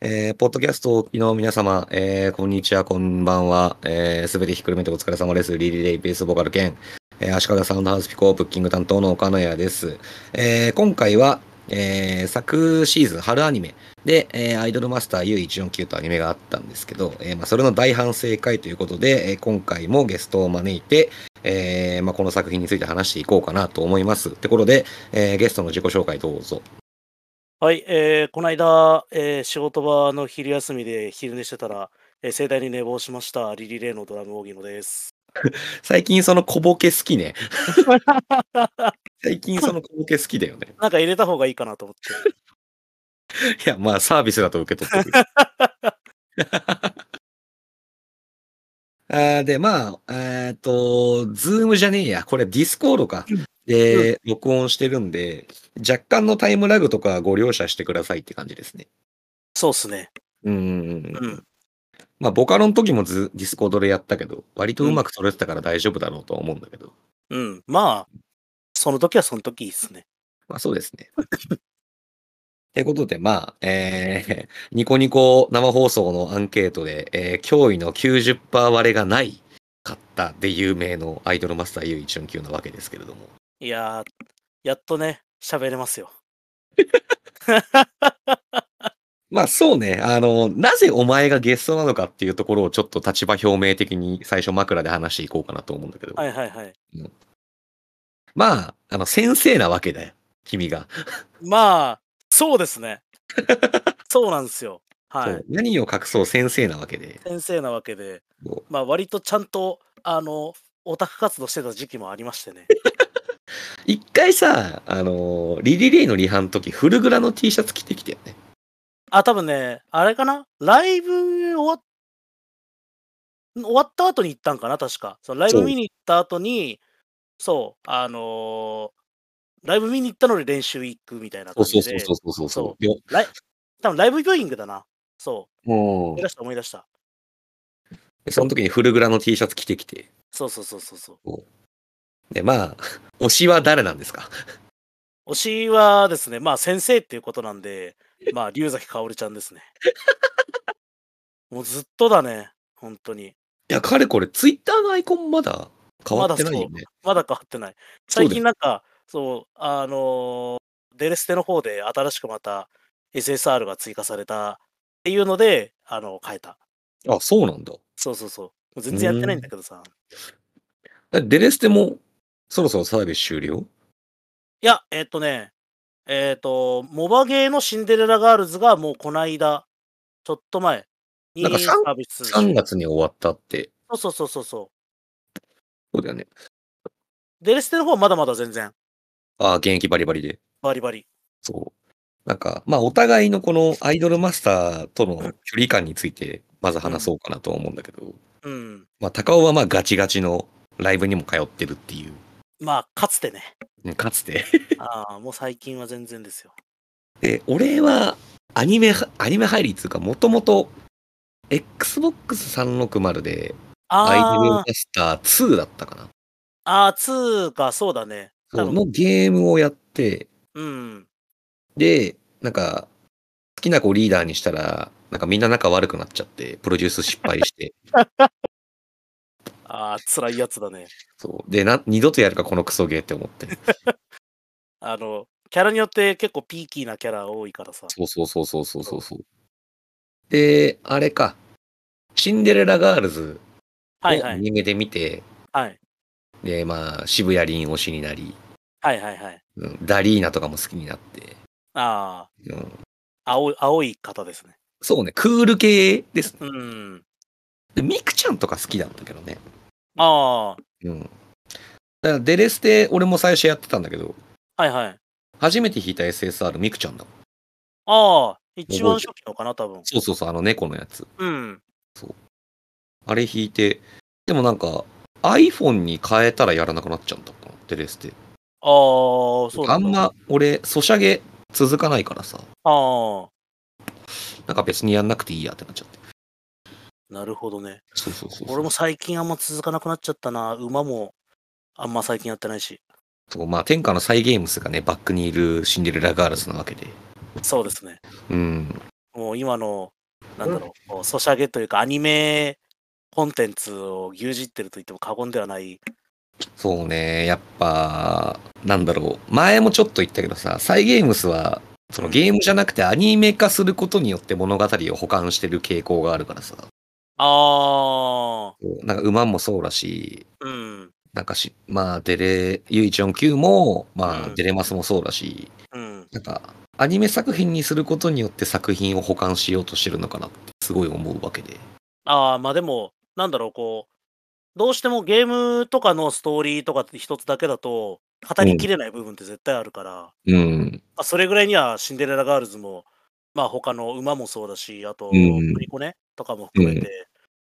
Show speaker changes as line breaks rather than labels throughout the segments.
えーポッドキャストをお聞きの皆様、えーこんにちは、こんばんは。す、え、べ、てひっくるめてお疲れ様です。リリレイベースボーカル兼、えー、足利サウンドハウスピコーブッキング担当の岡野谷です。えー今回は、えー昨シーズン春アニメで、えーアイドルマスター U149 とアニメがあったんですけど、えーまあ、それの大反省会ということで、えー今回もゲストを招いて、えーまあ、この作品について話していこうかなと思います。ところで、えーゲストの自己紹介どうぞ。
はい、えー、この間、えー仕事場の昼休みで昼寝してたら、えー盛大に寝坊しました、リリレーのドラム荻野です。
最近その小ボケ好きね。最近その小ボケ好きだよね。
なんか入れた方がいいかなと思っ
い
て。
や、まあサービスだと受け取ってくれる。 あーで、まあ、えっと、ズームじゃねえや。これディスコードか。で、録音してるんで、若干のタイムラグとかはご了承してくださいって感じですね。
そうっすね。
うんうんうん。
うん。
まあ、ボカロの時もズディスコードでやったけど、割とうまく取れてたから大丈夫だろうとは思うんだけど。
うん。まあ、その時はその時いいっすね。
まあそうですね。ってことで、まあ、えー、ニコニコ生放送のアンケートで、えー驚異の90%割れがないかったで有名のアイドルマスター U149 なわけですけれども。
いやー、やっとね、喋れ ますよ。
まあそうね、あの、なぜお前がゲストなのかっていうところをちょっと立場表明的に最初枕で話していこうかなと思うんだけど。
はいはいはい。
まあ、あの、先生なわけだよ。君が、
まあ、そうですね。そうなんですよ。は
そう
い。
何を隠そう先生なわけで。
先生なわけで、
こう
まあ、割とちゃんと、あの、オタク活動してた時期もありましてね。
一回さ、あのーリリレイのリハの時、フルグラの T シャツ着てきたよね。
あ、多分ね、あれかなライブ終わっ終わった後に行ったんかな確か。そのライ
そ
ブ
う
見に行った後に、そう、あのーライブ見に行ったので練習行くみたいな感じで。
そうそう。
そう
よ
多分ライブビューイングだな。そう。
も
思い出した思い出した。
う、その時にフルグラの T シャツ着てきて。
そうそうそうそうそう。
で、まあ、 推しは誰なんですか
推しはですね、まあ先生っていうことなんで、まあ龍崎かおるちゃんです ね。もうずっとだね、本当に。
いや、彼これ、ツイッターのアイコンまだ変わってないよ
ま
ね。
まだ変わってない。
そう
最
だよ
近なんか、そう、あのーデレステの方で新しくまた SSR が追加されたっていうので、あの、変えた。
あ、そうなんだ。
そうそうそう。もう全然やってないんだけどさ。
だデレステも、そろそろサービス終了
いや、えっ、とね、えっ、と、モバゲーのシンデレラガールズがもうこの間、ちょっと前に
なんか
サ
さん
ービスし
?3 月に終わったって。
そうそうそうそう
そ
そ
うだよね。
う。デレステの方はまだまだ全然、
ああ、現役バリバリで。
バリバリ。
そう。なんか、まあ、お互いのこのアイドルマスターとの距離感について、まず話そうかなと思うんだけど。
うん。
まあ、高尾はまあガチガチのライブにも通ってるっていう
まあ、かつてね。
うん、かつて。
ああ、もう最近は全然ですよ。
で、俺はアニメ、アニメ入りっていうか、もともと Xbox360 でアイドル
あ
マ
あ
スター2だったかな。
あー、2か、そうだね。多
そう
分
のゲームをやって、
うん。
で、なんか、好きな子をリーダーにしたら、なんかみんな仲悪くなっちゃって、プロデュース失敗して、
ああ、辛いやつだね。
そう。で、な、二度とやるか、このクソゲーって思って。
あの、キャラによって結構ピーキーなキャラ多いからさ。
そうそうそうそうそうそうそう。で、あれか。シンデレラガールズを
はいは
ア
い。
ニメで見て、
はい。
で、まあ、渋谷凛推しになり、
はいはいはい。
うん、ダリーナとかも好きになって、
あ
うん、
あ、青い、青い方ですね。
そうね、クール系です。
うん。
で、ミクちゃんとか好きなんだけどね。
あ
うん。だから、デレステ、俺も最初やってたんだけど、
あ、はいはい。
初めて弾いた SSR ミクちゃんだもん。
ああ、一番初期のかな、多分。
そうそうそう、あの猫のやつ。
うん。
あれ弾いて、でもなんか、iPhone に変えたらやらなくなっちゃうんだったの、デレステ。
ああ、そう
あ
なんんだ。あ
ま、俺、ソシャゲ続かないからさ、
あ
なんか別にやんなくていいやってなっちゃって。
ー、なるほどね。
そうそうそうそう。
俺も最近あんま続かなくなっちゃったな。馬もあんま最近やってないし。
そう、まあ、天下のサイ・ゲームスがね、バックにいるシンデレラガールズなわけで。
そうですね。
うん。
もう今の、なんだろう、こうソシャゲというかアニメコンテンツを牛耳ってると言っても過言ではない。
そうね、やっぱ、なんだろう。前もちょっと言ったけどさ、サイ・ゲームスは、そのゲームじゃなくてアニメ化することによって物語を保管してる傾向があるからさ。
ああ、
なんか馬もそうだし、
うん、
なんかし、まあ、デレ、ユイチョン Q も、まあ、
うん
デレマスもそうだし、
うん。
なんか、アニメ作品にすることによって作品を保管しようとしてるのかなってすごい思うわけで。
ああ、まあでも、なんだろう、こう、どうしてもゲームとかのストーリーとかって一つだけだと、語りきれない部分って絶対あるから、ま
うん。
あ、それぐらいにはシンデレラガールズも、まあ他の馬もそうだし、あと、
う
プ
ん
リコネとかも含めて、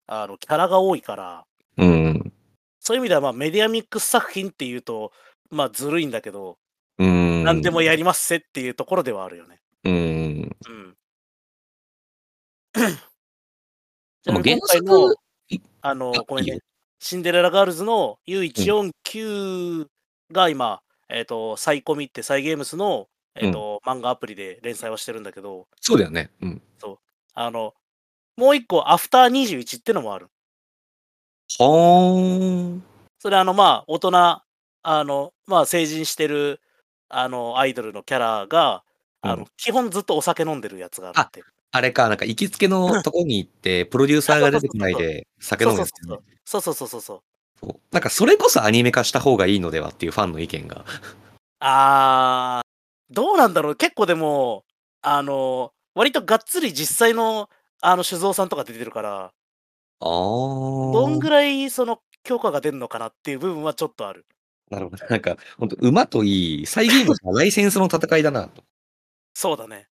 あの、キャラが多いから、
うん。
そういう意味では、まあ、メディアミックス作品っていうと、まあ、ずるいんだけど、
うん。
何でもやりますせっていうところではあるよね。
うん。
うん。ち
でも
なみに今回
原
の
作い、
あの
あ、
ごめん
いい
ね、シンデレラガールズの U149 が今、えっ、と、サイコミってサイゲームスの、えっ、と、漫画アプリで連載はしてるんだけど、
そうだよね。うん。
あの、もう一個、アフター21ってのもある。
ほーん。
それあのまあ大人あのまあ成人してるあのアイドルのキャラがあの、
うん
基本ずっとお酒飲んでるやつがあって
あれか、なんか行きつけのとこに行って、プロデューサーが出てこないで酒飲む
そ
や
う
つだ
そ
よ
う
ね
そうそうそうそうそうそう
そうなんかそれこそアニメ化した方がいいのではっていうファンの意見が。
あーどうなんだろう結構でもあの割とがっつり実際のあの酒造さんとか出てるから
あー。
どんぐらいその強化が出るのかなっていう部分はちょっとある
なるほど。なんか、本当馬といい、再現 物がライセンスの戦いだなと。
そうだね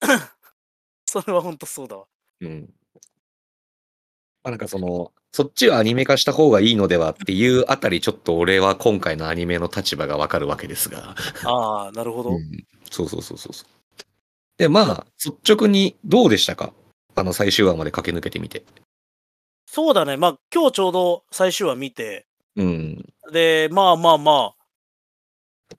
それは本当そうだわ
うん。まあ、なんかその、そっちをアニメ化した方がいいのではっていうあたり、ちょっと俺は今回のアニメの立場がわかるわけですが。
ああなるほど、
うんそうそうそうそうそう。で、まあ、率直にどうでしたかあの、最終話まで駆け抜けてみて。
そうだねまあ今日ちょうど最終話見て
うん。
で、まあまあまあ、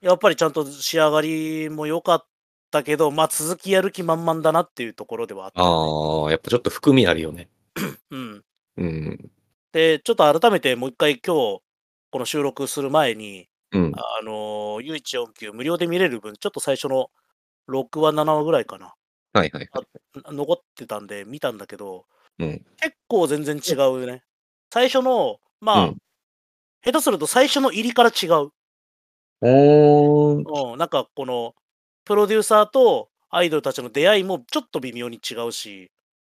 やっぱりちゃんと仕上がりも良かったけど、まあ続きやる気満々だなっていうところではあった。
ああ、やっぱちょっと含みあるよね。
うん。
うん。
で、ちょっと改めてもう一回今日、この収録する前に、
うん。
あのー、U149 無料で見れる分、ちょっと最初の6話、7話ぐらいかな、
はいはいはい。
ん残ってたんで見たんだけど、
うん
結構全然違うね。最初の、まあ、
うん
下手すると最初の入りから違う。
おー。
うん、なんかこのプロデューサーとアイドルたちの出会いもちょっと微妙に違うし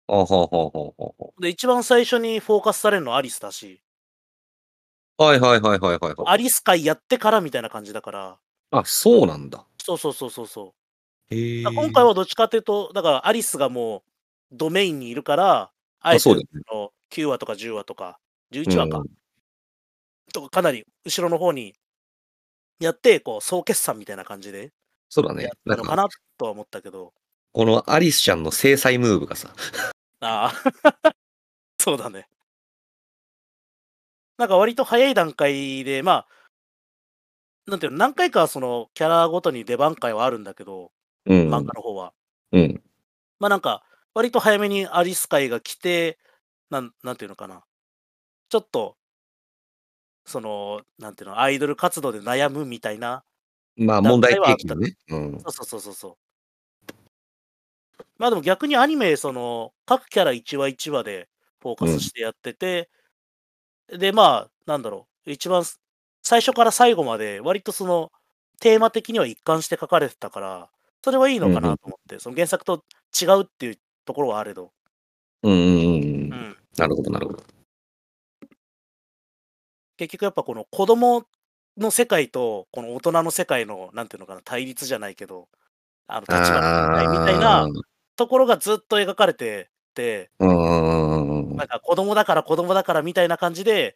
あははははは。
で一番最初にフォーカスされるのはアリスだし
はいはいはいはいはいは
ア
い。
リス会やってからみたいな感じだから
あ、そうなんだ。
そうそうそうそうそ
へえ。
うだから今回
は、
はどっちかというとだからアリスがもうドメインにいるからあえ
あ、
て
そうだよね。
の9話とか10話とか11話か、
うん
とかかなり後ろの方にやってこう総決算みたいな感じで
そうだ
や
ね
っ。
な
た
ん
の
か
か、なとは思ったけど、
このアリスちゃんの制裁ムーブがさ、
あ あ、そうだね。なんか割と早い段階で、まあ、なんていうの、何回かそのキャラごとに出番会はあるんだけど、
うん
漫画の方は。
うん。
まあなんか、割と早めにアリス会が来て、なん、なんていうのかな。ちょっと、その、なんていうの、アイドル活動で悩むみたいな。
まあ、問題提起だね。うん。
そうそうそうそうそう。まあでも逆にアニメ、その、各キャラ1話1話でフォーカスしてやってて、で、まあ、なんだろう、一番す最初から最後まで、割とその、テーマ的には一貫して書かれてたから、それはいいのかなと思って、その原作と違うっていうところはあれど。
うんうんうん
う
うん。
ん。
なるほど、なるほど。
結局やっぱこの子供の世界と、この大人の世界の、なんていうのかな、対立じゃないけど、あの、立場の違いみたいな
あー、
ところがずっと描かれてて、
うんうんうんうん
なんか子供だから子供だからみたいな感じで、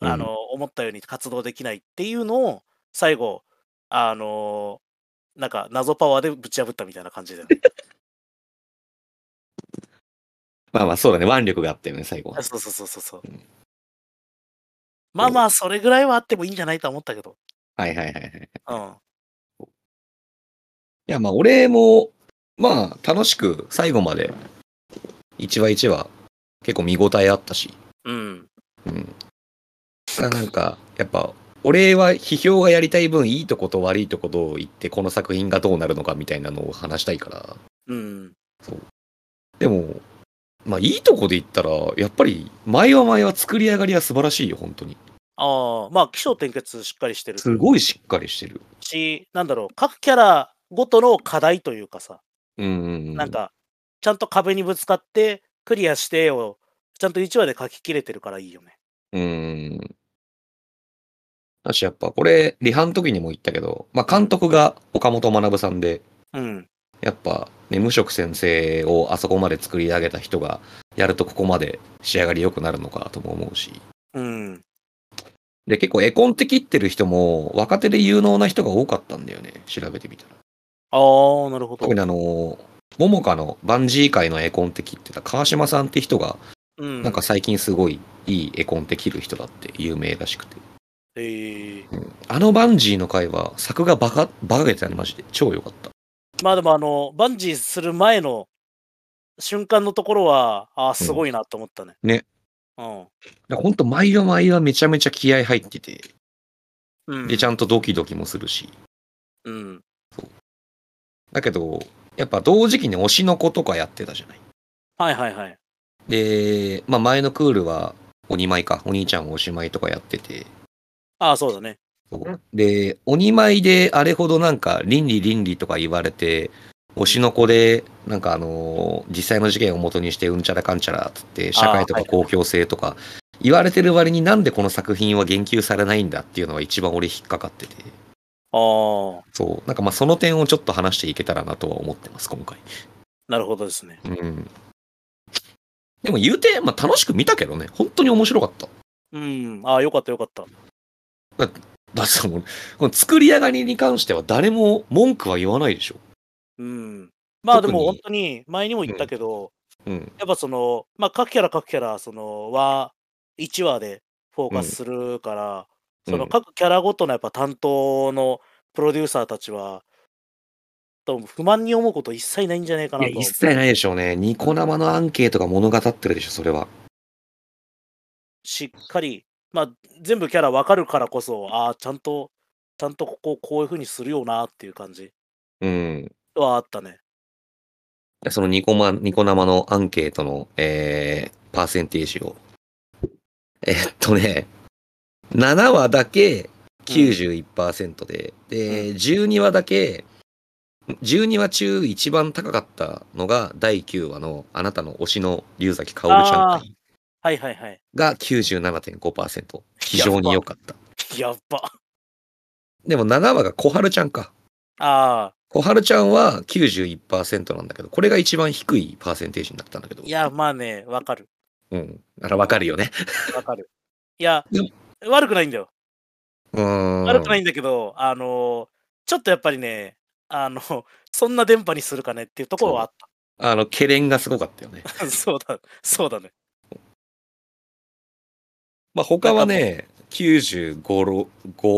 うん
あの思ったように活動できないっていうのを最後あのなんか謎パワーでぶち破ったみたいな感じで
まあまあ、そうだね。腕力があったよね、最後は。
そうそうそうそうそう
うん
まあまあそれぐらいはあってもいいんじゃないとは思ったけど
はいはいはいはい。
うん
いや、まあ、俺も、まあ、楽しく最後まで、1話1話、結構見応えあったし、
うん。
うん。ただなんか、やっぱ、俺は批評がやりたい分、いいとこと悪いとことを言って、この作品がどうなるのかみたいなのを話したいから。
うん。
でも、まあ、いいとこで言ったら、やっぱり、前は前は作り上がりは素晴らしいよ、本当に。
ああ、まあ、起承転結しっかりしてる
すごいしっかりしてる。
し、なんだろう、各キャラごとの課題というかさ、
うんうんうん。
なんか、ちゃんと壁にぶつかって、クリアしてを、ちゃんと1話で書き切れてるからいいよね。
うーん。だし、やっぱこれ、リハの時にも言ったけど、まあ、監督が岡本学さんで、
うん。
やっぱ、ね、無職先生をあそこまで作り上げた人が、やるとここまで仕上がり良くなるのかとも思うし。
うん。
で、結構絵コンテ切ってる人も、若手で有能な人が多かったんだよね、調べてみたら。
ああ、なるほど
特。にあの、モモカのバンジー界の絵コンテ切ってた川島さんって人が、
うん。
なんか、最近すごいいい絵コンテ切る人だって有名らしくて。
えー、
あのバンジーの回は作画バカ、バカげてたね、マジで。超良かった。
まあでも、あの、バンジーする前の瞬間のところは、ああ、すごいなと思ったね。
ね。
う
だ
ん。
からほんと、毎度毎度めちゃめちゃ気合入ってて、
うん。
で、ちゃんとドキドキもするし。
うん。
だけど、やっぱ同時期に推しの子とかやってたじゃない。
はいはいはい。
で、まあ前のクールは、鬼舞か、お兄ちゃんおしまいとかやってて、
ああ、そうだね。
そうで、鬼舞であれほどなんか、倫理倫理とか言われて、推しの子で、なんかあのー実際の事件を元にしてうんちゃらかんちゃらっつって、社会とか
あーはい
公共性とか、言われてる割になんでこの作品は言及されないんだっていうのは一番俺引っかかってて、
ああ、
そう、なんかまあその点をちょっと話していけたらなとは思ってます、今回。
なるほどですね。
うん。でも言うて、まあ楽しく見たけどね、本当に面白かった。
うん。ああ、よかったよかった。
だってさもうこの作り上がりに関しては誰も文句は言わないでしょ。
うん。まあで
特に
も本当に前にも言ったけど、
うん。
やっぱその、まあ各キャラ各キャラ、そのは1話でフォーカスするから、
うん
その各キャラごとのやっぱ担当のプロデューサーたちは、多分不満に思うこと一切ないんじゃないか
い
な
や、
と。
一切ないでしょうね。ニコ生のアンケートが物語ってるでしょ、それは。
しっかり、まあ全部キャラわかるからこそ、ああ、ちゃんと、ちゃんとここをこういうふうにするよなっていう感じ
うん。
はあったね。
そのニコマ、ニコ生のアンケートの、えー、パーセンテージを。えっとね、7話だけ91%で、で、12話だけ、12話中一番高かったのが第9話のあなたの推しの龍崎かおるちゃん会
はいはいはい。
が97.5%。非常に良かった。
やっば。
でも7話が小春ちゃんか。
ああ、
小春ちゃんは91%なんだけど、これが一番低いパーセンテージになったんだけど。
いや、まあね、わかる。
うん。だからわかるよね。
わかる。いや
でも、
悪くないんだよ。
うーん。
悪くないんだけど、あの、ちょっとやっぱりね、あの、 そんな電波にするかねっていうところはあっ
あの、ケレンがすごかったよ ね。
た。 そうだ、そうだね。
まあ、他はね、95、5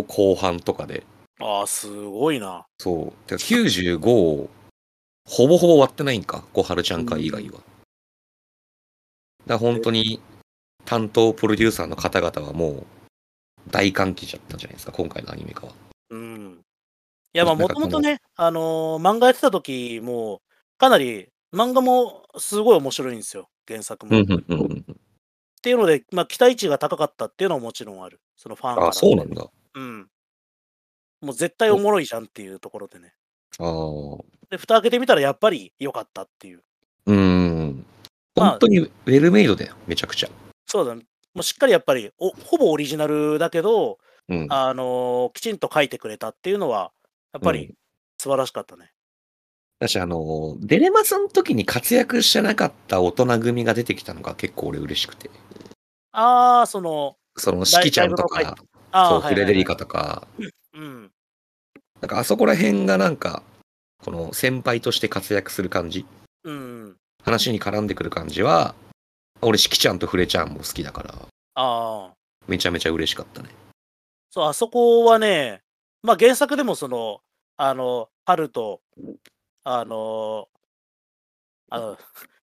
後半とかで。
ああ、すごいな。
そう。てか95を、ほぼほぼ割ってないんか。小春ちゃん会以外は。だから本当に、担当プロデューサーの方々はもう、大歓喜じゃったんじゃないですか、今回のアニメ化は。
うん。いや、まあ、
なん
も
かこ
とも
の
とね、あの漫画やってた時も、かなり、漫画もすごい面白いんですよ、原作も。っ
うんうん。
ていうので、まあ、期待値が高かったっていうのももちろんある。そのファンから。
あ、そうなんだ。
うん。もう絶対おもろいじゃんっていうところでね。
ああ。
で、蓋開けてみたらやっぱり良かったっていう。
うーん。
まあ
本当にウェルメイドだよ、めちゃくちゃ。
そうだね。もうしっかりやっぱりお、ほぼオリジナルだけど、
うん。
あのーきちんと書いてくれたっていうのは、やっぱ
う
り素晴らしかったね。
だし、あの、デレマスの時に活躍してなかった大人組が出てきたのが結構俺嬉しくて。
ああ、その、
その、しきちゃんと
ライブの
か、
あ
そ
あ、
う、フレデリカとか、
はいはいはい。うん。
なんかあそこら辺がなんか、この先輩として活躍する感じ、
うん。
話に絡んでくる感じは、俺、しきちゃんとフレちゃんも好きだから、
ああ。
めちゃめちゃ嬉しかったね。
そう、あそこはね、まあ原作でもその、あの、春と、あのあ、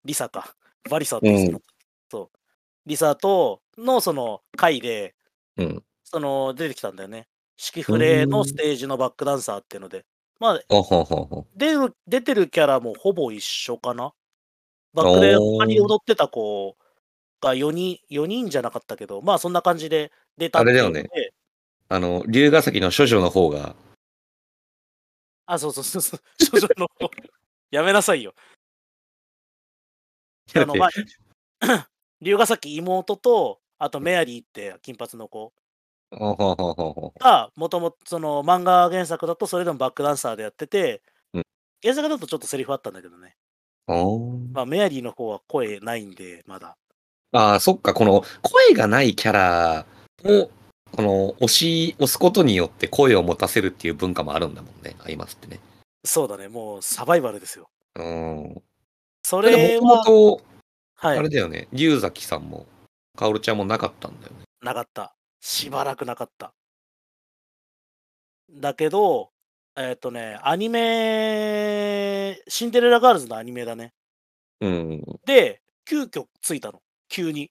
リサか。バリサって言うんですけどそう。リサとのその回で、
うん。
その出てきたんだよね。式フレ
う
の
ん
ステージのバックダンサーっていうので。まあ、
ほうほうほうほ
出る出てるキャラもほぼ一緒かな。バックで
おー
他に踊ってた子が4人、4人じゃなかったけど、まあそんな感じで出たっていうので
あれう。あの、龍ヶ崎の処女の方が、
あ、そうそうそうそう、少女の方 やめなさいよ。あの、ま あ、 龍ヶ崎妹と、あとメアリーって金髪の子
ほうほうほうほうほ
が、もともとその漫画原作だとそれでもバックダンサーでやってて、
うん
原作だとちょっとセリフあったんだけどね。
うおー。
まあメアリーの方は声ないんで、まだ。
ああ、そっか、この声がないキャラを、この押し、押すことによって声を持たせるっていう文化もあるんだもんね。ありますってね。
そうだね、もうサバイバルですよ。
うん。
そ
これ
れ
も
は、
ともと、
は
あれ
い、
だよね、龍崎さんも、カオルちゃんもなかったんだよね。
なかった。しばらくなかった。だけど、えっ、とね、アニメ、シンデレラガールズのアニメだね。
うん。
で、急遽ついたの。急に。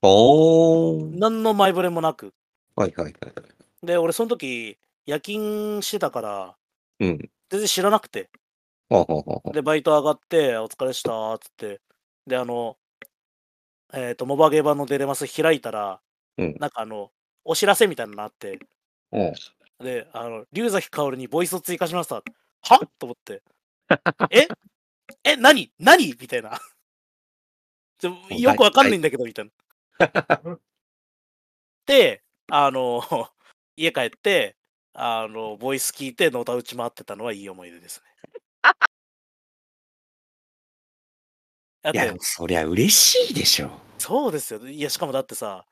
おー。
何の前触れもなく。
はいはいはいはい。
で、俺その時、夜勤してたから、
うん。
全然知らなくて。
ほうほうほうほう
で、バイト上がって、お疲れしたーっつって。で、あの、えっ、と、モバゲー版のデレマス開いたら、
うん
なんかあの、お知らせみたいなのあって、
うん。
で、あの、龍崎薫にボイスを追加しました。はと思って。ええ、何何みたいな。 ちょ
う
よくわかんないんだけど、みたいな。で、あの、 家帰って、あの、ボイス聞いて、のた打ち回ってたのはいい思い 出ですね。
い
だっ
や
て、、
そりゃ嬉しいでしょ。
そうですよ。いや、しかもだってさ、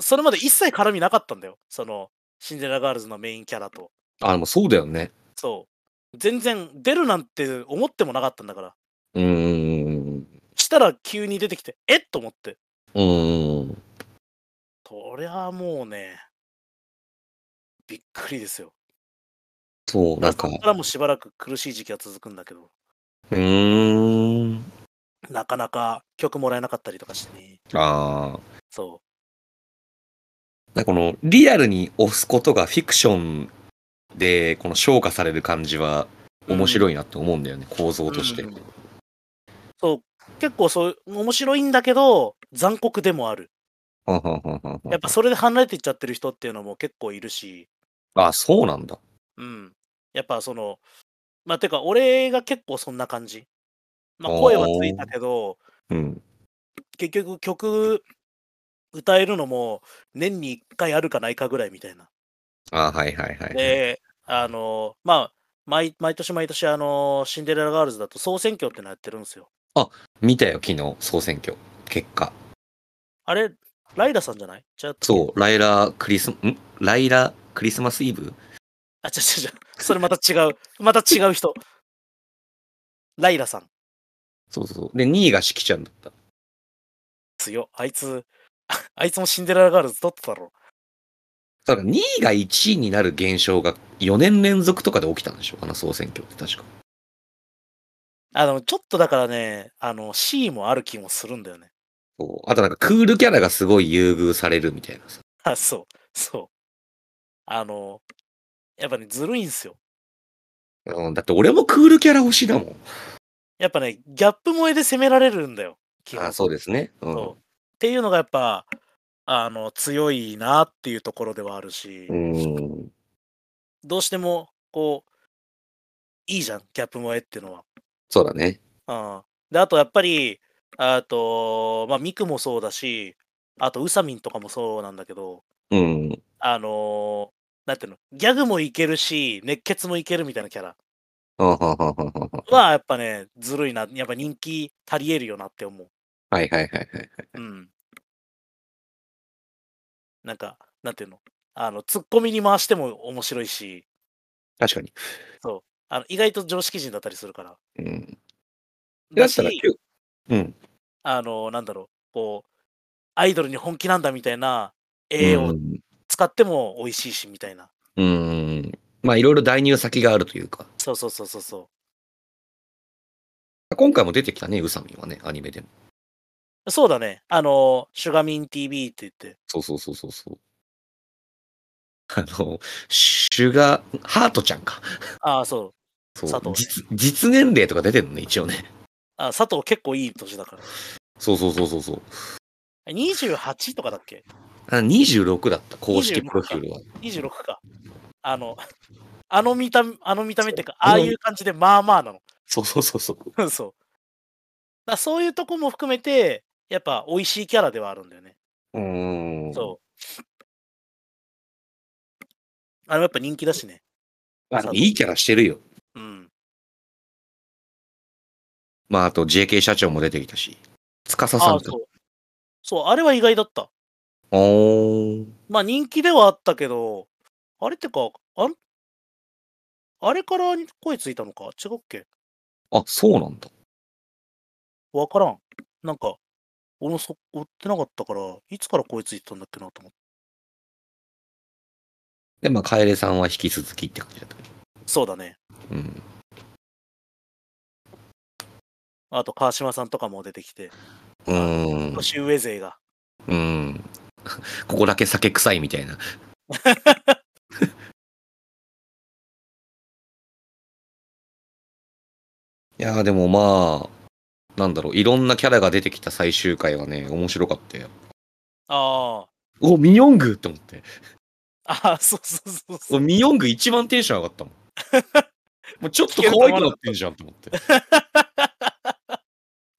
それまで一切絡みなかったんだよ。その、シンデレラガールズのメインキャラと。
あ、でもそうだよね。
そう。全然出るなんて思ってもなかったんだから。
うーん。
したら急に出てきて、えっと思って。
うーん。
そりゃもうね、びっくりですよ。
そう、なんか
そこ。からもうしばらく苦しい時期は続くんだけど、
うーん。
なかなか曲もらえなかったりとかしてね。
ああ。
そ
なんかこのリアルに押すことがフィクションでこの昇華される感じは
うん
面白いなって思うんだよね、構造として。
うんう。そう、結構そう、面白いんだけど、残酷でもある。
はんはんはんはんはん
やっぱそれで離れていっちゃってる人っていうのも結構いるし、
あ、そうなんだ。
うん。やっぱその、まあ、てか、俺が結構そんな感じ。まあ、声はついたけど、
うん。
結局曲歌えるのも年に1回あるかないかぐらいみたいな。
あはいはいはい。
で、あの、まあ、毎毎年毎年、あの、シンデレラガールズだと総選挙ってのやってるんですよ。
見たよ、昨日、総選挙。結果。
あれ、ライダさんじゃないちゃ
そう、ライラクリス、んライラクリスマスイブ
あ、違う違う違う。それまた違う。 また違う人。ライラさん。
そうそうそう。で、2位がしきちゃんだった。
強。あいつ、 ああいつもシンデレラガールズ取ってたろ。
だから2位が1位になる現象が4年連続とかで起きたんでしょあの総選挙って確か。
あの、ちょっとだからね、あの、C もある気もするんだよね。
そうあとなんかクールキャラがすごい優遇されるみたいなさ。
あ、そう、そう。あの、やっぱね、ずるいんすよ。
うん、だって俺もクールキャラ推しだもん。
やっぱね、ギャップ萌えで攻められるんだよ。基本
あそうですね。う。
そうんっていうのがやっぱ、あの、強いなっていうところではあるし、
うん。
どうしても、こう、いいじゃん、ギャップ萌えっていうのは。
そうだね。
うん。で、あとやっぱり、あと、まあ、ミクもそうだし、あと、ウサミンとかもそうなんだけど、
うん。
あのーなんていうの、ギャグもいけるし、熱血もいけるみたいなキャラ
はははははは
は、やっぱね、ずるいな、やっぱ人気足りえるよなって思う。
はいはいはいはい。
うん。なんか、なんていうの、あの、ツッコミに回しても面白いし、
確かに。
あの意外と常識人だったりするから。
うん。だ
だ
ったら
し、、
うん。
あのなんだろう、こう、アイドルに本気なんだみたいな、絵
う
を
ん
使っても美味しいし、みたいな。
うん。まあいろいろ代入先があるというか。
そうそうそうそうそう。
今回も出てきたね、宇佐美はね、アニメでも。
そうだね。あの、シュガミン TV って言って。
そうそうそうそうそう。あの、シュガー、ハートちゃんか。
ああ、そう。
そう
佐藤
実実年齢とか出てるのね、一応ね。
あ佐藤結構いい年だから。
そうそうそうそうそう。
え28とかだっけ
あ26だった、公式
26
プロフィールは。
?26 か。あの、 あの見た目、あの見た目っていうか、ああいう感じでまあまあなの。
そうそうそうそう。
そう。だからそういうとこも含めて、やっぱ美味しいキャラではあるんだよね。
うーん。
そう。あの、やっぱ人気だしね。
あのいいキャラしてるよ。
うん。
まあ、あと JK 社長も出てきたし。司さ
ああ、
んか
そ。う。そう、あれは意外だった。
おー。
まあ人気ではあったけど、あれってか、あんあれから声ついたのか違うっけ
あ、そうなんだ。
わからん。なんか、俺もそ追ってなかったから、いつから声ついてたんだっけなと思って。
で、まあ、カエレさんは引き続きって感じだったけど。
そうだね。
うん。
あと川島さんとかも出てきて、
うーん。
年上勢が。
うん。 ここだけ酒臭いみたいな。 いやーでもまあ、なんだろう、いろんなキャラが出てきた最終回はね、面白かったよ。
あ
お、ミヨングって思って。
あ。ああ、そうそうそうそ
お、
う。
ミヨング一番テンション上が ったもん。もうちょっと可愛くなってんじゃんと思って。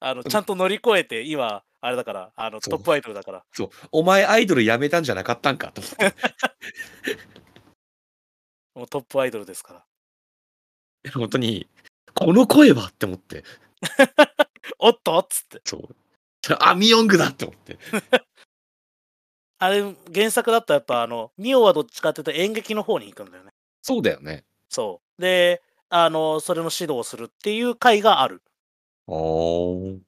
あの、ちゃんと乗り越えて、今、あれだから、あの、
そう
トップアイドルだから。
そう、お前アイドル辞めたんじゃなかったんかと思って。
もうトップアイドルですから。
本当に、この声はって思って。
おっとっつって。
そう。あ、ミヨングだって思って。
あれ、原作だったらやっぱ、あの、ミオはどっちかっていうと演劇の方に行くんだよね。
そうだよね。
そう。で、あの、それの指導をするっていう回がある。
おー。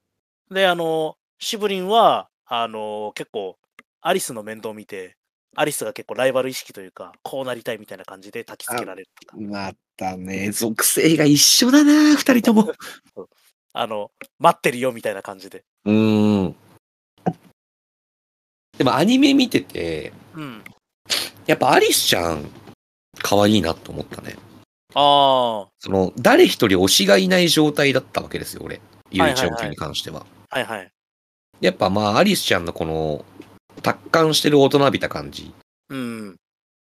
で、あの、シブリンは、あの、結構、アリスの面倒を見て、アリスが結構ライバル意識というか、こうなりたいみたいな感じで焚きつけられるとか、
またね、属性が一緒だな、二人とも。
あの、待ってるよみたいな感じで。
うーん。でもアニメ見てて、
うん。
やっぱアリスちゃん、可愛いなと思ったね。
あ
その、誰一人推しがいない状態だったわけですよ、俺。ゆいちゃん家に関しては。
あ、はいはい。
やっぱまあ、アリスちゃんのこの、達観してる大人びた感じ。
うん。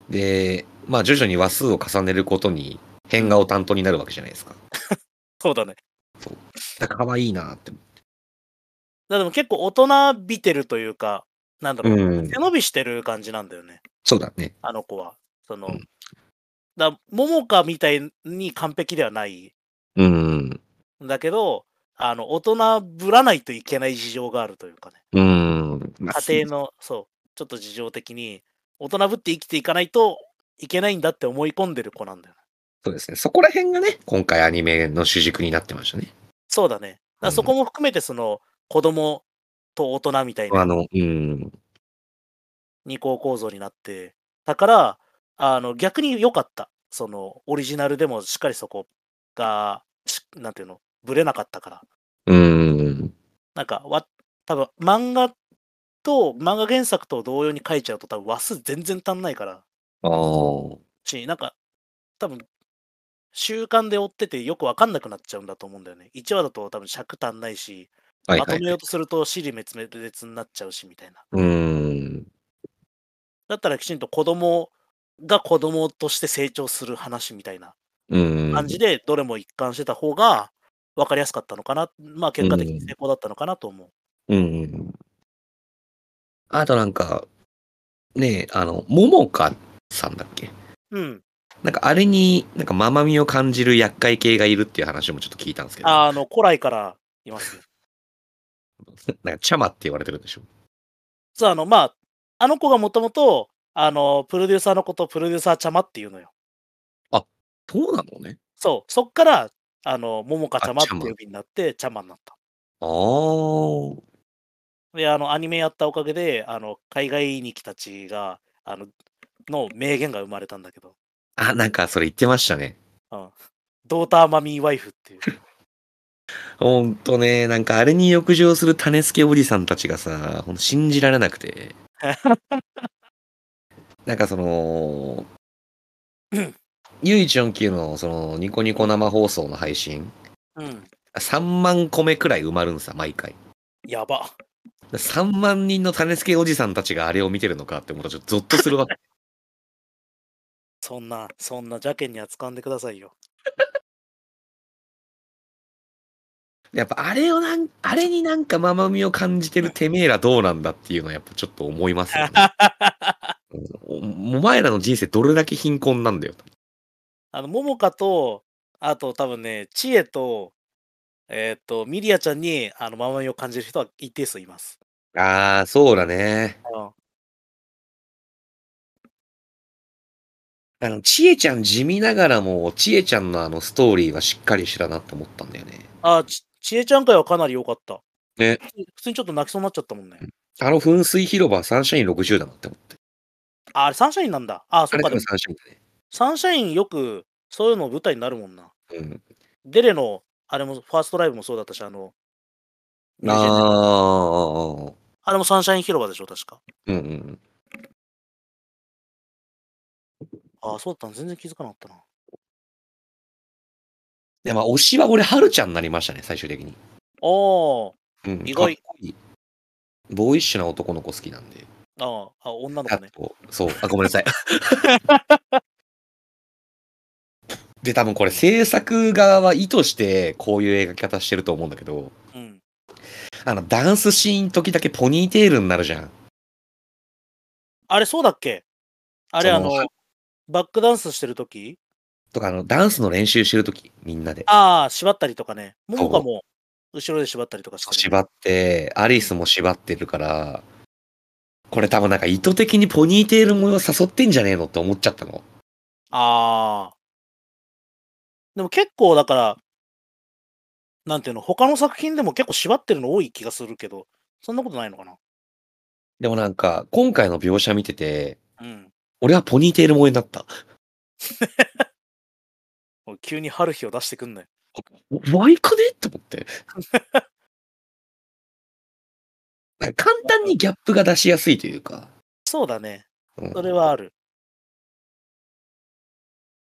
で、まあ徐々に話数を重ねることに、変顔担当になるわけじゃないですか。
そうだね。
だから可愛いなって。
だからでも結構大人びてるというか、なんだろう、
うん
背伸びしてる感じなんだよね、
そうだね。
あの子は。その、
うん
だももかみたいに完璧ではない
うん。
んだけど、あの、大人ぶらないといけない事情があるというかね、
うん。まあ
家庭の、そう、ちょっと事情的に、大人ぶって生きていかないといけないんだって思い込んでる子なんだよね。
そうですね。そこら辺がね、今回アニメの主軸になってましたね。
そうだね。だからそこも含めて、その、子供と大人みたいな
あの、うん。
二項構造になって、だから、あの逆に良かった。そのオリジナルでもしっかりそこが、しなんていうの、ぶれなかったから。
うん。
なんか、わ多分漫画と、漫画原作と同様に書いちゃうと、多分話数全然足んないから、
ああ。
し、なんか、多分習慣で追っててよくわかんなくなっちゃうんだと思うんだよね。1話だと多分尺足んないし、
はい
ま
は
とめ
い。
ようとすると尻滅裂になっちゃうし、みたいな。
うん。
だったらきちんと子供が子供として成長する話みたいな
うん。
感じで、どれも一貫してた方が分かりやすかったのかな、まあ結果的に成功だったのかなと思う。
うん。あとなんか、ねえ、あの、ももかさんだっけ
うん。
なんかあれに、なんかママみを感じる厄介系がいるっていう話もちょっと聞いたんですけど、
あの、古来からいますね。
なんかチャマって言われてるんでしょ。
そう、あの、まあ、あの子がもともと、あの、プロデューサーのことをプロデューサーちゃまっていうのよ。
そうなのね。
そう、そっから、あの、ももかちゃまっ
あ
て
ちゃま
呼びになって、ちゃまになった。
ああ。
で、あの、アニメやったおかげで、あの、海外に来たちが、あの、の名言が生まれたんだけど、
あ、なんかそれ言ってましたね。
ドーターマミーワイフっていう。
ほんとね、なんかあれに浴場する種付けおじさんたちがさ、ほんと信じられなくて。なんかその
うん、
U149 のそのニコニコ生放送の配信、
うん。
3万個目くらい埋まるんさ、毎回。
やば。
3万人の種付けおじさんたちがあれを見てるのかって思うとちょっとゾッとするわけ。
そんな、そんな邪険に扱んでくださいよ。
やっぱあれをなん、あれになんかママみを感じてるてめえらどうなんだっていうのはやっぱちょっと思います よね。おお前らの人生どれだけ貧困なんだよと。
あの、桃香と、あと多分ね、知恵と、えっ、と、ミリアちゃんに、あの、ままみを感じる人は一定数います。
ああ、そうだね。
うん
あの、ちえちゃん地味ながらも、ちえちゃんのあのストーリーはしっかりしたなって思ったんだよね。
あ、ち、ちえちゃん会はかなり良かった。
ね
普通に。普通にちょっと泣きそうになっちゃったもんね。
あの噴水広場サンシャイン60だなって思って。
あ、あれサンシャインなんだ。あ、
あ
そっ
れ多
か、でも
分サンシャインだね。
サンシャインよく、そういうの舞台になるもんな。
うん。
デレの、あれも、ファーストライブもそうだったし、あの、ミュージアム
ああ。
あれもサンシャイン広場でしょ、確か。
うんうん。
あ、そうだったの全然気づかなかったな。
で、まあ、推しは俺、はるちゃんになりましたね、最終的に。
おー、
うん、
意外
かっこいいボーイッシュな男の子好きなんで。
ああ、女の
あ
子ね。
とそう、あ、ごめんな さい。で、多分これ制作側は意図してこういう描き方してると思うんだけど、
うん。
あの、ダンスシーン時だけポニーテールになるじゃん。
あれ、そうだっけあれ、
そ
あ
の
の、バックダンスしてるとき
とか、あの、ダンスの練習してる時みんなで。
ああ、縛ったりとかね。もも
そ
か
う
も、後ろで縛ったりとかしてる、
縛って、アリスも縛ってるから、これ多分なんか意図的にポニーテール模様誘ってんじゃねえのって思っちゃったの。
ああ。でも結構、だから、なんていうの、他の作品でも結構縛ってるの多い気がするけど、そんなことないのかな
でもなんか、今回の描写見てて、
うん。
俺はポニーテール萌えになった。
おい急に春日を出してくんなよ。
おわいかねって思 って。なんか簡単にギャップが出しやすいというか。
そうだね。
うん
それはある。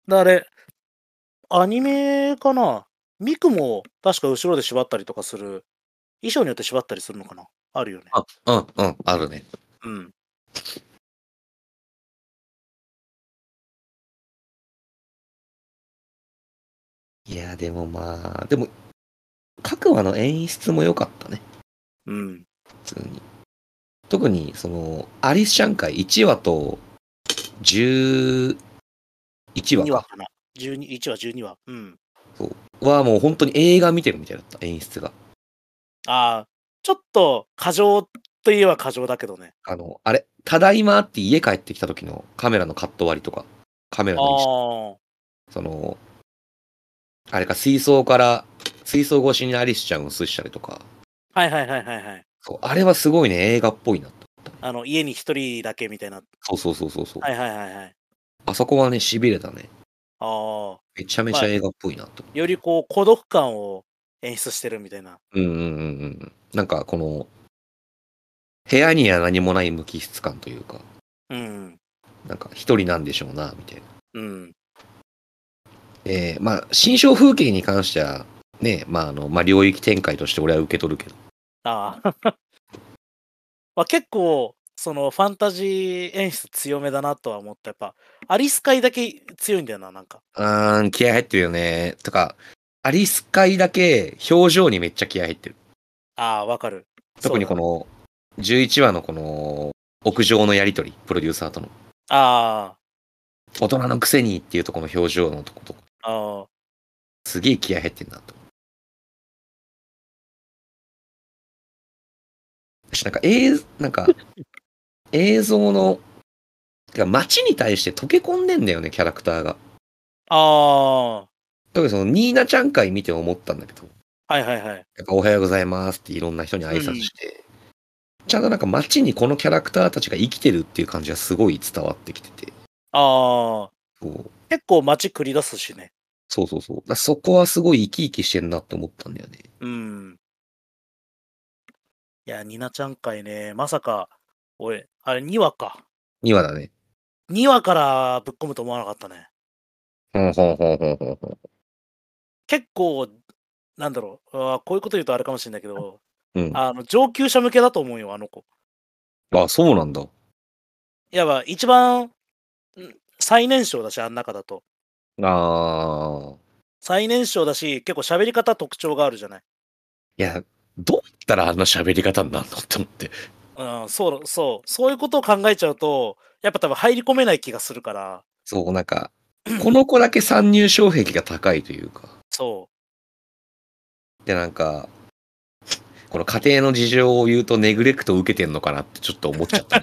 だあれ、アニメかなミクも確か後ろで縛ったりとかする。衣装によって縛ったりするのかなあるよね。
あ、うん、うん、あるね。
うん。
いや、でもまあ、でも、各話の演出も良かったね、
うん。
普通に。特に、その、アリスシャン会1話と11話
2話
か
かな。12 1話、12話。うん。
はもう本当に映画見てるみたいだった、演出が。
ああ、ちょっと過剰といえば過剰だけどね。
あの、あれ、ただいまって家帰ってきた時のカメラのカット割りとか、カメラ
あ
の位置
あ。
その、あれか、水槽から、水槽越しにアリスちゃんを映したりとか、
はいはいはいはいはい。
そうあれはすごいね、映画っぽいなと。
あの、家に一人だけみたいな。
そうそうそうそうそう、
はいはいはいはい。
あそこはね、痺れたね。
ああ。
めちゃめちゃ映画っぽいなと。
よりこう、孤独感を演出してるみたいな。
うんうんうんうん。なんか、この、部屋には何もない無機質感というか、
うん。
なんか、一人なんでしょうな、みたいな。
うん。
えー、まあ、新象風景に関しては、ね、まあ、あの、まあ、領域展開として俺は受け取るけど。
あ あ。まあ結構、そのファンタジー演出強めだなとは思った。やっぱ、アリス界だけ強いんだよな、なんか。
うーん、気合入ってるよね。とか、アリス界だけ表情にめっちゃ気合入ってる。
ああ、わかる。
特にこの11話のこの屋上のやりとり、プロデューサーとの。
あ
大人のくせにっていうところの表情のとことか、
あ、ああ、
すげえ気合入ってんなと。私なんか映、なん か、映像の、てか街に対して溶け込んでんだよね、キャラクターが。
あ
特にその、ニーナちゃん会見て思ったんだけど、
あ、はいはいは
や
い。
っぱおはようございますっていろんな人に挨拶して、ちゃんとなんか街にこのキャラクターたちが生きてるっていう感じがすごい伝わってきてて、
ああ、
こう、
結構街繰り出すしね。
そうそうそう。だからそこはすごい生き生きしてんなって思ったんだよね。
うん。いや、ニナちゃん会ね、まさか、俺、あれ、2話か。
2話だね。
2話からぶっ込むと思わなかったね。
ほんほんほんほんほんほん。
結構、なんだろう、あーこういうこと言うとあれかもしれないけど、
うん
あの上級者向けだと思うよ、あの子。
あ、そうなんだ。
いやば、一番ん最年少だし、あん中だと。
あー。
最年少だし、結構喋り方特徴があるじゃない。
いや、どうやったらあんな喋り方になるのって思って。
うん、そう、そう、そういうことを考えちゃうと、やっぱ多分入り込めない気がするから、
そう、なんか、この子だけ参入障壁が高いというか。
そ
で、なんか、この家庭の事情を言うとネグレクトを受けてんのかなってちょっと思っちゃ った。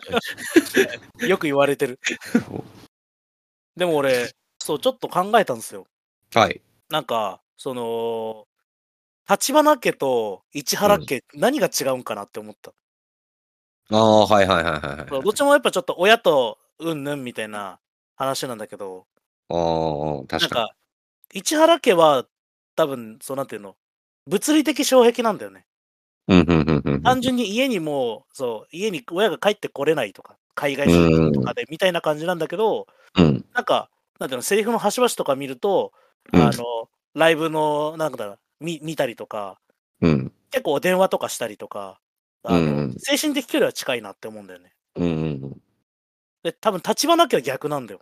う、よく言われてる。
そう
でも俺、そう、ちょっと考えたんですよ。
はい。
なんか、その、立花家と市原家、何が違うんかなって思った。
ああ、はいはいはいはいはい。
そうどっちもやっぱちょっと親とうんぬんみたいな話なんだけど、
ああ、
なん
確か
か、市原家は多分、そうなんていうの、物理的障壁なんだよね。
に。うん、うん、うん、うん。
単純に家にもう、そう、家に親が帰ってこれないとか、海外出張とかでみたいな感じなんだけど、
うん、
なんか、なんていうの、セリフの端々とか見ると、
うん
あの、ライブの、なんだろう、見見たりとか、
うん、
結構電話とかしたりとか、あの
うんうん
精神的距離は近いなって思うんだよね。
うんうん。
で、多分立花家は逆なんだよ。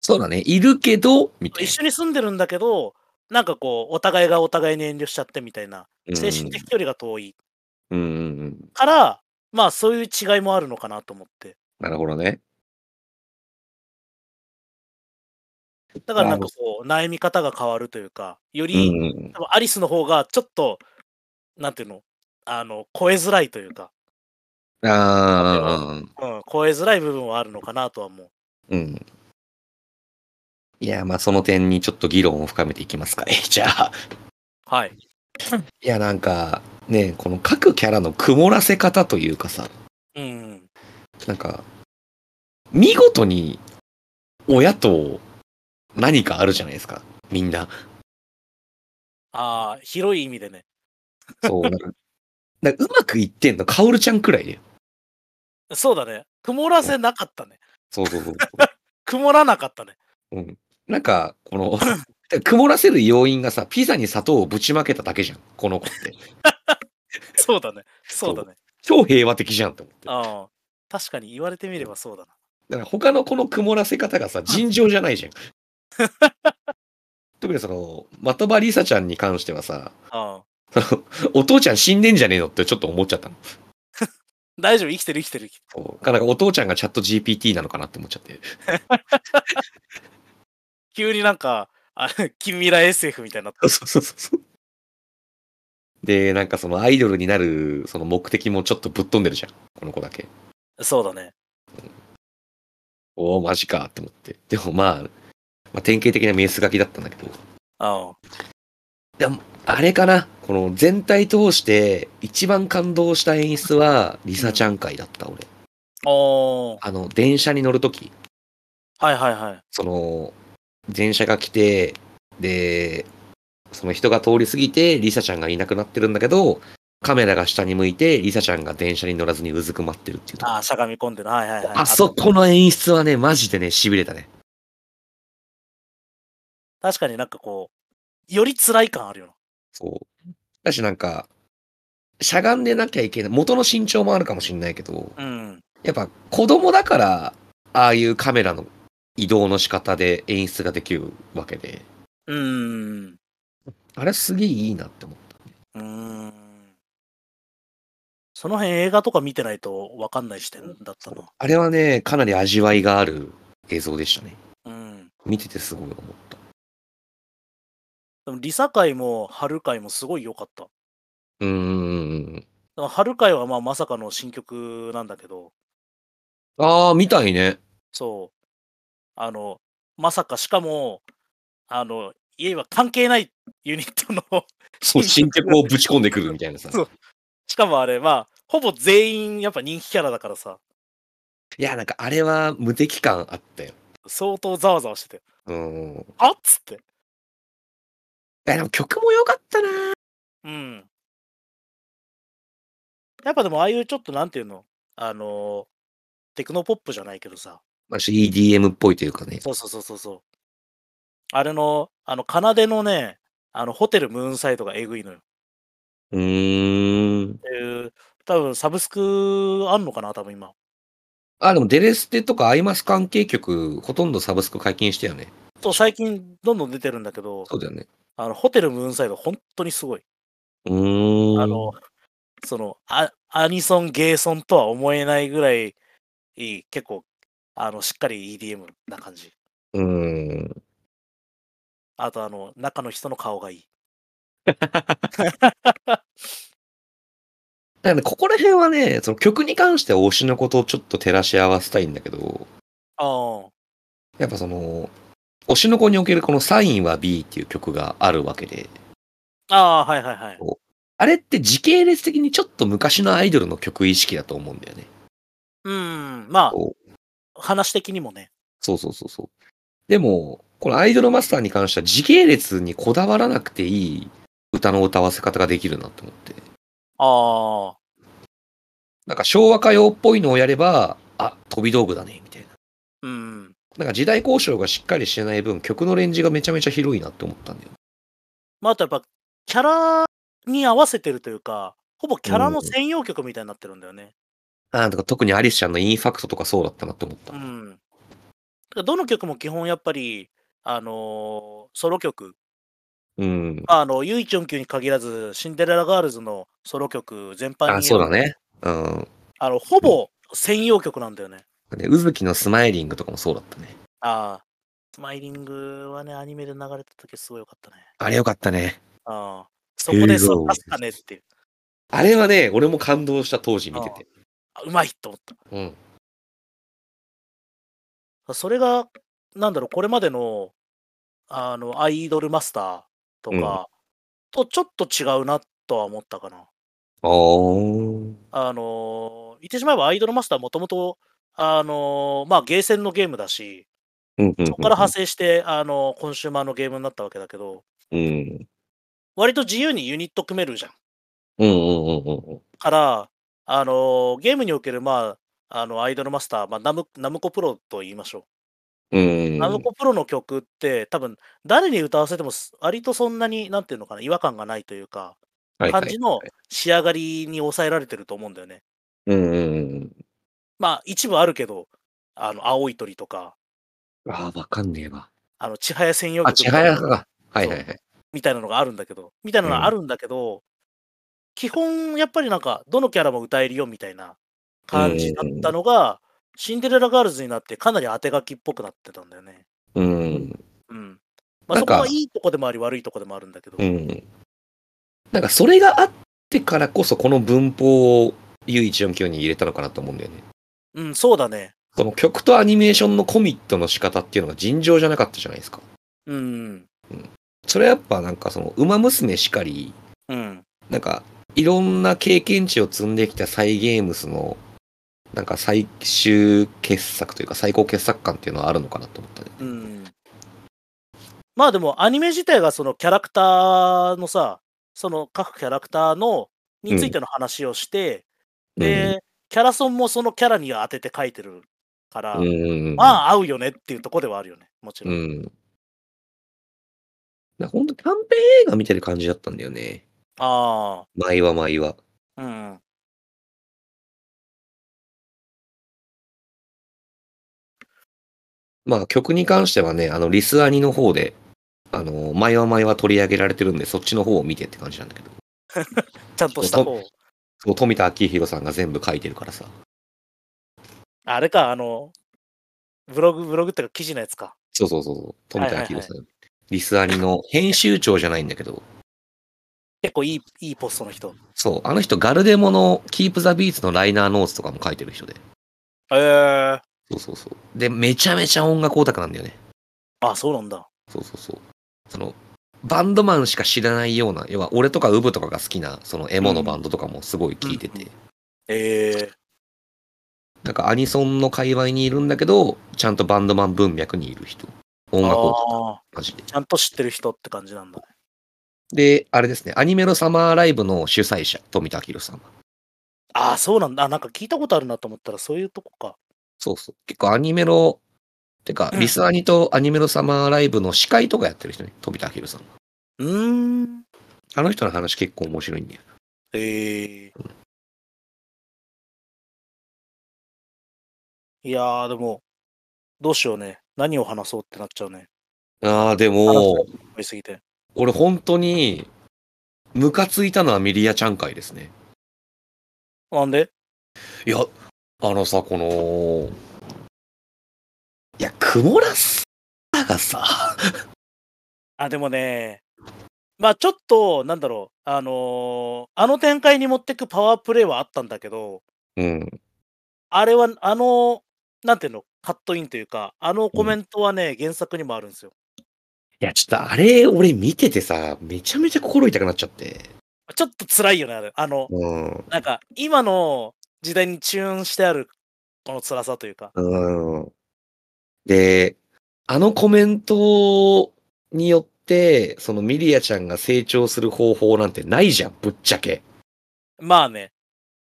そうだね。いるけど、みたい
一緒に住んでるんだけど、なんかこう、お互いがお互いに遠慮しちゃってみたいな、
な。
精神的距離が遠い
うんうんうん。
から、まあそういう違いもあるのかなと思って。
なるほどね。
だからなん
な
か
る
こう、悩み方が変わるというか、よ
う
り、
んうん。
多分アリスの方がちょっと、なんていうの、あの、声づらいというか、
ああ、
うん、声づらい部分はあるのかなとは思う。
うん。いや、まあ、その点にちょっと議論を深めていきますかね。 じゃあ。
はい。
いや、なんか、ね、この各キャラの曇らせ方というかさ、
うん。
なんか、見事に親と何かあるじゃないですか。みんな。
ああ、広い意味でね。
そう。なんかなんかうまくいってんの、カオルちゃんくらいだよ。
そうだね。曇らせなかったね。
そうそうそう。
曇らなかったね。
うん。 なんか、この、曇らせる要因がさ、ピザに砂糖をぶちまけただけじゃん、この子って。
そうだね。そうだね。
超平和的じゃんって思って。だか
ああ。確かに言われてみればそうだな。
ら他のこの曇らせ方がさ、尋常じゃない じゃん。特にその、まとばりさちゃんに関してはさ、
ああ。
そのお父ちゃん死んでんじゃねえのってちょっと思っちゃったの。
大丈夫、生きてる生きてる。生きて
そうなんかお父ちゃんがチャット GPT なのかなって思っちゃって。
る急になんか、あ れ、近未来 SF みたいになった。
そうそうそうそう。で、なんかそのアイドルになるその目的もちょっとぶっ飛んでるじゃん、この子だけ。
そうだね。
おお、マジかって思って。でもまあ、まあ、典型的なメス書きだったんだけど、
あ
あれかな、この全体通して一番感動した演出は、リサちゃん会だった、俺。
あ。おー。
あの、電車に乗るとき、
はいはいはい。
その、電車が来て、で、その人が通り過ぎて、リサちゃんがいなくなってるんだけど、カメラが下に向いて、リサちゃんが電車に乗らずにうずくまってるっていうとこ
ああ、しゃがみ込んでる。はいはいはい。
あそこの演出はね、マジでね、痺れたね。
確かになんかこう、より辛い感あるよな。
そう。だしなんか、しゃがんでなきゃいけない。元の身長もあるかもしれないけど、
うん。
やっぱ子供だから、ああいうカメラの移動の仕方で演出ができるわけで、
うーん。
あれすげえいいなって思った。
うーん。その辺映画とか見てないと分かんない視点だったな。
あれはね、かなり味わいがある映像でしたね。
うん。
見ててすごい思った。
でも、リサ界も春界もすごい良かった。
うーん。
だから春会はまあまさかの新曲なんだけど、
ああ、みたいね。
そう。あの、まさか、しかも、あの、いえば関係ないユニットの
そう、新曲をぶち込んでくるみたいな さ。
そうしかもあれ、まあ、ほぼ全員やっぱ人気キャラだからさ、
いや、なんかあれは無敵感あったよ。
相当ざわざわしてて、
うん。
あっつって。
やでも曲も良かったな
うん。やっぱでも、ああいうちょっと、なんていうの、あの、テクノポップじゃないけどさ、
まあ EDM っぽいというかね。
そうそうそうそうそう。あれの、あの、奏でのね、あの、ホテルムーンサイドがえぐいのよ。
うーん。
えー、多分サブスクあんのかな、多分今。
あ、でもデレステとかアイマス関係曲、ほとんどサブスク解禁したよね。
そう、最近どんどん出てるんだけど、
そうだよね。
あの、ホテルムーンサイド、本当にすごい。
うーん。
あの、そのア、アニソン、ゲーソンとは思えないぐらい、いい結構、あの、しっかり EDM な感じ。
うーん。
あと、あの、中の人の顔がいい。
だからね、ここら辺はね、その曲に関しては推しのことをちょっと照らし合わせたいんだけど、
ああ、
やっぱその、推しの子におけるこのサインは B っていう曲があるわけで、
ああ、はいはいはい。
あれって時系列的にちょっと昔のアイドルの曲意識だと思うんだよね。
うん、ま
こう
あ、話的にもね。
そうそうそうそう。でも、このアイドルマスターに関しては時系列にこだわらなくていい歌の歌わせ方ができるなと思って。
ああ、
なんか昭和歌謡っぽいのをやれば、あ、飛び道具だね、みたいな。
うん。
なんか時代交渉がしっかりしてない分、曲のレンジがめちゃめちゃ広いなって思ったんだよ。
まあ、あとやっぱ、キャラに合わせてるというか、ほぼキャラ
うん
の専用曲みたいになってるんだよね。
あーとか特にアリスちゃんのインファクトとかそうだったなって思った。
うん。だからどの曲も基本やっぱり、あのーソロ曲、
うん。
まあ、あの、ユイチョンキュに限らず、シンデレラガールズのソロ曲全般に、
あ、そうだね。うん。
あの、ほぼ専用曲なんだよね。
で、うずきのスマイリングとかもそうだったね。
ああ、スマイリングはね、アニメで流れた時すごい良かったね。
あれよかったね。
ああ、そこでそう、助かねっていう。
あれはね、俺も感動した当時見てて。
あうまいと思った
うん。。
あそれが、なんだろう、これまでの、あの、アイドルマスターとか、とちょっと違うなとは思ったかな。
あー。
あのー言ってしまえばアイドルマスターもともと、あのーまあ、ゲーセンのゲームだし、
うんうん、
そこから派生して、あのーコンシューマーのゲームになったわけだけど、
うん。
割と自由にユニット組めるじゃん。
うんうんうんうん
から、あのーゲームにおける、まあ、あのアイドルマスター、まあナム、ナムコプロと言いましょ
うん。
う。
う
ナム
ん。
コプロの曲って、多分誰に歌わせてもす、割とそんなに、なんていうのかな、違和感がないというか、
はいは
感
い
じ。の仕上がりに抑えられてると思うんだよね。
うんうんうん。
まあ、一部あるけど、あの青い鳥とか、
ああ、わかんねえわ。
あの千早専用
あ、
曲
ち
み
は
たい
や
な
かが。はいはいはい。
みたいなのがあるんだけど、みたいなの
うん
があるんだけど、基本、やっぱりなんか、どのキャラも歌えるよみたいな感じだったのが、シンデレラガールズになって、かなり当て書きっぽくなってたんだよね。
うん。
うん。まあ、
なん
そ
か
こはいいとこでもあり、悪いとこでもあるんだけど、
うん。なんかそれがあってからこそこの文法を U149 に入れたのかなと思うんだよね。
うん、そうだね。
その曲とアニメーションのコミットの仕方っていうのが尋常じゃなかったじゃないですか。
うん。
それはやっぱなんかその、馬娘しかり、
うん。
なんかいろんな経験値を積んできたサイゲームスの、なんか最終傑作というか最高傑作感っていうのはあるのかなと思ったね。
うん。まあでも、アニメ自体がそのキャラクターのさ、その各キャラクターの、についての話をして、で、キャラソンもそのキャラに当てて書いてるから、
うん、うん。
まあ合うよねっていうとこではあるよね、もちろ。
うんん。なんかほんと短編映画見てる感じだったんだよね。
あ
毎は毎は。
あ、うん。
まあ曲に関してはね、あの、リスアニの方で、あの、前は前は取り上げられてるんで、そっちの方を見てって感じなんだけど。
ちゃんとした方。
その富田明宏さんが全部書いてるからさ。
あれか、あの、ブログ、ブログっていうか記事のやつか。
そうそうそうそう。富田明
はいはい
宏さん。リスアニの編集長じゃないんだけど、
結構いい、いいポストの人。
そう、あの人、ガルデモのキープザビーツのライナーノーツとかも書いてる人で。
ええ
そうそうそう。で、めちゃめちゃ音楽オタクなんだよね。
あ、そうなんだ。
そうそうそう。その、バンドマンしか知らないような、要は俺とかウブとかが好きな、そのエモのバンドとかもすごい聴いてて、
うんええ
なんかアニソンの界隈にいるんだけど、ちゃんとバンドマン文脈にいる人。音楽を、
ああ、
マジで。
ちゃんと知ってる人って感じなんだね。
で、あれですね、アニメのサマーライブの主催者、富田明さん。
ああ、そうなんだ。あなんか聞いたことあるなと思ったら、そういうとこか。
そうそう。結構アニメの、てか
う、ん
リスアニとアニメのサマーライブの司会とかやってる人ね、富田明さん。
うーん。
あの人の話結構面白いんだよ。
ええいやー、でも、どうしようね。何を話そうってなっちゃうね。
ああ、で
も
も、
思いすぎて。
俺本当に、ムカついたのはミリアちゃん会ですね。
なんで
いや、あのさ、この、いや、曇らすがさ、
あ、でもね、まあちょっと、なんだろう、あのーあの展開に持ってくパワープレイはあったんだけど、
うん、
あれは、あの、なんていうの、カットインというか、あのコメントはね、原作にもあるんですよ。
いや、ちょっとあれ、俺見ててさ、めちゃめちゃ心痛くなっちゃって。
ちょっと辛いよね、あれ。あの、
うん。
なんか、今の時代にチューンしてある、この辛さというか。
うん。で、あのコメントによって、そのミリアちゃんが成長する方法なんてないじゃん、ぶっちゃけ。
まあね、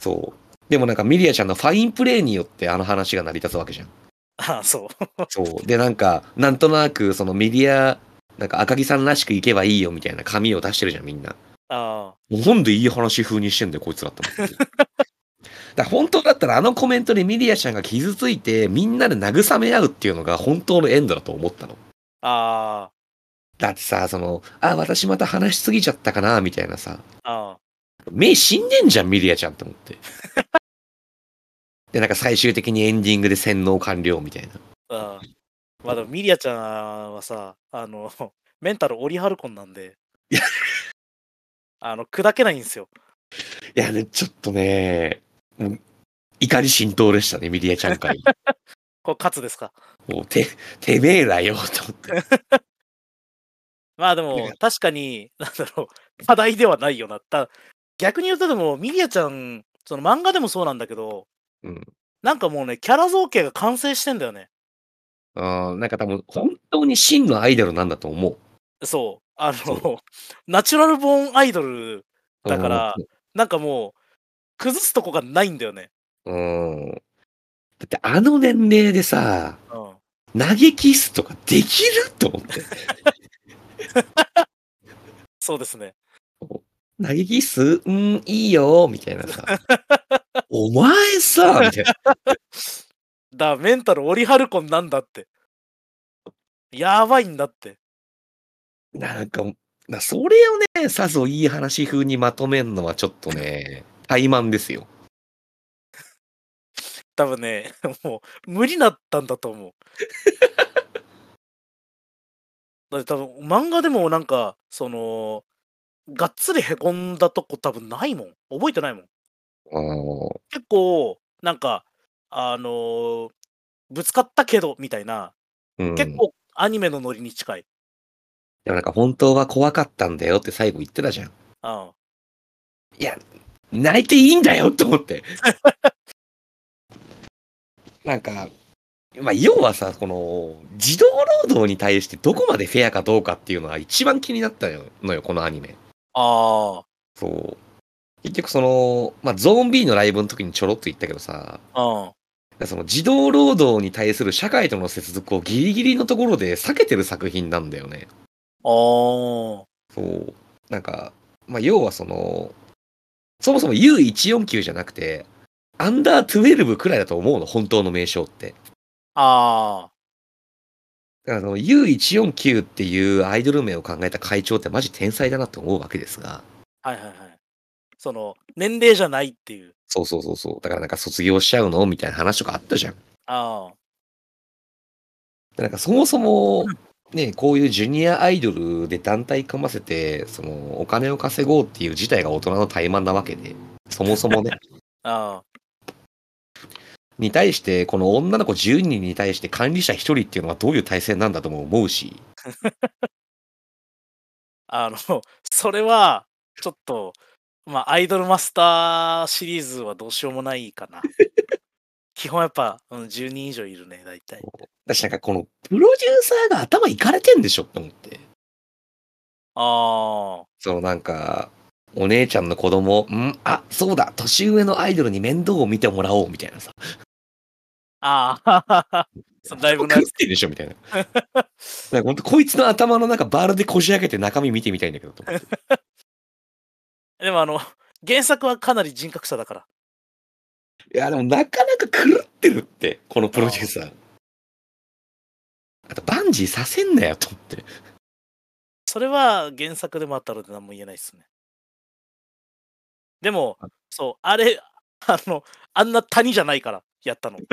そう。でもなんかミリアちゃんのファインプレーによってあの話が成り立つわけじゃん。
あそう。
そう。で、なんか、なんとなく、そのミリア、なんか赤木さんらしくいけばいいよみたいな紙を出してるじゃん、みんな。
あ
もうなんでいい話風にしてんだよ、こいつらって思って。だから本当だったらあのコメントでミリアちゃんが傷ついてみんなで慰め合うっていうのが本当のエンドだと思ったの。
あ、あ
だってさ、その、あ、私また話しすぎちゃったかな、みたいなさ、
あ、あ
目死んでんじゃん、ミリアちゃんって思って。で、なんか最終的にエンディングで洗脳完了みたいな。
あ、ああ。まあでも、ミリアちゃんはさ、あの、 メンタルオリハルコンなんで、あの、砕けないんですよ。
いやね、ちょっとね、もう怒り浸透でしたね、ミリアちゃん 会。
これ、勝つですか。
もう、て、てめえらよ、と思って。
まあでも
ね、
確かに、なんだろう、課題ではないよな。た逆に言うと、でも、ミリアちゃん、その漫画でもそうなんだけど、
うん
なんかもうね、キャラ造形が完成してんだよね。
うん、なんか多分、本当に真のアイドルなんだと思う。
そう。あ
そ
の、 ナチュラルボーンアイドル、だから
うん
なんかもう、崩すとこがないんだよね。
うん。だって、あの年齢でさ、
うん。
投げキスとかできると思って。
そうですね。
投げキスうん、いいよ、みたいな さ。お前さ、みたいな。
だ、メンタルオリハルコンなんだって。やばいんだって。
なんか、なそれをね、さぞいい話風にまとめんのはちょっとね、怠慢ですよ。
多分ね、 もう、無理だったんだと思う。だって多分、漫画でもなんか、その、がっつりへこんだとこ多分ないもん。覚えてないもん。
うん
結構、なんか、あのーぶつかったけど、みたいな、
うん、
結構アニメのノリに近い。
でもなんか本当は怖かったんだよって最後言ってたじゃん。
うん。
いや、泣いていいんだよと思 って。なんか、まあ、要はさ、この、児童労働に対してどこまでフェアかどうかっていうのは一番気になったのよ、このアニメ。
あ
そう。結局その、まあ、ゾーン B のライブの時にちょろっと言ったけどさ、
あ、うん。
その児童労働に対する社会との接続をギリギリのところで避けてる作品なんだよね。
あー
そう。なんか、まあ、要はその、そもそも U149 じゃなくて、アンダー12くらいだと思うの、本当の名称って。
あ
だからその U149 っていうアイドル名を考えた会長ってマジ天才だなって思うわけですが。
あ、はいはいはい。その、年齢じゃないっていう。
そうそうそうそう。だからなんか卒業しちゃうのみたいな話とかあったじゃん。
あ
でなんかそもそも、ね、こういうジュニアアイドルで団体組ませて、そのお金を稼ごうっていう事態が大人の怠慢なわけで、そもそもね。
あ、あ
に対して、この女の子10人に対して管理者1人っていうのはどういう体制なんだとも思うし、
あ、あの、 それは、ちょっと、まあ、アイドルマスターシリーズはどうしようもないかな。基本やっぱ、うん、10人以上いるね、大体。
私なんかこのプロデューサーが頭いかれてんでしょって思って。
ああ、
そのなんか、お姉ちゃんの子供、んあ、そうだ、年上のアイドルに面倒を見てもらおう、みたいなさ。
ああ、 そうだいぶな
食ってるでしょ、みたい な。なんか本当こいつの頭の中、バールでこじ開けて中身見てみたいんだけどと思って。
でもあの、原作はかなり人格者だから。
いや、でもなかなか狂ってるって、このプロデューサー。あと、バンジーさせんなよ、と思って。
それは原作でもあったので何も言えないですね。でも
あ、
そう、あれ、あの、あんな谷じゃないから、やったの。
ま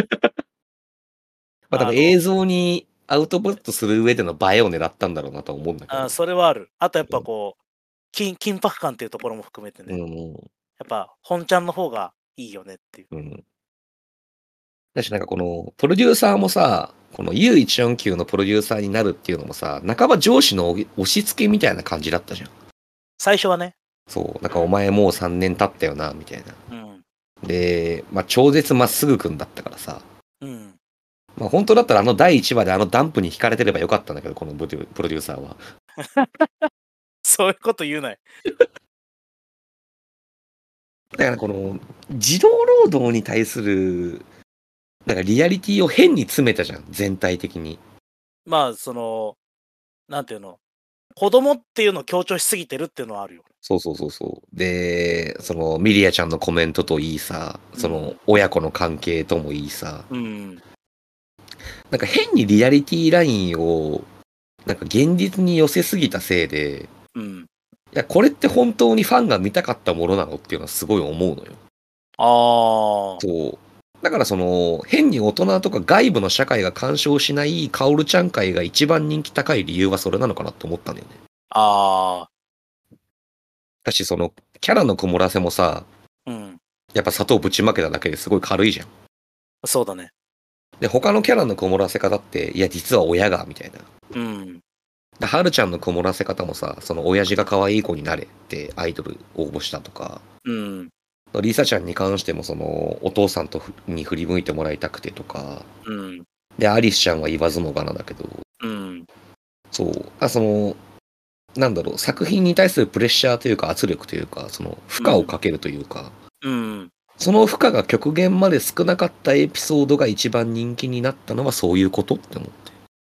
あ、多
あの
分映像にアウトプットする上での映えを狙ったんだろうなとは思うんだけ
あ
ど
ー。それはある。あとやっぱこう、緊緊迫感っていうところも含めてね、
う
や
ん
っぱ本ちゃんの方がいいよねっていう。
うん。だし、なんかこの、プロデューサーもさ、この U149 のプロデューサーになるっていうのもさ、半ば上司の押し付けみたいな感じだったじゃん。
最初はね、
そう、なんかお前もう3年経ったよな、みたいな。
うん、
で、まあ、超絶まっすぐくんだったからさ、
うん、
まあ、本当だったらあの第1話であのダンプに惹かれてればよかったんだけど、このプロデュプロデューサーは。
そういうこと言うなよ。
だからこの、児童労働に対する、なんかリアリティを変に詰めたじゃん、全体的に。
まあ、その、なんていうの、子供っていうのを強調しすぎてるっていうのはあるよ。
そうそうそうそう。で、そのミリアちゃんのコメントといいさ、その親子の関係ともいいさ、
うん、
なんか変にリアリティラインを、なんか現実に寄せすぎたせいで、
うん。
いや、これって本当にファンが見たかったものなのっていうのはすごい思うのよ。
ああ、
そう。だからその、変に大人とか外部の社会が干渉しないカオルちゃん会が一番人気高い理由はそれなのかなって思ったんだよね。
あ
だし、その、キャラの曇らせもさ、
あ、うん、
やっぱ砂糖ぶちまけただけですごい軽いじゃん。
そうだね。
で、他のキャラの曇らせ方って、いや、実は親が、みたいな。
うん、
で、はるちゃんの曇らせ方もさ、その、親父が可愛い子になれってアイドル応募したとか、
うん、
リサちゃんに関しても、その、お父さんとふに振り向いてもらいたくてとか、
うん、
で、アリスちゃんは言わずもがなだけど、
うん、
そう、あ、その、なんだろう、作品に対するプレッシャーというか圧力というか、その、負荷をかけるというか、
うん。
その負荷が極限まで少なかったエピソードが一番人気になったのはそういうことって思う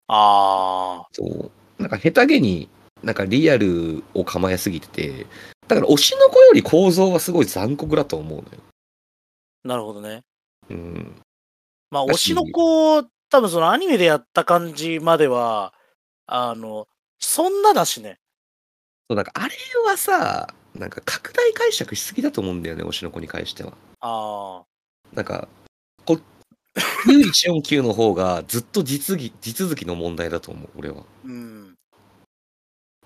ああ、
そう。なんか下手げに、なんかリアルを構えすぎてて、だから推しの子より構造はすごい残酷だと思うのよ。
なるほどね。
うん。
まあ、推
だし
しの子、多分そのアニメでやった感じまでは、あの、そんなだしね。
そう、なんかあれはさ、なんか拡大解釈しすぎだと思うんだよね、推しの子に関しては。
ああ、
なんか、こ U149 の方がずっと実技地続きの問題だと思う、俺は。
うん。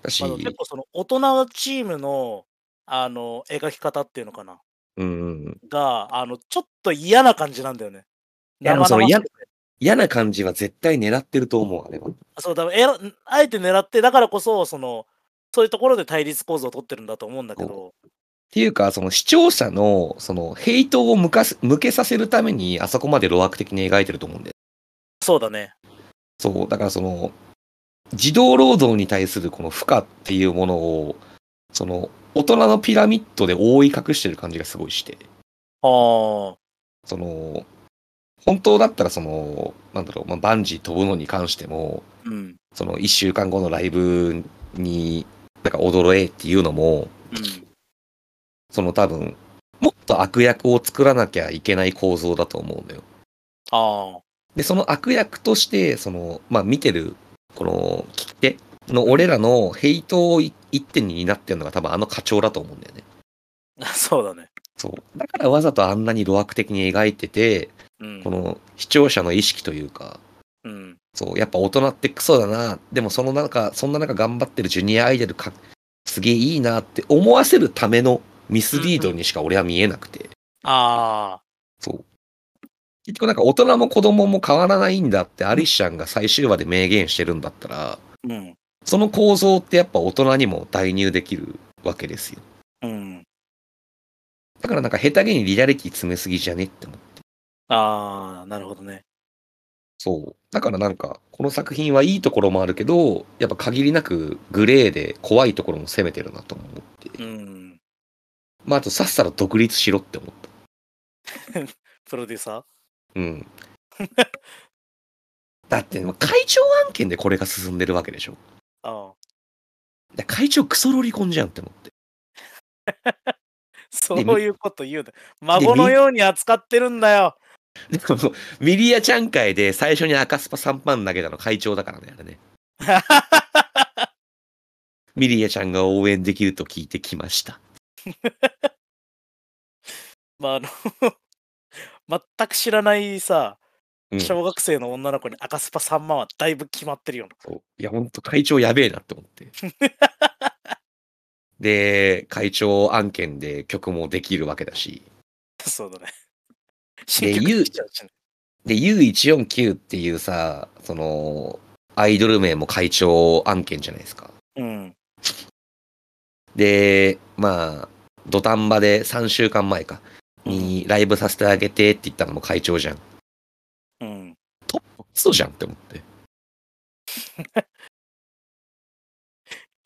だし、
まあ、でも結構その大人チームの、あの、描き方っていうのかな。
うんうん。
が、あの、ちょっと嫌な感じなんだよね。
いやでもその
生々し
嫌
くて
嫌な感じは絶対狙ってると思う、あれは。
そう、だからえらあえて狙って、だからこそ、その、そういうところで対立構造を取ってるんだと思うんだけど、
っていうか、その視聴者の、その、ヘイトを向かす、向けさせるために、あそこまで露悪的に描いてると思うんだよ。
そうだね。
そう、だからその、児童労働に対するこの負荷っていうものを、その、大人のピラミッドで覆い隠してる感じがすごいして、
ああ、
その、本当だったらその、なんだろう、まあ、バンジー飛ぶのに関しても、
うん。
その、一週間後のライブに、なんか驚えっていうのも、
うん。
その多分、もっと悪役を作らなきゃいけない構造だと思うんだよ。
ああ、
で、その悪役として、その、まあ、見てる、この、聞き手の俺らのヘイトを一点に担ってるのが多分あの課長だと思うんだよね。
そうだね。
そう。だからわざとあんなに露悪的に描いてて、
うん
こ。の視聴者の意識というか、
うん。
そう、やっぱ大人ってクソだな、でもその中、そんな中頑張ってるジュニアアイドルか、すげえいいなって思わせるためのミスリードにしか俺は見えなくて。
ああ、
そう。結局なんか大人も子供も変わらないんだってアリシャンが最終話で明言してるんだったら、
うん。
その構造ってやっぱ大人にも代入できるわけですよ。
うん。
だからなんか下手げにリアリティ詰めすぎじゃねって思う。
ああ、なるほどね。
そう。だからなんか、この作品はいいところもあるけど、やっぱ限りなくグレーで怖いところも攻めてるなと思って。
うん。
まあ、あとさっさと独立しろって思った。
プロデューサー
うん。だって、会長案件でこれが進んでるわけでしょ。
ああ。
いや会長クソロリコンじゃんって思って。
そういうこと言うな。孫のように扱ってるんだよ。
でもミリアちゃん会で最初に赤スパ3パン投げたの会長だからね、あれね。ミリアちゃんが応援できると聞いてきました。
まあ、あの 全く知らないさ、
うん
小学生の女の子に赤スパ3万はだいぶ決まってるよな。
そういや、ほんと会長やべえなって思って。で、会長案件で曲もできるわけだし。
そうだね。 新曲
ゆう
来ちゃうしね
で、U149 っていうさ、その、アイドル名も会長案件じゃないですか。
うん。
で、まあ、土壇場で3週間前か、にライブさせてあげてって言ったのも会長じゃん。
うん。
そうじゃんって思って。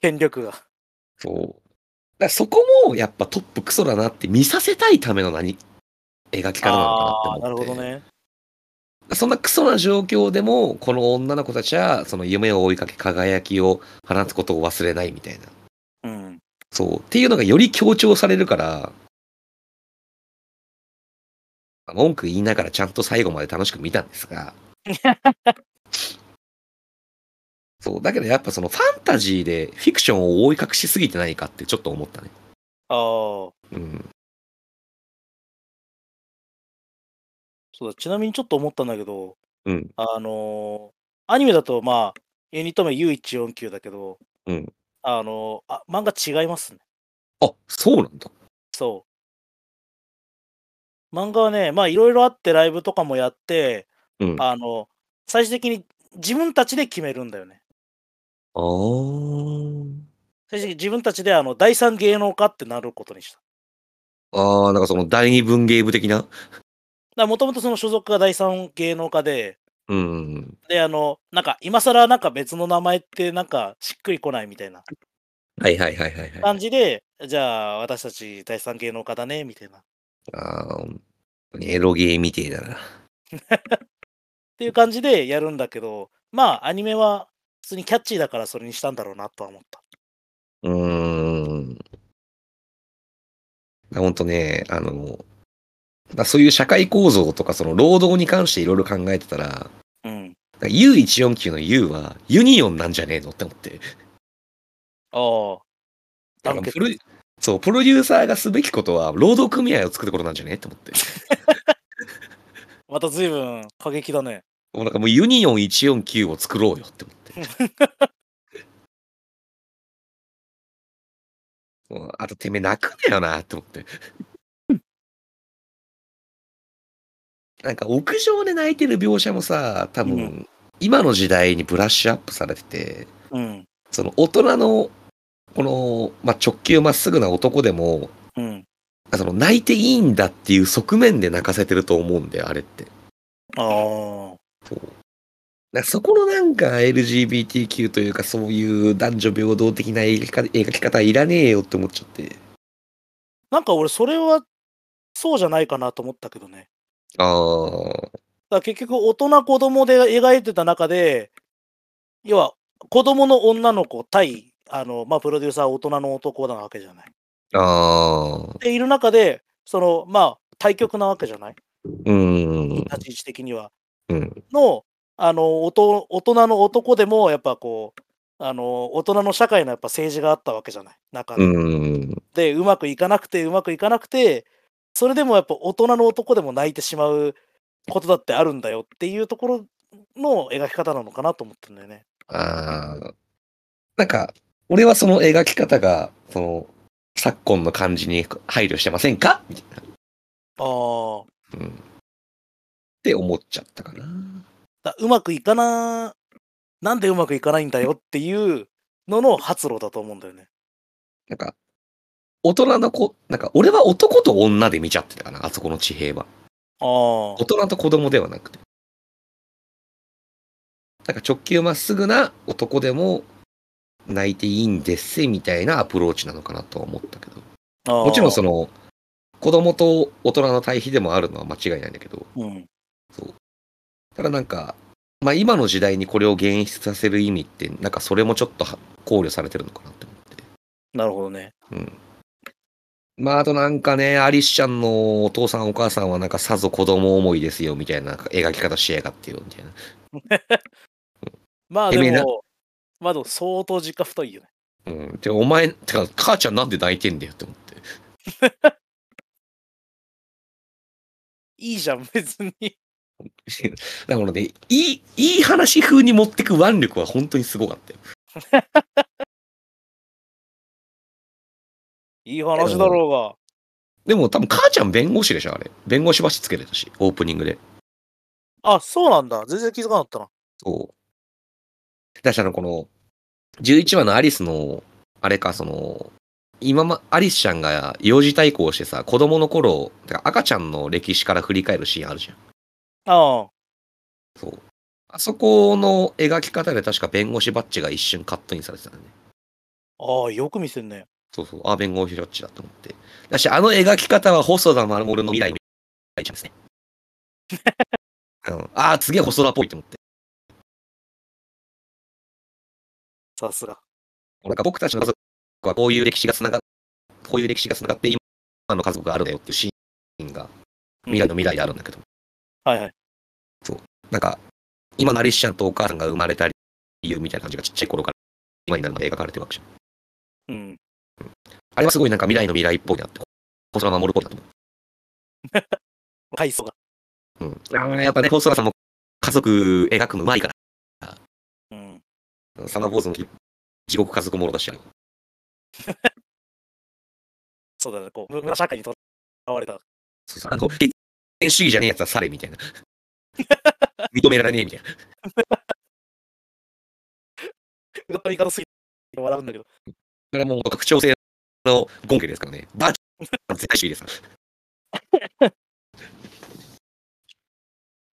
権力が。
そう。だからそこもやっぱトップクソだなって見させたいための何描き方なのかなっ
ああー、
て
なる
思っ
ほ
て。
どね。
そんなクソな状況でも、この女の子たちは、その夢を追いかけ輝きを放つことを忘れないみたいな。
うん。
そう。っていうのがより強調されるから、文句言いながらちゃんと最後まで楽しく見たんですが。そう。だけどやっぱそのファンタジーでフィクションを覆い隠しすぎてないかってちょっと思ったね。
ああ。
うん。
そうだちなみにちょっと思ったんだけど、
うん
あのーアニメだと、まあ、ユニット名 U149 だけど、
うん
あのーあ、漫画違いますね。
あ、そうなんだ。
そう。漫画はね、まあ、いろいろあって、ライブとかもやって、
うん。あ
あの、最終的に自分たちで決めるんだよね。
あー。
最終的に自分たちで、あの、第三芸能家ってなることにした。だか
ああ、なんかその第二文芸部的な。
ら、もともとその所属が第三芸能家で、
うんうんうん。
で、あの、なんか、今更なんか別の名前って、なんか、しっくりこないみたいな。
はいはいはいはい、はい。
感じで、じゃあ私たち第三芸能家だね、みたいな。っ
あー本当にエロゲーみてえだな。
ていう感じでやるんだけど、まあアニメは普通にキャッチーだからそれにしたんだろうなとは思った。
うーん。ほんとね、あの、まあ、そういう社会構造とか、その労働に関していろいろ考えてたら、
うん。
なんか U149 の U はユニオンなんじゃねえのって思って。あ
ああ。団
の
結
プロそう、プロデューサーがすべきことは、労働組合を作ることなんじゃねえって思って。
また随分過激だね。
もうなんかもうユニオン149を作ろうよって思って。もうあとてめえ泣くなよなって思って。なんか屋上で泣いてる描写もさ、多分、
う
今の時代にブラッシュアップされてて、
うん。
その大人の、この、まあ、直球まっすぐな男でも、
うん。
その泣いていいんだっていう側面で泣かせてると思うんだよ、あれって。
ああ。
そう。だからそこのなんか LGBTQ というかそういう男女平等的な描き方描き方はいらねえよって思っちゃって。
なんか俺それはそうじゃないかなと思ったけどね。
ああ。
だから結局大人子供で描いてた中で、要は子供の女の子対、あの、まあプロデューサーは大人の男なわけじゃない。
ああ。
でいる中で、そのまあ対局なわけじゃない
うん。
立ち位置的には。
うん。
の、あの、おと大人の男でも、やっぱこう、あの、大人の社会のやっぱ政治があったわけじゃない。中で。
うん。
で、うまくいかなくて、うまくいかなくて、それでもやっぱ大人の男でも泣いてしまうことだってあるんだよっていうところの描き方なのかなと思ったんだよね。
ああ。なんか、俺はその描き方が、その、昨今の感じに配慮してませんかみたいな。
ああ。
うん。って思っちゃったかな。
だうまくいかな、なんでうまくいかないんだよっていうのの発露だと思うんだよね。
なんか、大人の子、なんか俺は男と女で見ちゃってたかな、あそこの地平は。
ああ
大。人と子供ではなくて。なんか直球まっすぐな男でも泣いていいんですせみたいなアプローチなのかなとは思ったけど。も
も
ちろんそ
の、
の、子供と大人の対比でもあるのは間違いないんだけど、
うん、
ただなんか、まあ今の時代にこれを現出させる意味って、なんかそれもちょっとは考慮されてるのかなって思って。
なるほどね。
うん。まああとなんかね、アリスちゃんのお父さんお母さんはなんかさぞ子供思いですよみたいななんか描き方しやがってよみたいな。
まあ
てめえ
で
な
も、まあでも相当実家太いよね。
うん。てかお前、てか母ちゃんなんで泣いてんだよって思って。
いいじゃん、 別に。
なので、いい、いい話風に持ってく腕力は本当にすごかったよ。
いい話だろうが。
でも多分母ちゃん弁護士でしょ、あれ。弁護士橋つけてたし、オープニングで。
あ、そうなんだ。全然気づかなかったな。
そう。だし、あの、この、11話のアリスの、あれか、その、今ま、アリスちゃんが幼児対抗してさ、子供の頃、てか赤ちゃんの歴史から振り返るシーンあるじゃん。
あ
そう。あそこの描き方で確か弁護士バッジが一瞬カットインされてたんだね。
あ、ああ、よく見せんね。
そうそう。あ、弁護士バッジだと思って。だし、あの描き方は細田守の未来みたいですね。うん、ああ、すげえ細田っぽいと思って。
さすが。
なんか僕たちの家族はこういう歴史がつながこういう歴史がつながって今の家族があるんだよっていうシーンが
うん
未来の未来であるんだけど、
はいはい。
なんか今のアリスちゃんとお母さんが生まれた理由みたいな感じがちっちゃい頃から今になるまで描かれてるわけじゃん。
うん。
あれはすごいなんか未来の未来っぽいなって、細田守るっぽいなと思
階層が。
う。うん、あーやっぱね、細田さんも家族描くのうまいか
うん。
ら、サマーボーズの時地獄家族もろだし、
そうだね。こう、む社会にとらわれた。
そうそうあの、権限主義じゃねえやつはされ みたいな。認められねえみたいな。
うがった言い方すぎて笑うんだけど。
それはもう拡張性のゴンケですからね。バーチャル絶対主義です。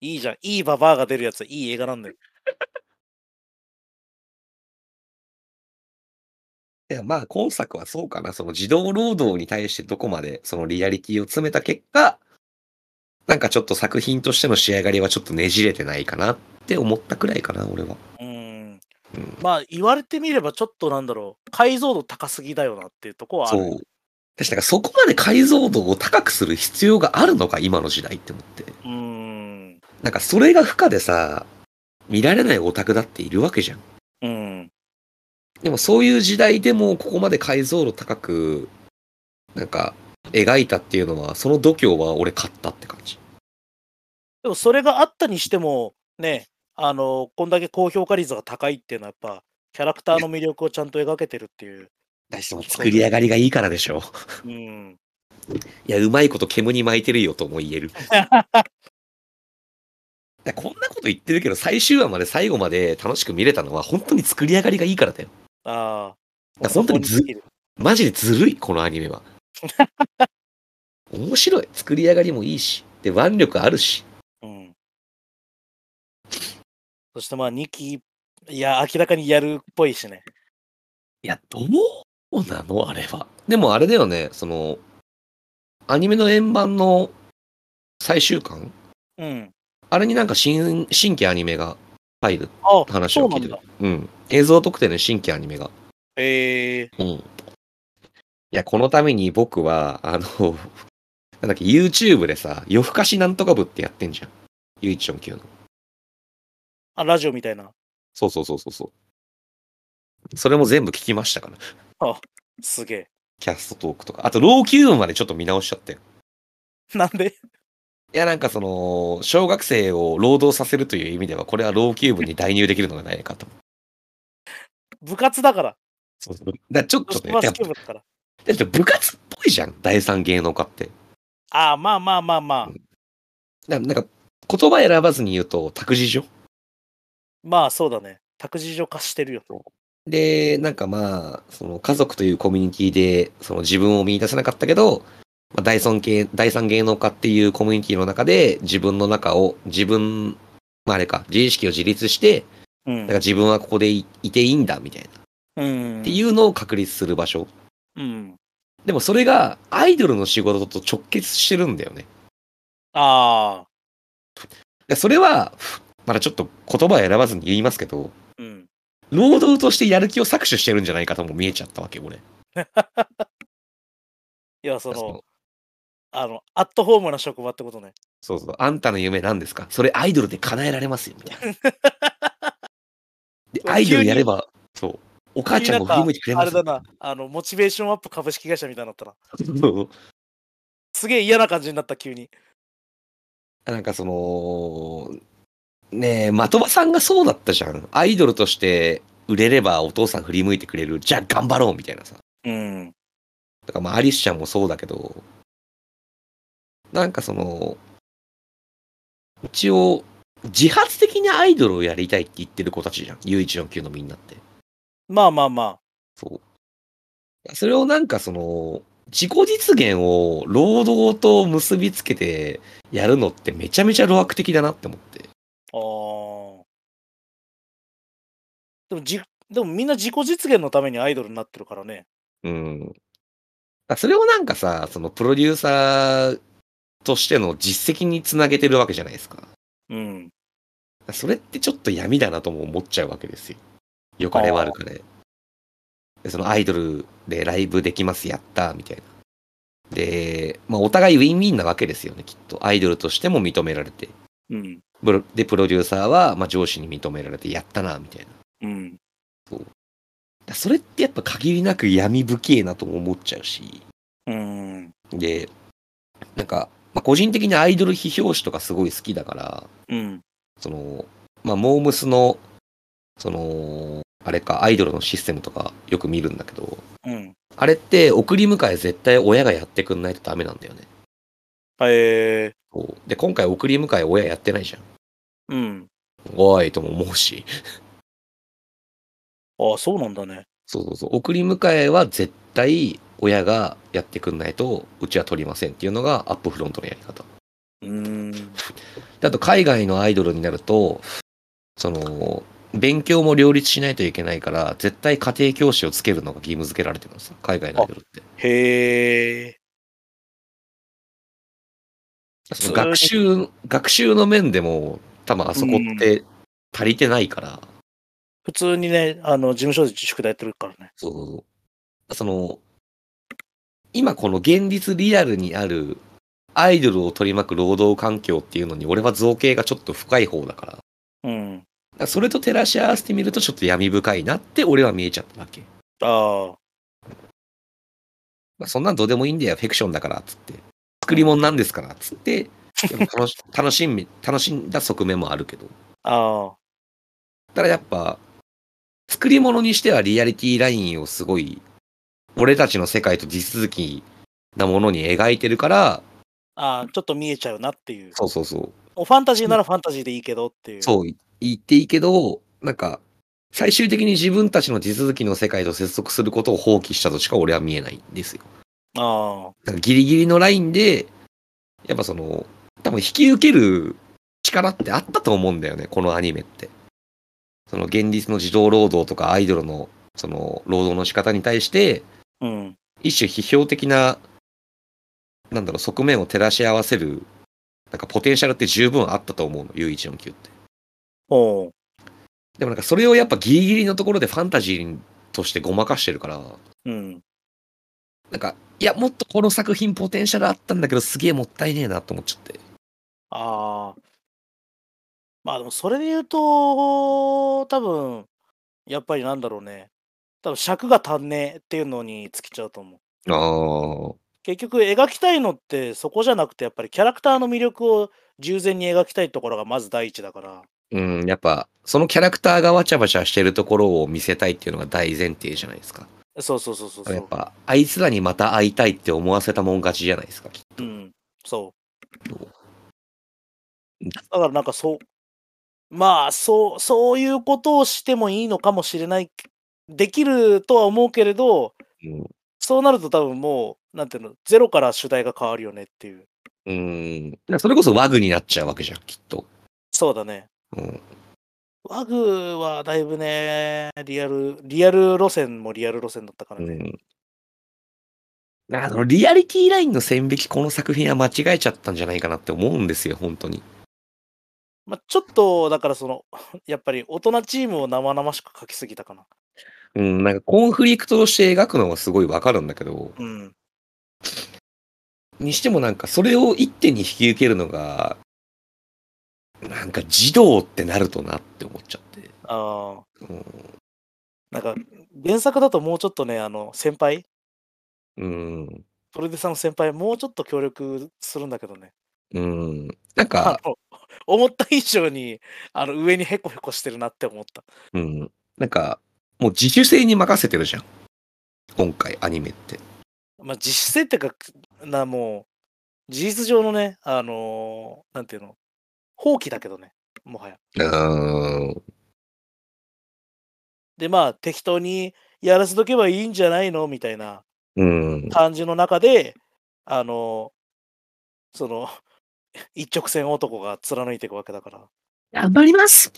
いいじゃん。いいババアが出るやつはいい映画なんだよ。
いやまあ今作はそうかな。その児童労働に対してどこまでそのリアリティを詰めた結果、なんかちょっと作品としての仕上がりはちょっとねじれてないかなって思ったくらいかな、俺は。
うん。
うん、
まあ、言われてみれば、ちょっとなんだろう。解像度高すぎだよなっていうとこはあ
そ
る。
う。確かにそこまで解像度を高くする必要があるのか、今の時代って思って。
うん。
なんかそれが負荷でさ、見られないオタクだっているわけじゃん。
うん。
でもそういう時代でもここまで解像度高くなんか描いたっていうのはその度胸は俺買ったって感じ。
でもそれがあったにしても、ね、あの、こんだけ高評価率が高いっていうのはやっぱ、キャラクターの魅力をちゃんと描けてるっていう。
大しても作り上がりがいいからでしょう。
うん。
いやうまいこと煙に巻いてるよとも言 える。いやこんなこと言ってるけど最終話まで最後まで楽しく見れたのは本当に作り上がりがいいからだよ。
あ
い
あ。
や本当にず
そこ尽きる
マジでずるいこのアニメは。面白い作り上がりもいいしで腕力あるし
うん。そしてまあ、2期、いや、明らかにやるっぽいしね。
いや、どうなのあれは。でもあれだよね、その、アニメの円盤の最終巻
うん。
あれになんか新新規アニメが入る
あ
話を聞いて
そう
る
な。
うん。映像特典の新規アニメが。
ええ
うん。いや、このために僕は、あの、なんだっけ、YouTube でさ、夜更かしなんとか部ってやってんじゃん。U149 の。
あ、ラジオみたいな。
そうそうそうそうそう。それも全部聞きましたから。
すげえ。
キャストトークとか。あと、老朽音までちょっと見直しちゃったよ
なんで
いや、なんかその、小学生を労働させるという意味では、これは老朽部に代入できるのではないかと。
部活だから。
そうそうだちょっとね、
バ
や
ス
っ
ケ
ぱ
部だから。
だって部活っぽいじゃん、第三芸能科って。
ああ、まあまあまあまあ。
ななんか、言葉選ばずに言うと、託児所。
まあそうだね。託児所化してるよ。
で、なんかまあ、その家族というコミュニティで、その自分を見出せなかったけど、まあ、第三系第三芸能家っていうコミュニティの中で、自分の中を、自分、まああれか、自意識を自立して、
うん
だから自分はここでいいていいんだみたいな、
うん
っていうのを確立する場所
うん。
でもそれがアイドルの仕事と直結してるんだよね
ああ。
でそれはまだちょっと言葉を選ばずに言いますけど
うん。
労働としてやる気を搾取してるんじゃないかとも見えちゃったわけ俺
いや、そ
そ
の
の、
あの、アットホームな職場ってことね。
そうそうあんたの夢何ですかそれアイドルで叶えられますよみたいな でアイドルやればそうお母ちゃんも振り向いてくれ
あ
ま
れ
す
だな、あの、モチベーションアップ株式会社みたいになったな。
そう
すげえ嫌な感じになった、急に。
なんかその、ねえ、的場さんがそうだったじゃん。アイドルとして売れればお父さん振り向いてくれる。じゃあ頑張ろうみたいなさ。
うん。
だからまあ、アリスちゃんもそうだけど、なんかその、一応、自発的にアイドルをやりたいって言ってる子たちじゃん。U149 のみんなって。
まあまあま
そう。それをなんかその、自己実現を労働と結びつけてやるのってめちゃめちゃ路悪的だなって思って。
あ。あーでもじ、でもみんな自己実現のためにアイドルになってるからね。
うん。あそれをなんかさ、そのプロデューサーとしての実績につなげてるわけじゃないですか。
うん。
それってちょっと闇だなとも思っちゃうわけですよ。よかれ悪かれ。でそのアイドルでライブできます、やった、みたいな。で、まあお互いウィンウィンなわけですよね、きっと。アイドルとしても認められて。
うん。
プロで、プロデューサーは、まあ上司に認められて、やったな、みたいな。
うん。
だそれってやっぱ限りなく闇深えなとも思っちゃうし。
うん。
で、なんか、まあ、個人的にアイドル批評誌とかすごい好きだから、
うん。
その、まあ、モームスの、その、あれか、アイドルのシステムとかよく見るんだけど、
うん。
あれって送り迎え絶対親がやってくんないとダメなんだよね。
え
こうで、今回送り迎え親やってないじゃん。
ー、うん。
おいとも思うし。
ああ、そうなんだね。
そうそうそう。送り迎えは絶対親がやってくんないと、うちは取りませんっていうのがアップフロントのやり方。
うーん。
あと海外のアイドルになると、その、勉強も両立しないといけないから、絶対家庭教師をつけるのが義務付けられてるんですよ。海外のアイドルって。
へえ。
その学習、学習の面でも、多分あそこって足りてないから、
普通にね、あの、事務所で宿題やってるからね。
そうそうそうその、今この現実リアルにある、アイドルを取り巻く労働環境っていうのに、俺は造形がちょっと深い方だから、だか
うん。
らそれと照らし合わせてみると、ちょっと闇深いなって俺は見えちゃったわけ。
ああ。
まあ、そんなんどうでもいいんだよ、フィクションだから、つって。作り物なんですから、つって、でも楽し 楽しみ、楽しんだ側面もあるけど。
ああ。
ただやっぱ、作り物にしてはリアリティラインをすごい、俺たちの世界と地続きなものに描いてるから、
ああ、ちょっと見えちゃうなっていう。
そうそうそう、
おファンタジーならファンタジーでいいけどっていう。う。
そうい言っていいけど、なんか、最終的に自分たちの地続きの世界と接続することを放棄したとしか俺は見えないんですよ。
あ
だからギリギリのラインで、やっぱその、多分引き受ける力ってあったと思うんだよね、このアニメって。その現実の児童労働とかアイドルの、その、労働の仕方に対して、
あ。うん。
一種批評的な、なんだろう、側面を照らし合わせる、なんかポテンシャルって十分あったと思うの、U149 って。
おう。
でもなんかそれをやっぱギリギリのところでファンタジーとしてごまかしてるから、
うん。
なんか、いや、もっとこの作品ポテンシャルあったんだけど、すげえもったいねえなと思っちゃって。
ああ。まあでもそれで言うと、多分、やっぱりなんだろうね。多分尺が足んねえっていうのに尽きちゃうと思う。
ああ。
結局描きたいのってそこじゃなくてやっぱりキャラクターの魅力を従前に描きたいところがまず第一だから。
うん、やっぱ、そのキャラクターがわちゃわちゃしてるところを見せたいっていうのが大前提じゃないですか。
そうそうそうそうそ
やっ
う。
ぱ、あいつらにまた会いたいって思わせたもん勝ちじゃないですか。
うん。そう
どう。
だからなんかそう、まあそう、そういうことをしてもいいのかもしれない。できるとは思うけれど、
うん。
そうなると多分もう、なんていうの、ゼロから主題が変わるよねっていう。
うん。それこそワグになっちゃうわけじゃん、きっと。
そうだね。
うん。
ワグはだいぶね、リアル、リアル路線もリアル路線だったから
う
ね。
ん。あの、リアリティラインの線引き、この作品は間違えちゃったんじゃないかなって思うんですよ、本当に。
まあ、ちょっと、だからその、やっぱり大人チームを生々しく描きすぎたかな。
うん、なんかコンフリクトとして描くのはすごいわかるんだけど、
うん。
にしてもなんかそれを一手に引き受けるのが、なんか児童ってなるとなって思っちゃって。
ああ。
うん
なんか、原作だともうちょっとね、あの、先輩、
うん。
プロデューサーの先輩、もうちょっと協力するんだけどね。
うん。なん
あ
か、
の、思った以上に、あの、上にヘコヘコしてるなって思った。
うん。なんか、もう自主性に任せてるじゃん。今回、アニメって。
まあ、実践ってか、な、もう、事実上のね、あのーなんていうの、放棄だけどね、もはや。
うん。
で、まあ、適当にやらせとけばいいんじゃないのみたいな
うん。
感じの中で、あのーその、一直線男が貫いていくわけだから。
頑張ります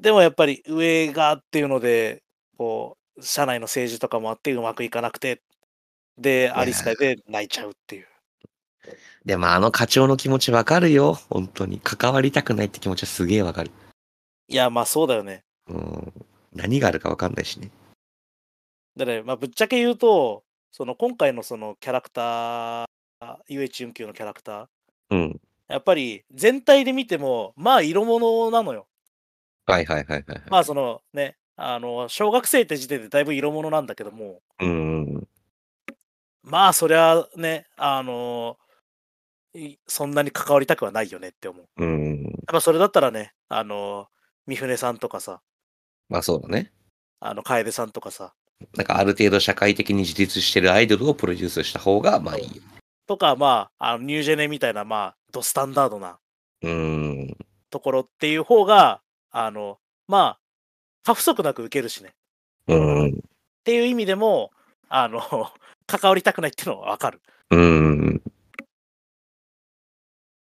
でもやっぱり上がっていうので、こう、社内の政治とかもあってうまくいかなくて、で、アリス会で泣いちゃうっていう。
でもあの課長の気持ちわかるよ。本当に。関わりたくないって気持ちはすげえわかる。
いや、まあそうだよね。
うん。何があるかわかんないしね。
だね、まあぶっちゃけ言うと、その今回のそのキャラクター、UH 運休のキャラクター、
うん。
やっぱり全体で見ても、まあ色物なのよ。
はいはいはいはい。
まあそのね、あの、小学生って時点でだいぶ色物なんだけども、
うん。
まあそりゃね、あの、いそんなに関わりたくはないよねって思う。
うん。
やっぱそれだったらね、あの、三船さんとかさ、
まあそうだね。
あの、楓さんとかさ、
なんかある程度社会的に自立してるアイドルをプロデュースした方が、まあいいよ。
とか、まあ、あのニュージェネみたいな、まあ、ドスタンダードな
うん。
ところっていう方が、あの、まあ、過不足なく受けるしね。っ
うん。
ていう意味でも、あの、 関わりたくないっていうのはわかる。
うん。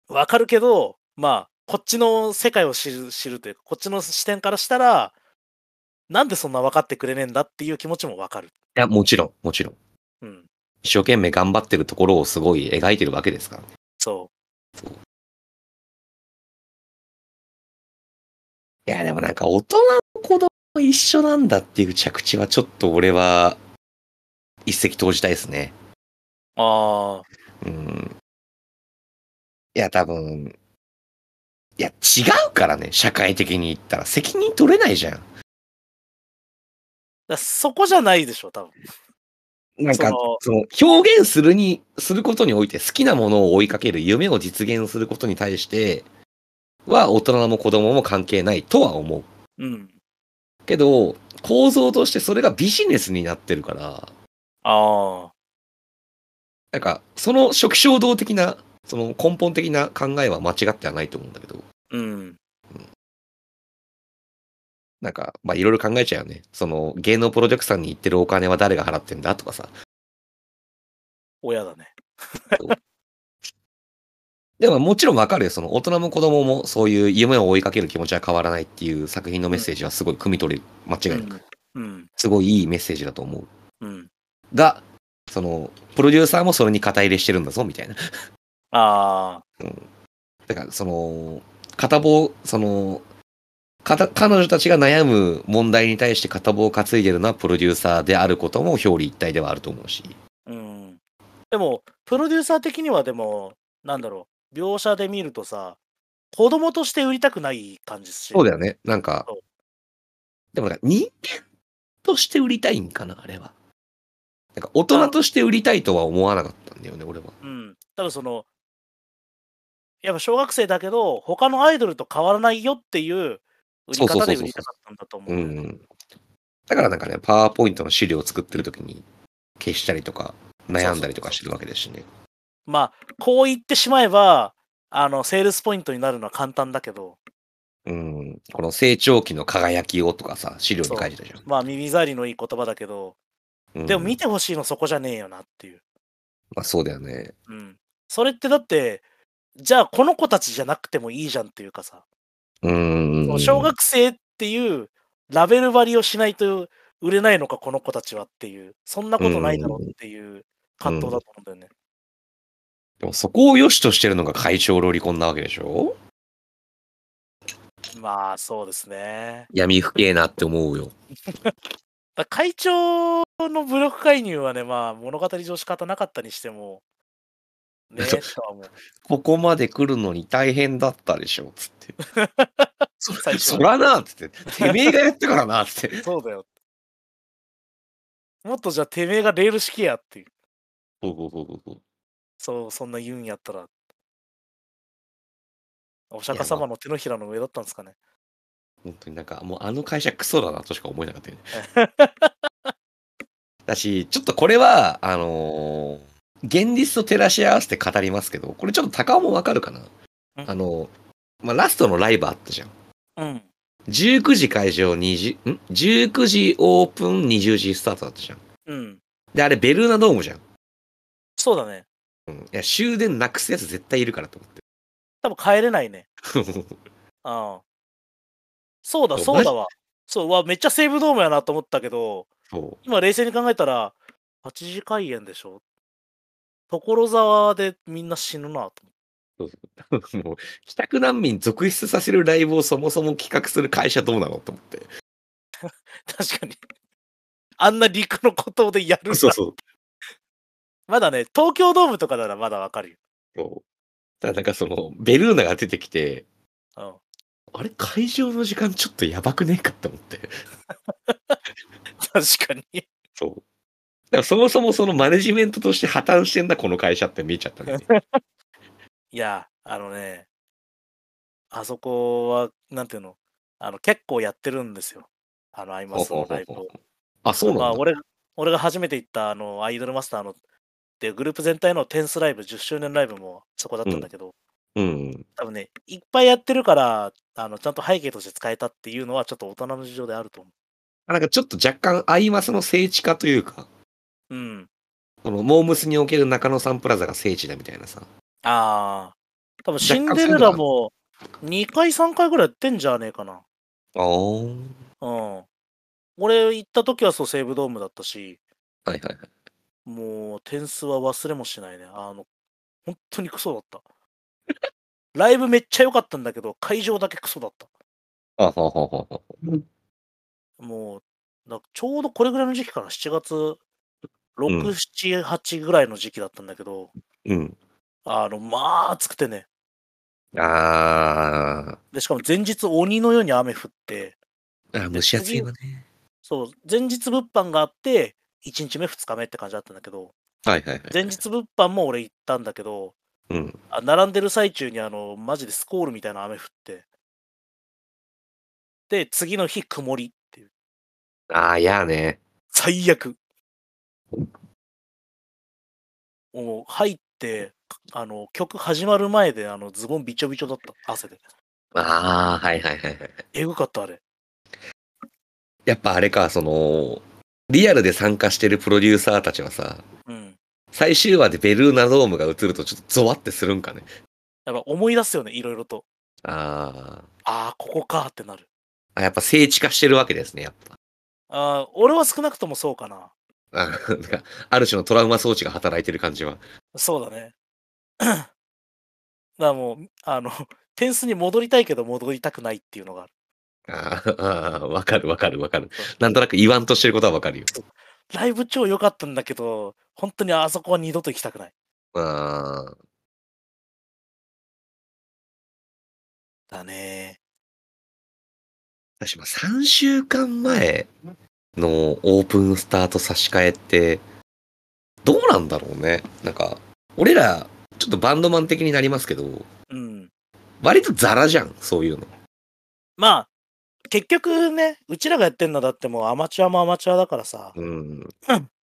わかるけど、まあ、こっちの世界を知る、知るというか、こっちの視点からしたら、なんでそんな分かってくれねえんだっていう気持ちもわかる。
いや、もちろん、もちろん。
うん。
一生懸命頑張ってるところをすごい描いてるわけですからね。
そ
いや、でもなんか大人の子供一緒なんだっていう着地はちょっと俺は一石投じたいですね。
う。ああ。
うん。いや、多分、いや、違うからね、社会的に言ったら責任取れないじゃん。
だそこじゃないでしょ、多分。
なんか、
そ
その、表現するに、することにおいて好きなものを追いかける、夢を実現することに対しては、大人も子供も関係ないとは思う。
うん。
けど、構造としてそれがビジネスになってるから、
ああ。
なんか、その初期衝動的な、その根本的な考えは間違ってはないと思うんだけど、
うん。
なんか、まあ、いろいろ考えちゃうよね。その、芸能プロジェクトさんに行ってるお金は誰が払ってんだとかさ。
親だね。
でも、もちろんわかるよ。その、大人も子供も、そういう夢を追いかける気持ちは変わらないっていう作品のメッセージはすごい汲み取れる。間違いなく。
うん。
すごいいいメッセージだと思う。
うん。
が、その、プロデューサーもそれに肩入れしてるんだぞ、みたいな。
ああ。
だから、その、片棒、その、片彼女たちが悩む問題に対して片棒を担いでるのはプロデューサーであることも表裏一体ではあると思うし。
うん。でも、プロデューサー的にはでも、なんだろう、描写で見るとさ、子供として売りたくない感じし。
そうだ
よ。
よね。なんか
そう、
でもなんか人間として売りたいんかな、あれは。なんか大人として売りたいとは思わなかったんだよね、俺は。
うん。多分その、やっぱ小学生だけど、他のアイドルと変わらないよっていう売り方で売りたかったんだと思
う
う。
ん。だからなんかね、パワーポイントの資料を作ってる時に消したりとか、悩んだりとかしてるわけですしね。
まあ、こう言ってしまえば、あの、セールスポイントになるのは簡単だけど、
うん。この成長期の輝きをとかさ、資料に書いてたじゃん。
まあ、耳障りのいい言葉だけど、
うん
でも見てほしいのそこじゃねえよなっていう。
まあそうだよね。
うん。それってだって、じゃあこの子たちじゃなくてもいいじゃんっていうかさ。
うーん。
小学生っていうラベル割りをしないと売れないのか、この子たちはっていう、そんなことないだろうっていう葛藤だと思うんだよね。
でもそこを良しとしてるのが会長ロリコンなわけでしょ
まあ、そうですね。
闇深えなって思うよ。
だ会長の武力介入はね、まあ、物語上仕方なかったにしても、ね
そう
とは思う。
ここまで来るのに大変だったでしょつ って。そ
最初
そらなつって。てめえがやってからなつって。
そうだよ。もっとじゃあ、てめえがレール式やっていう。
ほうほうほうほうほう
そう、そんな言うんやったら。お釈迦様の手のひらの上だったんですかね。
本当になんか、もうあの会社クソだなとしか思えなかったよね。 だし、ちょっとこれは、あのー現実と照らし合わせて語りますけど、これちょっと高尾もわかるかな。あのーまあ、ラストのライブあったじゃん。
うん。
19時会場、20、ん ?19 時オープン、20時スタートだったじゃん。
うん。
で、あれベルーナドームじゃん。
そうだね。
うん。いや、終電なくすやつ絶対いるからと
多分帰れないね。
思って。
うん。そうだ、
そう
そうだわ。そう、うわ、めっちゃ西武ドームやなと思ったけど、
そう。
今冷静に考えたら、8時開演でしょ所沢でみんな死ぬなと思って。
もう、 帰宅難民続出させるライブをそもそも企画する会社どうなのと思って。
確かに。あんな陸の孤島でやるんだ
そう。
まだね、東京ドームとかならまだわかるよ。
そうただなんかその、ベルーナが出てきて、
うん、
あれ、会場の時間ちょっとやばくねえかって思って。
確かに。
そう。だからそもそもそのマネジメントとして破綻してんだ、この会社って見えちゃったね。
いや、あのね、あそこは、なんていうの、あの結構やってるんですよ。あの、アイマスのライブを。
あ、そう
ま
な
あ、
んだ。
俺が俺が初めて行ったあのアイドルマスターのっていうグループ全体のテンスライブ、10周年ライブもそこだったんだけど、
うん。
多分ね、いっぱいやってるから、あのちゃんと背景として使えたっていうのは、ちょっと大人の事情であると思
あなんかちょっと若干、アイマスの聖地化というか、
う。うん。
その、モームスにおける中野サンプラザが聖地だみたいなさ。
ああ。多分
若
シ
干
ンデレラも2回、3回ぐらいやってんじゃねえかな。
ああ。はい
うん。俺行った時はそう、西武ドームだったし、
はいはい。
もう点数は忘れもしないね。あの、本当にクソだった。ライブめっちゃ良かったんだけど、会場だけクソだった。
あはははは。
もう、なんかちょうどこれぐらいの時期かな、7月6、7、8ぐらいの時期だったんだけど、
うん。
あの、まあ暑くてね。
あ
で、しかも前日鬼のように雨降って、
ーあ、蒸し暑いわね。
そう、前日物販があって、1日目、2日目って感じだったんだけど、
はいはいはい。
前日物販も俺行ったんだけど、
うん。
あ並んでる最中にあの、マジでスコールみたいな雨降って、で、次の日曇りっていう、
ああ、いやね。
最悪。もう入って、あの、曲始まる前で、あの、ズボンびちょびちょだった、汗で。
ああ、はいはいはいはい。
えぐかった、あれ。
やっぱあれか、その、リアルで参加してるプロデューサーたちはさ、
うん。
最終話でベルーナドームが映るとちょっとゾワってするんかね。
やっぱ思い出すよね、いろいろと。
あ
ああ、ここかってなる。
あ。やっぱ聖地化してるわけですね、やっぱ。
ああ、俺は少なくともそうかな。
あーなんかある種のトラウマ装置が働いてる感じは。
そうだね。 だからもう、あの、 点数に戻りたいけど戻りたくないっていうのがある。
あーあー、わかるわかるわかる。なんとなく言わんとしてることはわかるよ。
ライブ超良かったんだけど、本当にあそこは二度と行きたくない。
ああ。
だね。
私も3週間前のオープンスタート差し替えって、どうなんだろうね。なんか、俺ら、ちょっとバンドマン的になりますけど、
うん。
割とザラじゃん、そういうの。
まあ、結局ね、うちらがやってんのだってもうアマチュアもアマチュアだからさ、
うん。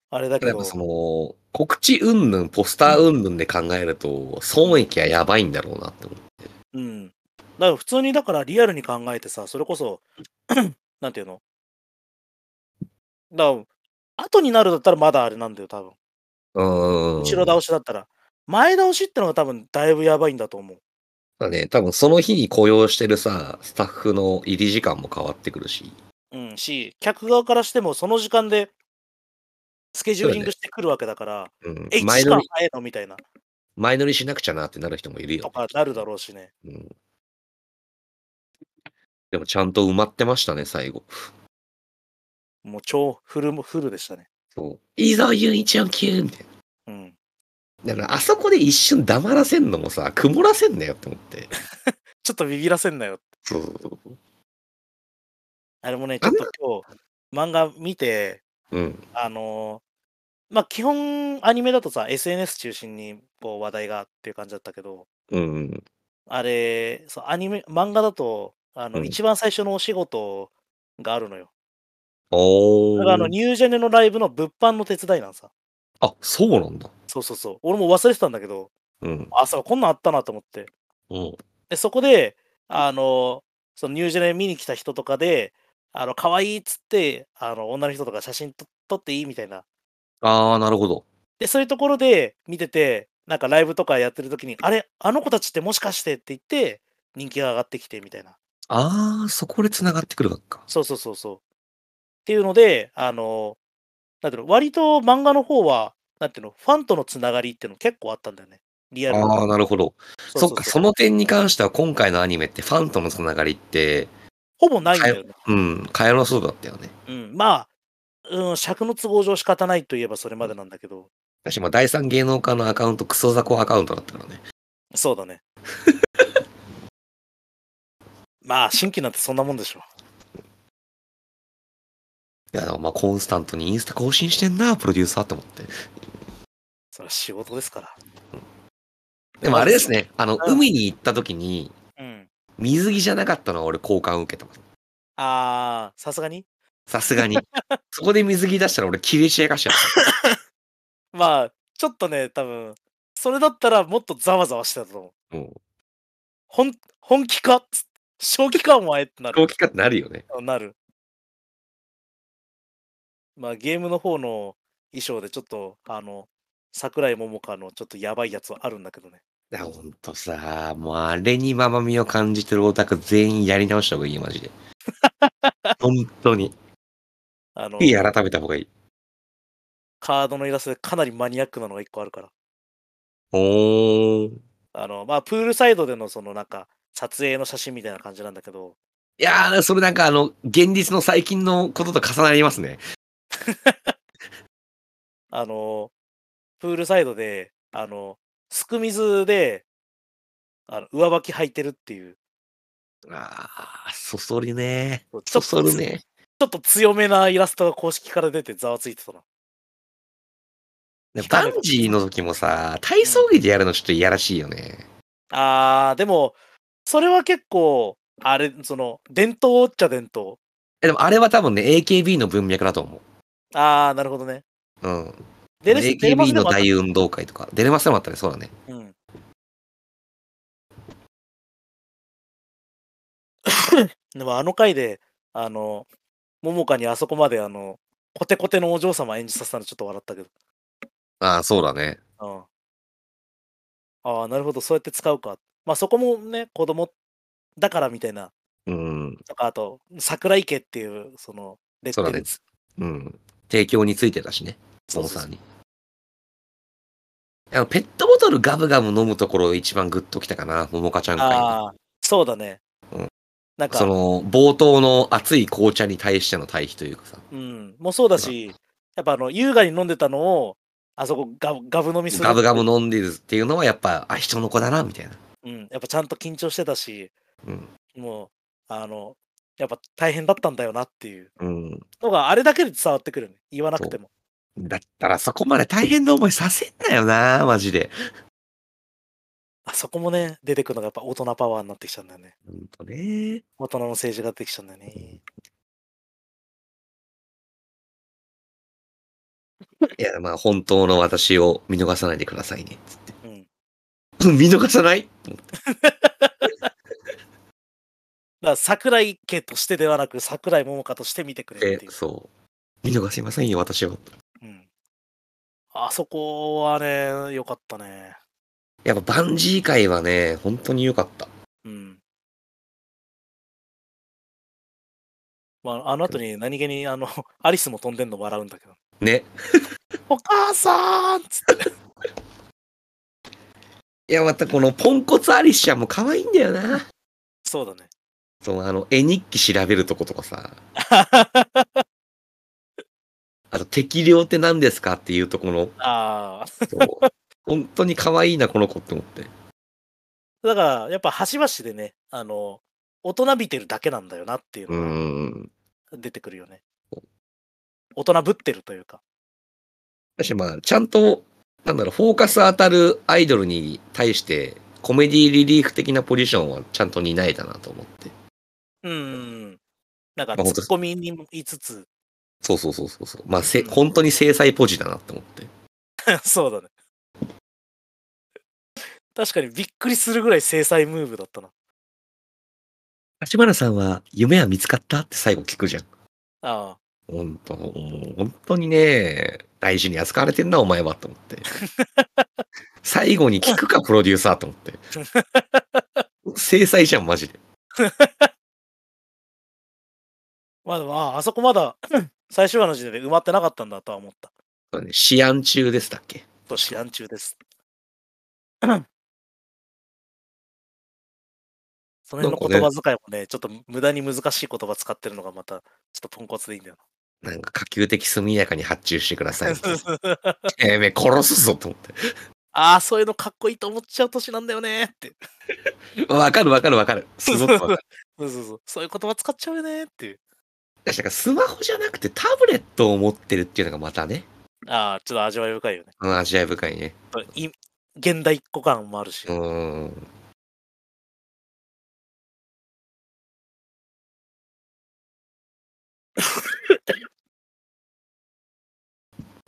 あれだけ
やっ
ど
ぱ、その、告知云々ポスター云々で考えると、損益はやばいんだろうなって思う。
うん。だから普通にだからリアルに考えてさ、それこそ、 なんていうのだから、後になるだったらまだあれなんだよ、多分。
うーん。
後ろ倒しだったら。前倒しってのが多分だいぶやばいんだと思う。
だね、多分その日に雇用してるさ、スタッフの入り時間も変わってくるし。
うん、し、客側からしてもその時間でスケジューリングしてくるわけだから、
うん
え、1
前
時
乗
間
り、
早いのみたいな、
前乗りしなくちゃなってなる人もいる
と
よ、
かなるだろうしね。
うん。でもちゃんと埋まってましたね、最後。
もう超フルもフルでしたね。
そう。いいぞ、ユニちゃん級みたいな。
うん。
だからあそこで一瞬黙らせんのもさ、曇らせんなよって思って。
ちょっとビビらせんなよ。
そうそうそう。
あれもね、ち
あ
ょっ
んな
と今日、漫画見て、
うん。
あのーまあ、基本アニメだとさ、SNS 中心にこう話題がっていう感じだったけど、
うんうん。
あれ、そうアニメ、漫画だと、あの、
うん
一番最初のお仕事があるのよ。
お
だからあの、
ー。
ニュージェネのライブの物販の手伝いなんさ。
あ、そうなんだ。
そうそうそう。俺も忘れてたんだけど、
うん。
あ、そう、こんなんあったなと思って。
うん。
で、そこで、あの、そのニュージェネ見に来た人とかで、あの、可愛いっつって、あの、女の人とか写真と撮っていいみたいな。
ああ、なるほど。
で、そういうところで見てて、なんかライブとかやってる時に、あれ、あの子たちってもしかしてって言って、人気が上がってきてみたいな。
ああ、そこで繋がってくるわけか。
そうそうそうそう。っていうので、あの、なんていうの、割と漫画の方は、なんていうの、ファンとのつながりっていうの結構あったんだよね。リアル
ああ、
な。
なるほど。そっか、その点に関しては今回のアニメってファンとのつながりって、
ほぼないんだよね。
うん、変えなそうだったよね。
うん、まあ、うん、尺の都合上仕方ないといえばそれまでなんだけど、
私も第三芸能家のアカウント、クソザコアカウントだったからね。
そう だね。まあ、新規なんてそんなもんでしょ。
いや、でもまあコンスタントにインスタ更新してんな、プロデューサーと思って。
それは仕事ですから。
でもあれですね、あの、
うん
海に行った時に、
うん。
水着じゃなかったのは俺好感受けたもん
ああ、さすがに。
さす がに。そこで水着出したら俺切れ散らかしちゃった。
まあ、ちょっとね、多分それだったらもっとざわざわしてたと思
う
う。
ん。
本本気かっつ正気かお前ってなる。
大きかってなるよね。
なる。まあゲームの方の衣装でちょっとあの桜井桃佳のちょっとやばいやつはあるんだけどね。
いや、ほんとさ、もうあれにママみを感じてるオタク全員やり直した方がいいよ、マ ジで。本当に。
あの
いい、改めた方がいい。
カードのイラストでかなりマニアックなのが一個あるから。
おー。
あの、まあプールサイドでのそのなんか撮影の写真みたいな感じなんだけど、
いやー、それなんかあの、現実の最近のことと重なりますね。
あの、プールサイドで、あの、すく水で、あの上履き履いてるっていう、
あー、そそるね。
ちょっと
そそるね。
ちょっと強めなイラストが公式から出てざわついてたな。
バンジーの時もさ、体操着でやるのちょっといやらしいよね。
あー、でも、それは結構、あれ、その、伝統っちゃ伝統。
えでもあれは多分ね、AKB の文脈だと思
あー、なるほどね。
う。うん。
デレスデレマ
AKB
スで
の
もあった
大運動会とか。出れませんもあったね、そうだね。
うん。 でもあの回で、あの、ももかにあそこまであの、コテコテのお嬢様演じさせたのちょっと笑ったけど。
ああ、そうだね。
うん。ああ、なるほど、そうやって使うか。まあそこもね、子供だからみたいな、
うん。
とか、あと、桜池っていう、その、レ
そうだね。うん。提供についてたしね、
そ
モ
う
モ
そ
さ
うそ
ん
う
に。あのペットボトルガブガブ飲むところ一番グッときたかな、ももかちゃん会の。
ああ、そうだね。
うん
なんか
そ、の、冒頭の熱い紅茶に対しての対比というかさ、
うん、もうそうだし、やっぱあの、優雅に飲んでたのを、あそこガブガブ飲みする。
ガブガブ飲んでるっていうのはやっぱ、あ、人の子だな、みたいな。
うん、やっぱちゃんと緊張してたし、
うん。
もう、あの、やっぱ大変だったんだよなっていう
うん。
のが、あれだけで伝わってくるね。言わなくても。
だったらそこまで大変な思いさせんなよな、マジで。
あそこもね、出てくるのがやっぱ大人パワーになってきちゃうんだよね。
ほんとね。
大人の政治が出てきちゃうんだよね。
いや、まあ、本当の私を見逃さないでくださいね、 つって。
うん。
うん見逃さない
だから桜井家としてではなく、桜井桃花として見てくれっ
え
て、いう。
そう。見逃せませんよ、私を。
うん。あそこはね、良かったね。
やっぱバンジー界はね、本当に良かった。
まあ、あの後に何気に、あの、 アリスも飛んでんの笑うんだけど。
ね。
お母さんっつって。
いや、またこのポンコツアリシャも可愛いんだよな。
そ うだね。
そう、あの、絵日記調べるとことかさ。あと、適量って何ですかっていうとこの、
ああ。
そう本当に可愛いな、この子って思って。
だから、やっぱ端々でね、あの、大人びてるだけなんだよなっていう
うー
の
ん。
が出てくるよね
うん。
大人ぶってるというか。
だし、まあ、ちゃんと、なんだろう、フォーカス当たるアイドルに対して、コメディリリーフ的なポジションはちゃんと担えたなと思って。
うん。なん
ま
か、
あ本当
ツッコミにも言いつつ、
そうそうそうそうそう。まあ、せ
うん
本当に制裁ポジだなって思って。
そうだね。確かにびっくりするぐらい制裁ムーブだったな。
立花さんは夢は見つかったって最後聞くじゃん。
あ
本当、もう本当にね、大事に扱われてんな、お前は、と思 って。最後に聞くか、プロデューサーと思って。制裁じゃん、マジで。
あ。まあでも、あああそこまだ最終話の時点で埋まってなかったんだとは思った。
これね、試案中でしたっけ
と、試案中です。その辺の言葉遣いもね、ちょっと無駄に難しい言葉使ってるのがまた、ちょっとポンコツでいいんだよ
なんか、可及的速やかに発注してください。
な。
てめえ、殺すぞ、と思っ
ああ、そういうのかっこいいと思っちゃう年なんだよねって。
て。わかるわかるわかる。すごくわか る。
そうそうそう。そういう言葉使っちゃうよねっていう。
だしなんかスマホじゃなくてタブレットを持ってるっていうのがまたね、
ああ、ちょっと味わい深いよね。
うん味わい深いね。
い現代っ子感もあるし
う。ーん。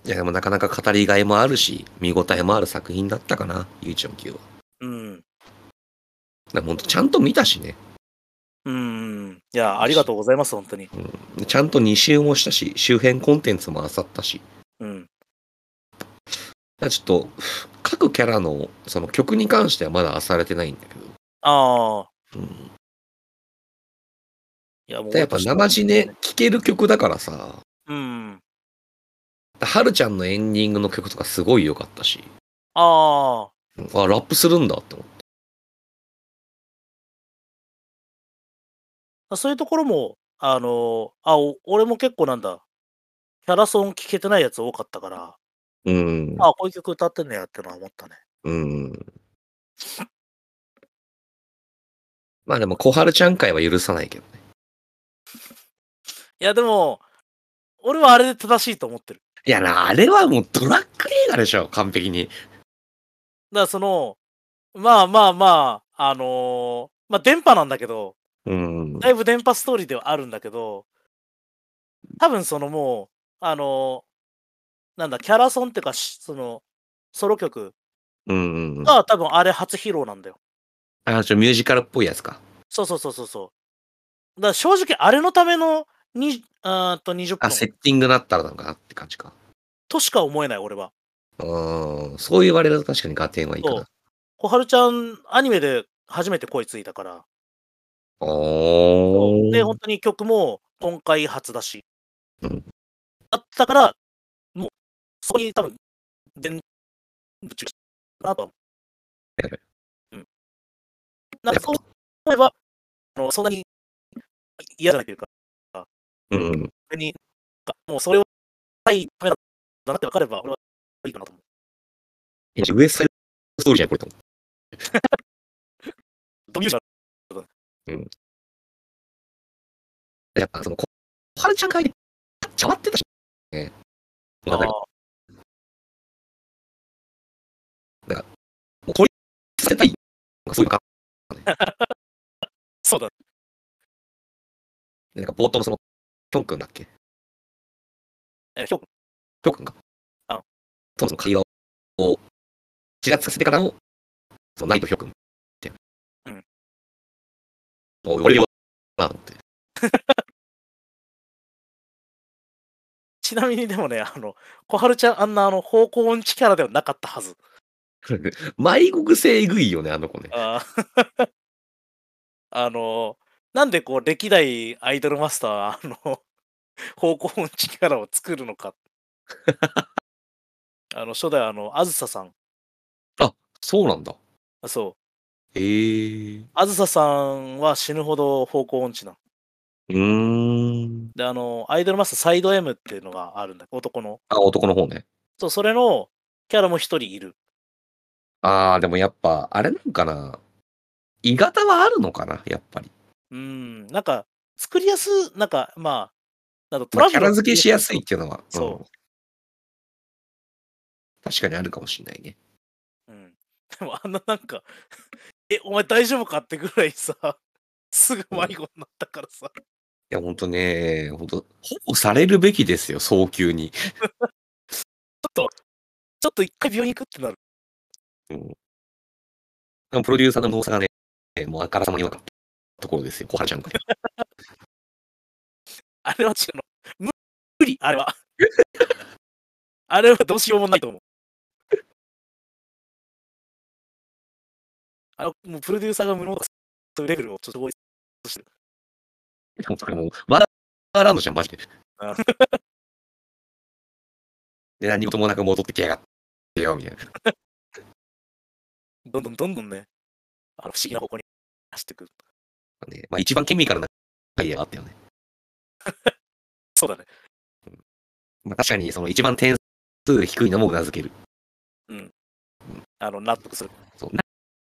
いやでもなかなか語りがいもあるし見応えもある作品だったかなゆいちゃん級は。
うん。
だ本当ちゃんと見たしね
うん。いや、ありがとうございます、本当に。
ちゃんと2周もしたし周辺コンテンツもあさったし
うん。
だからちょっと各キャラのその曲に関してはまだあされてないんだけ
ああ。
ど、うん、
いや、も
でやっぱ生地ね。聴ける曲だからさ
うん。
はるちゃんのエンディングの曲とかすごい良かったし、
ああ。
あ、ラップするんだって思って。
そういうところも、あのーあ、お俺も結構なんだ、キャラソン聞けてないやつ多かったから、
うん。
あこういう曲歌ってんねやってのは思ったね。
うん。まあでも、小春ちゃん会は許さないけどね。
いや、でも、俺はあれで正しいと思ってる。
いやな、あれはもうドラッグ映画でしょ、完璧に。
だから、その、まあまあまあ、あのーまあ、電波なんだけど、
うん。
だいぶ電波ストーリーではあるんだけど、多分そのもう、あのーなんだ、キャラソンっていうか、しその、ソロ曲
うん。あ、
が多分あれ初披露なんだよ。
ちょ、ミュージカルっぽいやつか。
そうそうそうそうそう。だから正直、あれのためのにあーっと20
あ、セ
分
ッティングだったらなんかなって感じか。
としか思えない、俺は。
うん。そう言われると確かに合点はいいか
そう
な。
小春ちゃん、アニメで初めて声ついたから。
おー。
で、本当に曲も今回初だし。
うん
だったから、もう、そこに多分、全部中止かなとは思
なる
う。うん。なん
や
か
っぱ
そう思えば、あのそんなに嫌じゃないというか、
うん。
別に、なんかもうそれを、はい、ためなんだなって分かれば、俺はいいかなと思
いやウエストサイドストーリーじゃん、これと思って。
う。ドミュージョン
やっぱその、小春ちゃん会で、ちゃわってたし、ね。まあ、だから、
あ
もうこれ、させたいのがすごいわか
そうだね。
る。なんか冒頭のその、きょんくんだっけき
えひょ
ょんくんか。
あ
そのその会話を、ちらつかせてからの、その、ナイトひょんくんって。
うん
もう言われるよなと思って。
ちなみにでもね、あの、小春ちゃん、あんなあの方向音痴キャラではなかったはず。
迷子癖えぐいよね、あの子ね。
あーあのなんでこう、歴代アイドルマスターは、あの、方向音痴キャラを作るのか。 あの、初代あの、あずささん。
あ、そうなんだ。
そ
え
う。
ー。
あずささんは死ぬほど方向音痴なの。
うーん。
で、あの、アイドルマスターサイド M っていうのがあるんだ男の。
あ、男の方ね。
そう、それのキャラも一人いる。
ああ、でもやっぱ、あれなんかな。鋳型はあるのかな、やっぱり。
うん、なんか、作りやす、なんか、まあ、なんかト
ま
ラ
あ、
ブ
キャ
ル
ラ
が
付けしやすいっていうのは。
そ
ん確かにあるかもしれないね。
うん。でも、あんななんか、え、お前大丈夫かってぐらいさ、すぐ迷子になったからさ。
いや、ほんとね、ほんと、保護されるべきですよ、早急に。
ちょっと一回病院行くってなる。
でもプロデューサーの動作がね、もうあからさまに分かったところですよ、小原ちゃんが。
あれは違うの。無無理、あれは。 あれはどうしようもないと思う。あのもうプロデューサーが無能だというレベルをちょっとすごい。
でもそれもう、ワンダーランドじゃん、マジで
あ。
で、何事もなく戻ってきやがってよ、みたいな。
どんどんどんどんね、あの不思議な方向に走ってくる。
ねまあ、一番ケミカルなアイデアがあったよね。
そうだね。
まあ、確かに、その一番点数低いのもうなずける。
あの、納得する。
そう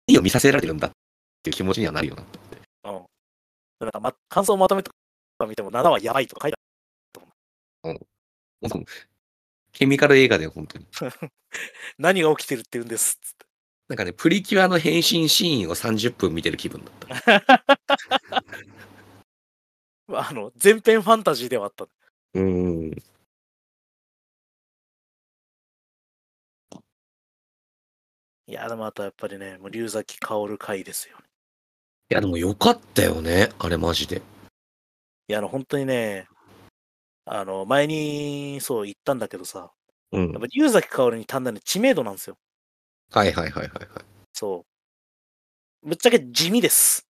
何を見させられてるんだっていう気持ちにはなるよな。
うん。なんか、ま、感想をまとめて見ても、7はやばいとか書いて
本当にケミカル映画で本当に。
ある何が起きてるって言うんですっつって。
なんかね、プリキュアの変身シーンを30分見てる気分だった。
まああの、全編ファンタジーではあった。
うーん。
いや、でもあとはやっぱりね、もう龍崎薫回ですよ。
いや、でもよかったよね。あれマジで。
いや、あの、本当にね、あの、前に、そう言ったんだけどさ、
うん
やっ。ぱ龍崎薫に単なる知名度なんですよ。
はいはいはいはい、はい。
そう。ぶっちゃけ地味です。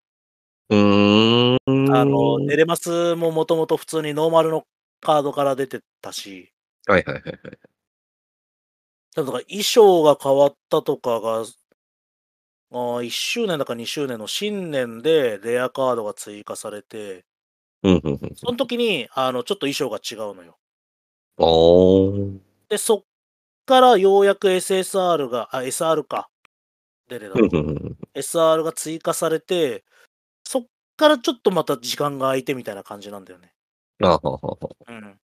うーん。
あの、
はい
ネレマスももともと普通にノーマルのカードから出てたし、
はいはいはい。
なんか衣装が変わったとかが、あー1周年だか2周年の新年でレアカードが追加されて、
うんうんうん。
その時に、あの、ちょっと衣装が違うのよ。
あー。
で、そっからようやく SSR が、あ、SR か。出てた
うん
の。
うんうん。
SR が追加されて、そっからちょっとまた時間が空いてみたいな感じなんだよね。
あははは。
うん。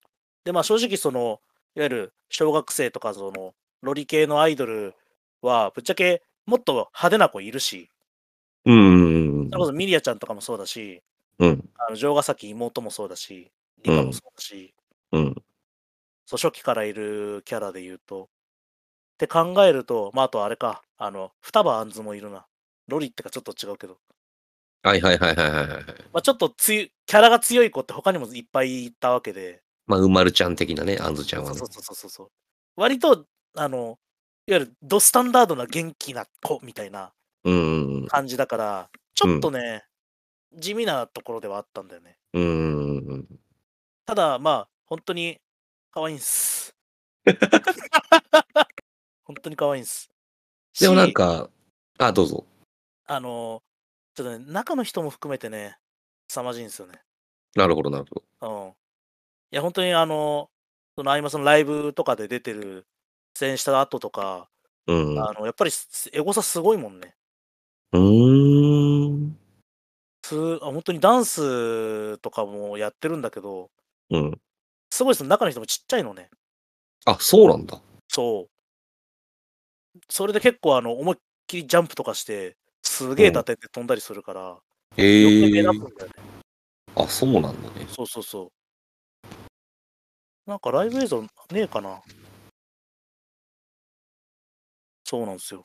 で、まあ正直その、いわゆる小学生とかその、ロリ系のアイドルは、ぶっちゃけもっと派手な子いるし、
うんうんうん
それこそミリアちゃんとかもそうだし、
うん。うん。
あの城ヶ崎妹もそうだし、リカもそうだし、
うん。
そう初期からいるキャラで言うと。って考えると、まあ、あとあれか、あの、双葉アンズもいるな。ロリってかちょっと違うけど。
はいはいはいはいはいはい。
まあ、ちょっとつゆキャラが強い子って他にもいっぱいいたわけで。
まあ、うまるちゃん的なね、あんずちゃん
そ
は
う
ね
そう。そうそうそう。割と、あの、いわゆるドスタンダードな元気な子みたいな
うんうん
感じだから、ちょっとね、地味なところではあったんだよね。
うん。うんうんうん。
ただ、まあ、本当に可愛いんす。 本当に可愛いんす。
でもなん
し
か、あ、どうぞ。
あの、ちょっとね、中の人も含めてね、凄まじいんですよね。
なるほどなるほど。
うん。いや、本当にあの、その合間そのライブとかで出てる、出演した後とか、
うん。う
あの、やっぱりすエゴサすごいもんね。
ーん。
すあ本当にダンスとかもやってるんだけど、
うん。
すごいです中の人もちっちゃいのね。
あ、そうなんだ。
そう。それで結構あの、思いっきりジャンプとかして、すげえ立てて飛んだりするから、余計
へ
目
え
立つん。だよね。
あ、そうなんだね。
そうそうそう。なんかライブ映像ねえかな。そうなんですよ。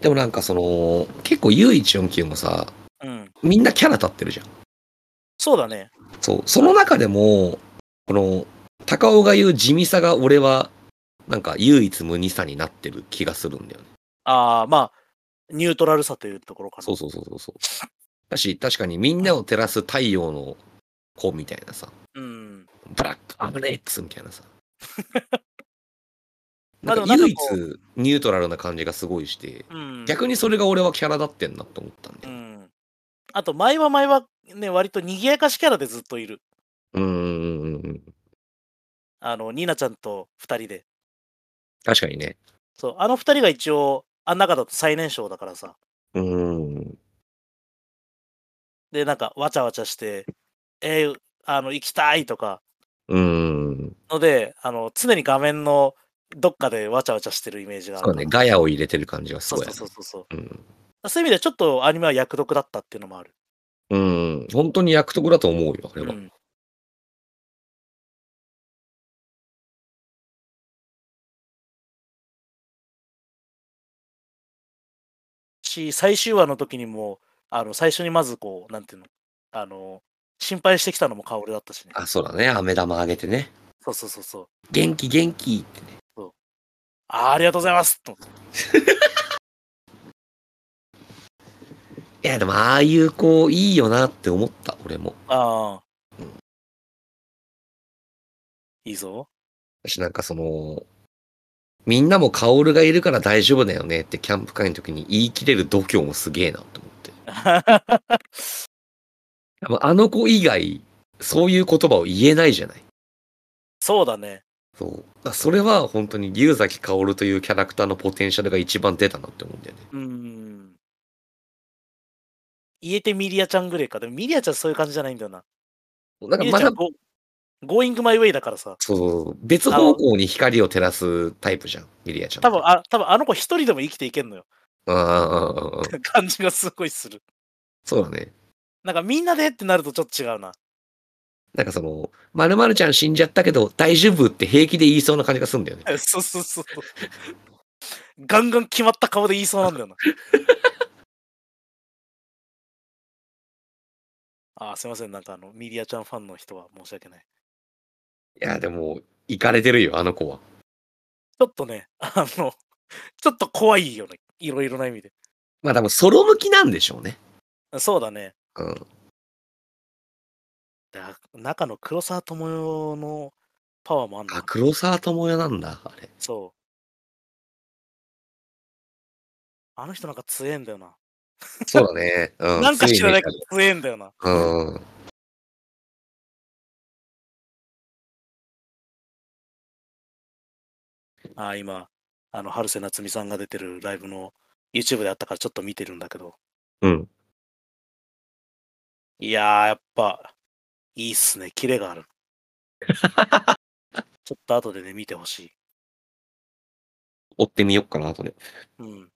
でもなんかその、結構 U149 もさ、
うん。
みんなキャラ立ってるじゃん。
そうだね。
そう。その中でも、この、高尾が言う地味さが俺は、なんか唯一無二さになってる気がするんだよね。
ああ、まあ、ニュートラルさというところかな。
そうそうそうそうそう。だし、確かにみんなを照らす太陽の子みたいなさ、
うん。
ブラックアブレックスみたいなさ。
ま
なんか
あでもなんか
唯一
こう
ニュートラルな感じがすごいして、
うん。
逆にそれが俺はキャラだってんなと思ったん
う
で。
ん。あと、前は前はね、割と賑やかしキャラでずっといる。
うーん。
あの、ニーナちゃんと二人で。
確かにね。
そう、あの二人が一応、あん中だと最年少だからさ。
うーん。
で、なんか、わちゃわちゃして、えー、あの、行きたいとか、
うーん。
ので、あの、常に画面のどっかでわちゃわちゃしてるイメージがある
そう
か
ね。
ら。
ガヤを入れてる感じがす
そう
ごい
そ
あ
う
る。
そうそうそう。
うん。
そういう意味ではちょっとアニメは役得だったっていうのもある。
うん。本当に役得だと思うよ、あれは。
うんし、最終話の時にも、あの、最初にまずこう、なんていうの、あの、心配してきたのも薫だったしね。
あ、そうだね。飴玉あげてね。
そうそうそうそう。
元気元気ってね。
あーありがとうございますと思って
いや、でもああいう子いいよなって思った、俺も。
ああ
うん。
いいぞ。
私なんかその、みんなも薫がいるから大丈夫だよねってキャンプ会の時に言い切れる度胸もすげえなと思って。まああの子以外、そういう言葉を言えないじゃない。
そうだね。
そう。だからそれは本当に龍崎薫というキャラクターのポテンシャルが一番出たなって思うんだよね。
うん。言えてミリアちゃんぐらいか。でもミリアちゃんそういう感じじゃないんだよな。
なんか
ミリ
ま
アち
だ
ゃん、ゴゴーイングマイウェイだからさ。
そうそうそう別方向に光を照らすタイプじゃん、ミリアちゃん。
多分あ、多分あの子一人でも生きていけん のよ。
うんうんうんうんうん。
感じがすごいする。
そうだね。
なんかみんなでってなるとちょっと違うな。
なんかその、まるまるちゃん死んじゃったけど大丈夫って平気で言いそうな感じがするんだよね。
そうそうそう。ガンガン決まった顔で言いそうなんだ よな。あーすいません。なんかあの、ミリアちゃんファンの人は申し訳ない。
いや、でも、行かれてるよ、あの子は。
ちょっとね、あの、ちょっと怖いよね。いろいろな意味で。
まあ多分ソロ向きなんでしょうね。
そうだね。
うん。
だ中の黒沢智代のパワーもあんの
あ、黒沢智代なんだ、 あれ。
そう。あの人なんか強えんだよな。
そうだね。うん。
なんか知らないけ
つ
ど強えんだよな。
いにうん。
あー今、あの、春瀬夏美さんが出てるライブの YouTube であったからちょっと見てるんだけど。
うん。
いやー、やっぱ、いいっすね。キレが ある。ちょっと後でね、見てほし
追ってみよっかな、後で。
い。うん。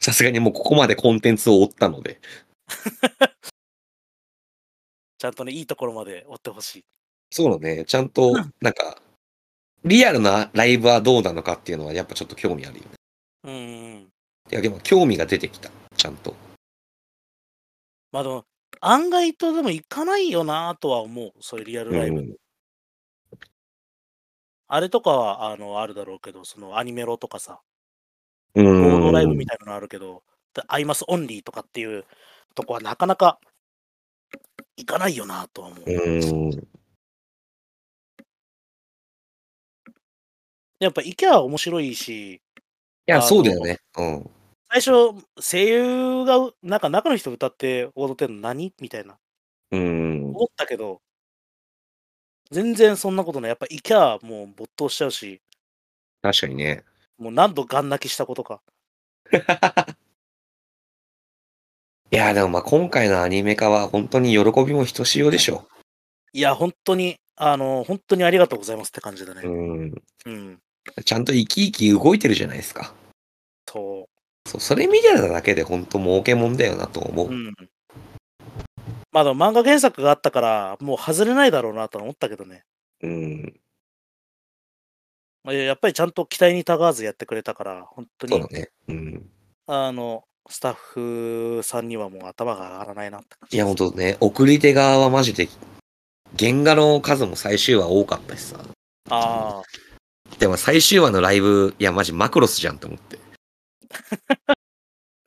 さすがにもうここまでコンテンツを追ったので。
ちゃんとね、いいところまで追ってほしい。
そうだね。ちゃんと、なんか、リアルなライブはどうなのかっていうのはやっぱちょっと興味あるよね。
うんうんうん。
いや、でも興味が出てきた。ちゃんと。
まあでも、案外とでも行かないよなとは思う。そういうリアルライブ。
うん
あれとかは、あの、あるだろうけど、そのアニメロとかさ、
う
合同ライブ
ん
み。たいなのあるけど、でアイマスオンリーとかっていうとこはなかなか行かないよなとは思う。
うん。
やっぱ行けば面白いし、
いや、そうだよね。うん。
最初、声優が、なんか中の人歌って踊ってんの何みたいな。
うん。
思ったけど、全然そんなことない。やっぱ行きゃもう没頭しちゃうし、
確かにね。
もう何度ガン泣きしたことか。
いや、でもまあ今回のアニメ化は本当に喜びもひとしおでしょ
いや、本当に、あの、本当にありがとうございますって感じだ
う。
ね。
うん。
うん。
ちゃんと生き生き動いてるじゃないですか。
そ
そう、それ見てただけで本当儲けもんだよなと思う。
う。うん。まあでも漫画原作があったから、もう外れないだろうなとは思ったけどね。
うん。
まあやっぱりちゃんと期待にたがわずやってくれたから、本当
そうだ
に、
ね。うん。
あの、スタッフさんにはもう頭が上がらないなって感
い
じ。
や、本当ね、送り手側はマジで、原画の数も最終話多かったしさ。
ああ、
でも最終話のライブ、いや、マジマクロスじゃんと思って。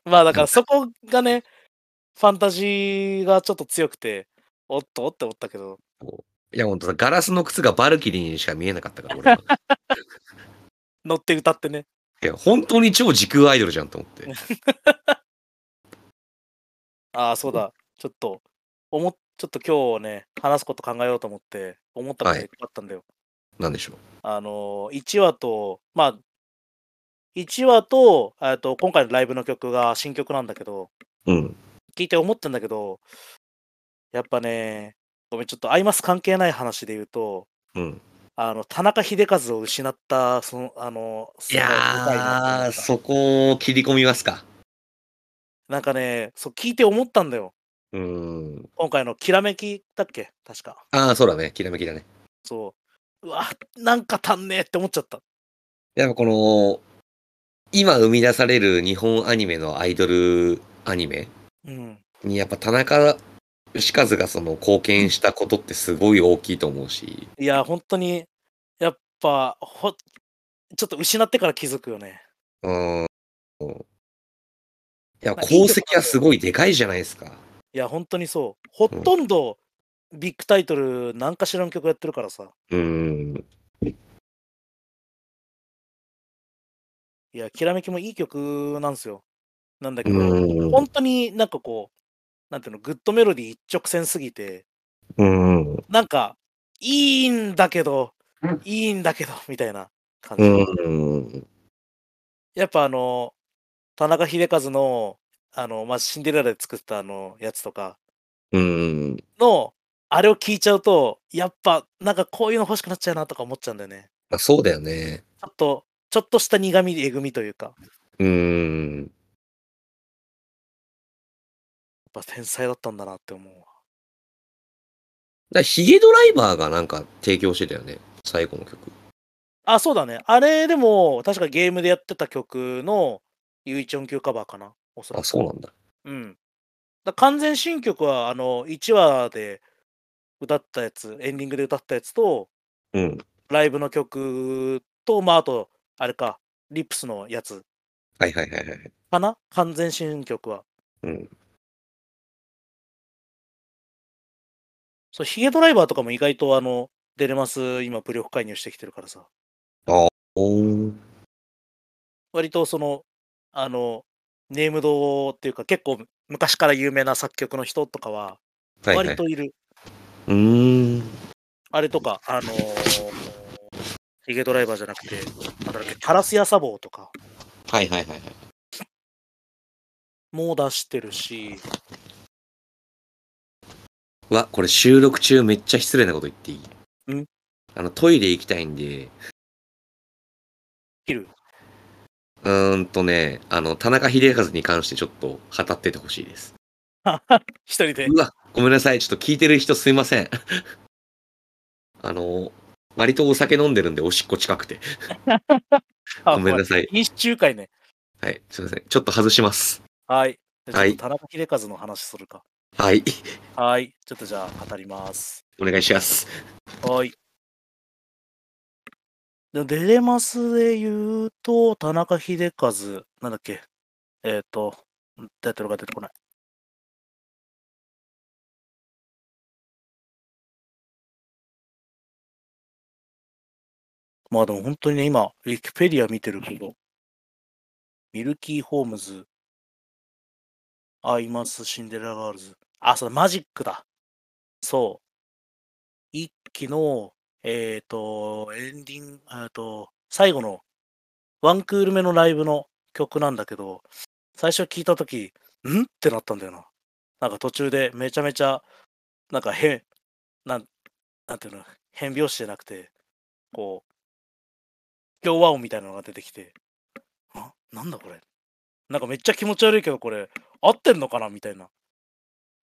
まあだからそこがね、ファンタジーがちょっと強くて、おっとって思ったけど、
いや、ほんとさ、ガラスの靴がバルキリーにしか見えなかったから、 俺は。
乗って歌ってね。
いや、本当に超時空アイドルじゃんと思って。
ああ、そうだ。ちょっと、おもちょっと今日ね、話すこと考えようと思って、思ったことがいっぱいあったんだよ。
なんでしょう。
あのー、1話と、まあ、1話と、えっと、今回のライブの曲が新曲なんだけど、
うん。
聞いて思ったんだけど、やっぱね、ごめん、ちょっとアイマス関係ない話で言うと、
うん。
あの、田中秀和を失った、その、あの、
い
すごい
や
舞台に
ー、
なってるから
そこを切り込みますか。
なんかね、そう聞いて思ったんだよ。
うーん。
今回のきらめきだっけ確か。
ああ、そうだね。きらめきだね。
そう。うわ、なんか足んねえって思っちゃった。
やっぱこの、今生み出される日本アニメのアイドルアニメ
うん。
に、やっぱ田中義和がその貢献したことってすごい大きいと思うし、
いや、本当に、やっぱ、ほ、ちょっと失ってから気づくよね。
うーん。いや、
まあ
功績はすごいでかいじゃないですか。
いや、本当にそう。ほ
うん
とんど、ビッグタイトル、なんかしらの曲やってるからさ。
うーん。
いや、きらめきもいい曲なんですよ。なんだ
う
けど、
ーん
本当になんかこう、なんていうの、グッドメロディー一直線すぎて、
うーん。
なんか、いいんだけど、いいんだけど、みたいな感
う
じ。
ーん。
やっぱあの、田中秀和の、あの、まあ、シンデレラで作ったあの、やつとか
うーん。
の、あれを聞いちゃうと、やっぱ、なんかこういうの欲しくなっちゃうなとか思っちゃうんだよね。
まあ、そうだよね。
ちょっと、ちょっとした苦味、えぐみというか、やっ
うーん。
ぱ天才だったんだなって思うわ。
だヒゲドライバーがなんか提供してたよね。最後の曲。
あ、そうだね。あれでも、確かゲームでやってた曲の、唯一音響カバーかな、おそら
あ、
く。
そうなんだ。
うん。だ完全新曲は、あの、1話で歌ったやつ、エンディングで歌ったやつと、
うん。
ライブの曲と、まあ、あと、あれか、リップスのやつ
はいはいはいはい。
かな完全新曲は。
うん。
そう、ヒゲドライバーとかも意外と、あの、デレマス、今、武力介入してきてるからさ、
おー。
割とその、あの、ネームドっていうか、結構昔から有名な作曲の人とかは、
はいはい。
割といる。
うーん。
あれとか、あのーヒゲドライバーじゃなくて、なんだっけ、カラスヤサボーとか
はいはいはいはい。
も出してるし、
うわ、これ収録中めっちゃ失礼なこと言っていい
ん
あの、トイレ行きたいんで、
ヒル。
うーんとね、あの、田中秀和に関してちょっと語っててほしいです。
一人で。
うわ、ごめんなさい。ちょっと聞いてる人すいません。 あの、割とお酒飲んでるんでおしっこ近くて。
あ
ごめん
ごめ
なさい。
西中海ね。
はい、すいません。ちょっと外します。
はい。じゃあ
は
ちょ
い
っと田中秀和の話するか。
はい、
はい。ちょっとじゃあ語ります。
お願いします。
はい。でデレマスで言うと、田中秀和、なんだっけ、えっ、ー、と、タイトルが出てこない。まあでも本当にね、今、ウィキペディア見てるけど、ミルキー・ホームズ、アイマス・シンデレラ・ガールズ。あ、そうだ、マジックだ。そう。一期の、えっ、と、エンディング、えーと、最後のワンクール目のライブの曲なんだけど、最初聞いたとき、んってなったんだよな。なんか途中でめちゃめちゃ、なんか変、なん、なんていうの、変拍子じゃなくて、こう、共和音みたいなのが出てきて、あなんだこれなんかめっちゃ気持ち悪いけど、これ、合ってんのかなみたいな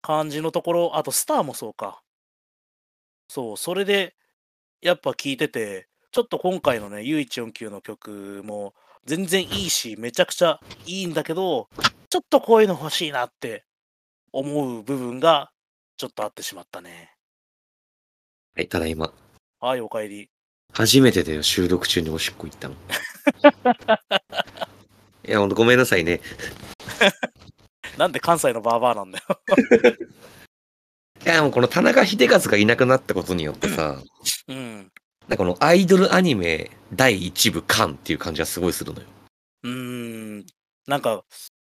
感じのところ、あとスターもそうか。そう、それで、やっぱ聞いてて、ちょっと今回のね、U149 の曲も、全然いいし、めちゃくちゃいいんだけど、ちょっとこういうの欲しいなって思う部分が、ちょっとあってしまったね。
はい、ただいま。
はい、おかえり。
初めてだよ、収録中におしっこ行ったの。いや、ほんとごめんなさいね。
なんで関西のバーバーなんだよ。
いや、もうこの田中秀和がいなくなったことによってさ、
うん。
なんかこのアイドルアニメ第一部感っていう感じがすごいするのよ。
うーん。なんか、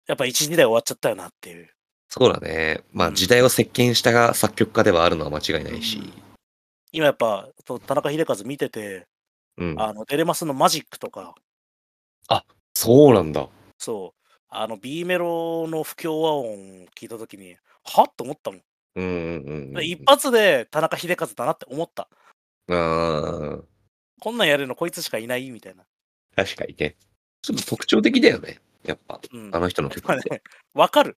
やっぱ一時代終わっちゃったよなっていう。
そうだね。まあ時代を席巻した作曲家ではあるのは間違いないし。
今やっぱ、そう田中秀和見てて、
うん。
あの、テレマスのマジックとか、
そうなんだ。
そう、あの、B メロの不協和音を聞いたときに、はっと思ったもん。
うんうんうん。
一発で田中秀和だなって思った。
ああ、
こんなんやれるのこいつしかいないみたいな。
確かにね。ちょっと特徴的だよね。やっぱ、
うん。
あの人の曲
まあ
って。
ね、わかる。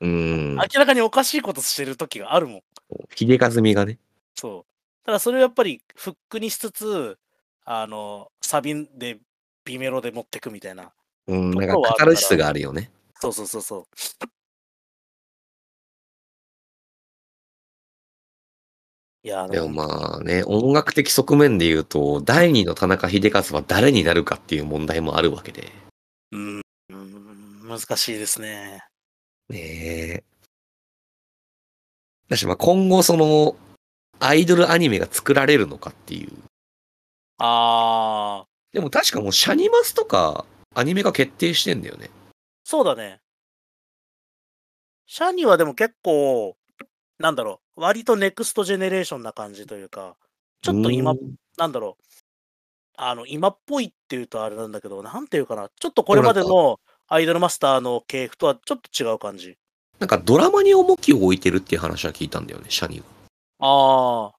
うん。
明らかにおかしいことしてる時があるもん。
秀和みがね。
そう。ただそれをやっぱりフックにしつつ、あの、サビで B メロで持ってくみたいな。
うん、なん
ところ
か
は
カ
あるか
タ
ら
ルシスがあるよね。
そうそうそうそう。いやー、
で
で
も
も、
まあね、音楽的側面で言うと、第二の田中秀和は誰になるかっていう問題もあるわけで。
うん、うん難しいですね。
ねえ。だし、まあ今後その、アイドルアニメが作られるのかっていう。
あー、
でも確かもうシャニマスとか、アニメが決定してんだよね。
そうだね。シャニはでも結構、なんだろう、割とネクストジェネレーションな感じというか、ちょっと今
うん、
なんだろう、あの、今っぽいっていうとあれなんだけど、なんていうかな、ちょっとこれまで
でも
のアイドルマスターの系譜とはちょっと違う感じ。
なんかドラマに重きを置いてるっていう話は聞いたんだよね、シャニは。
ああ。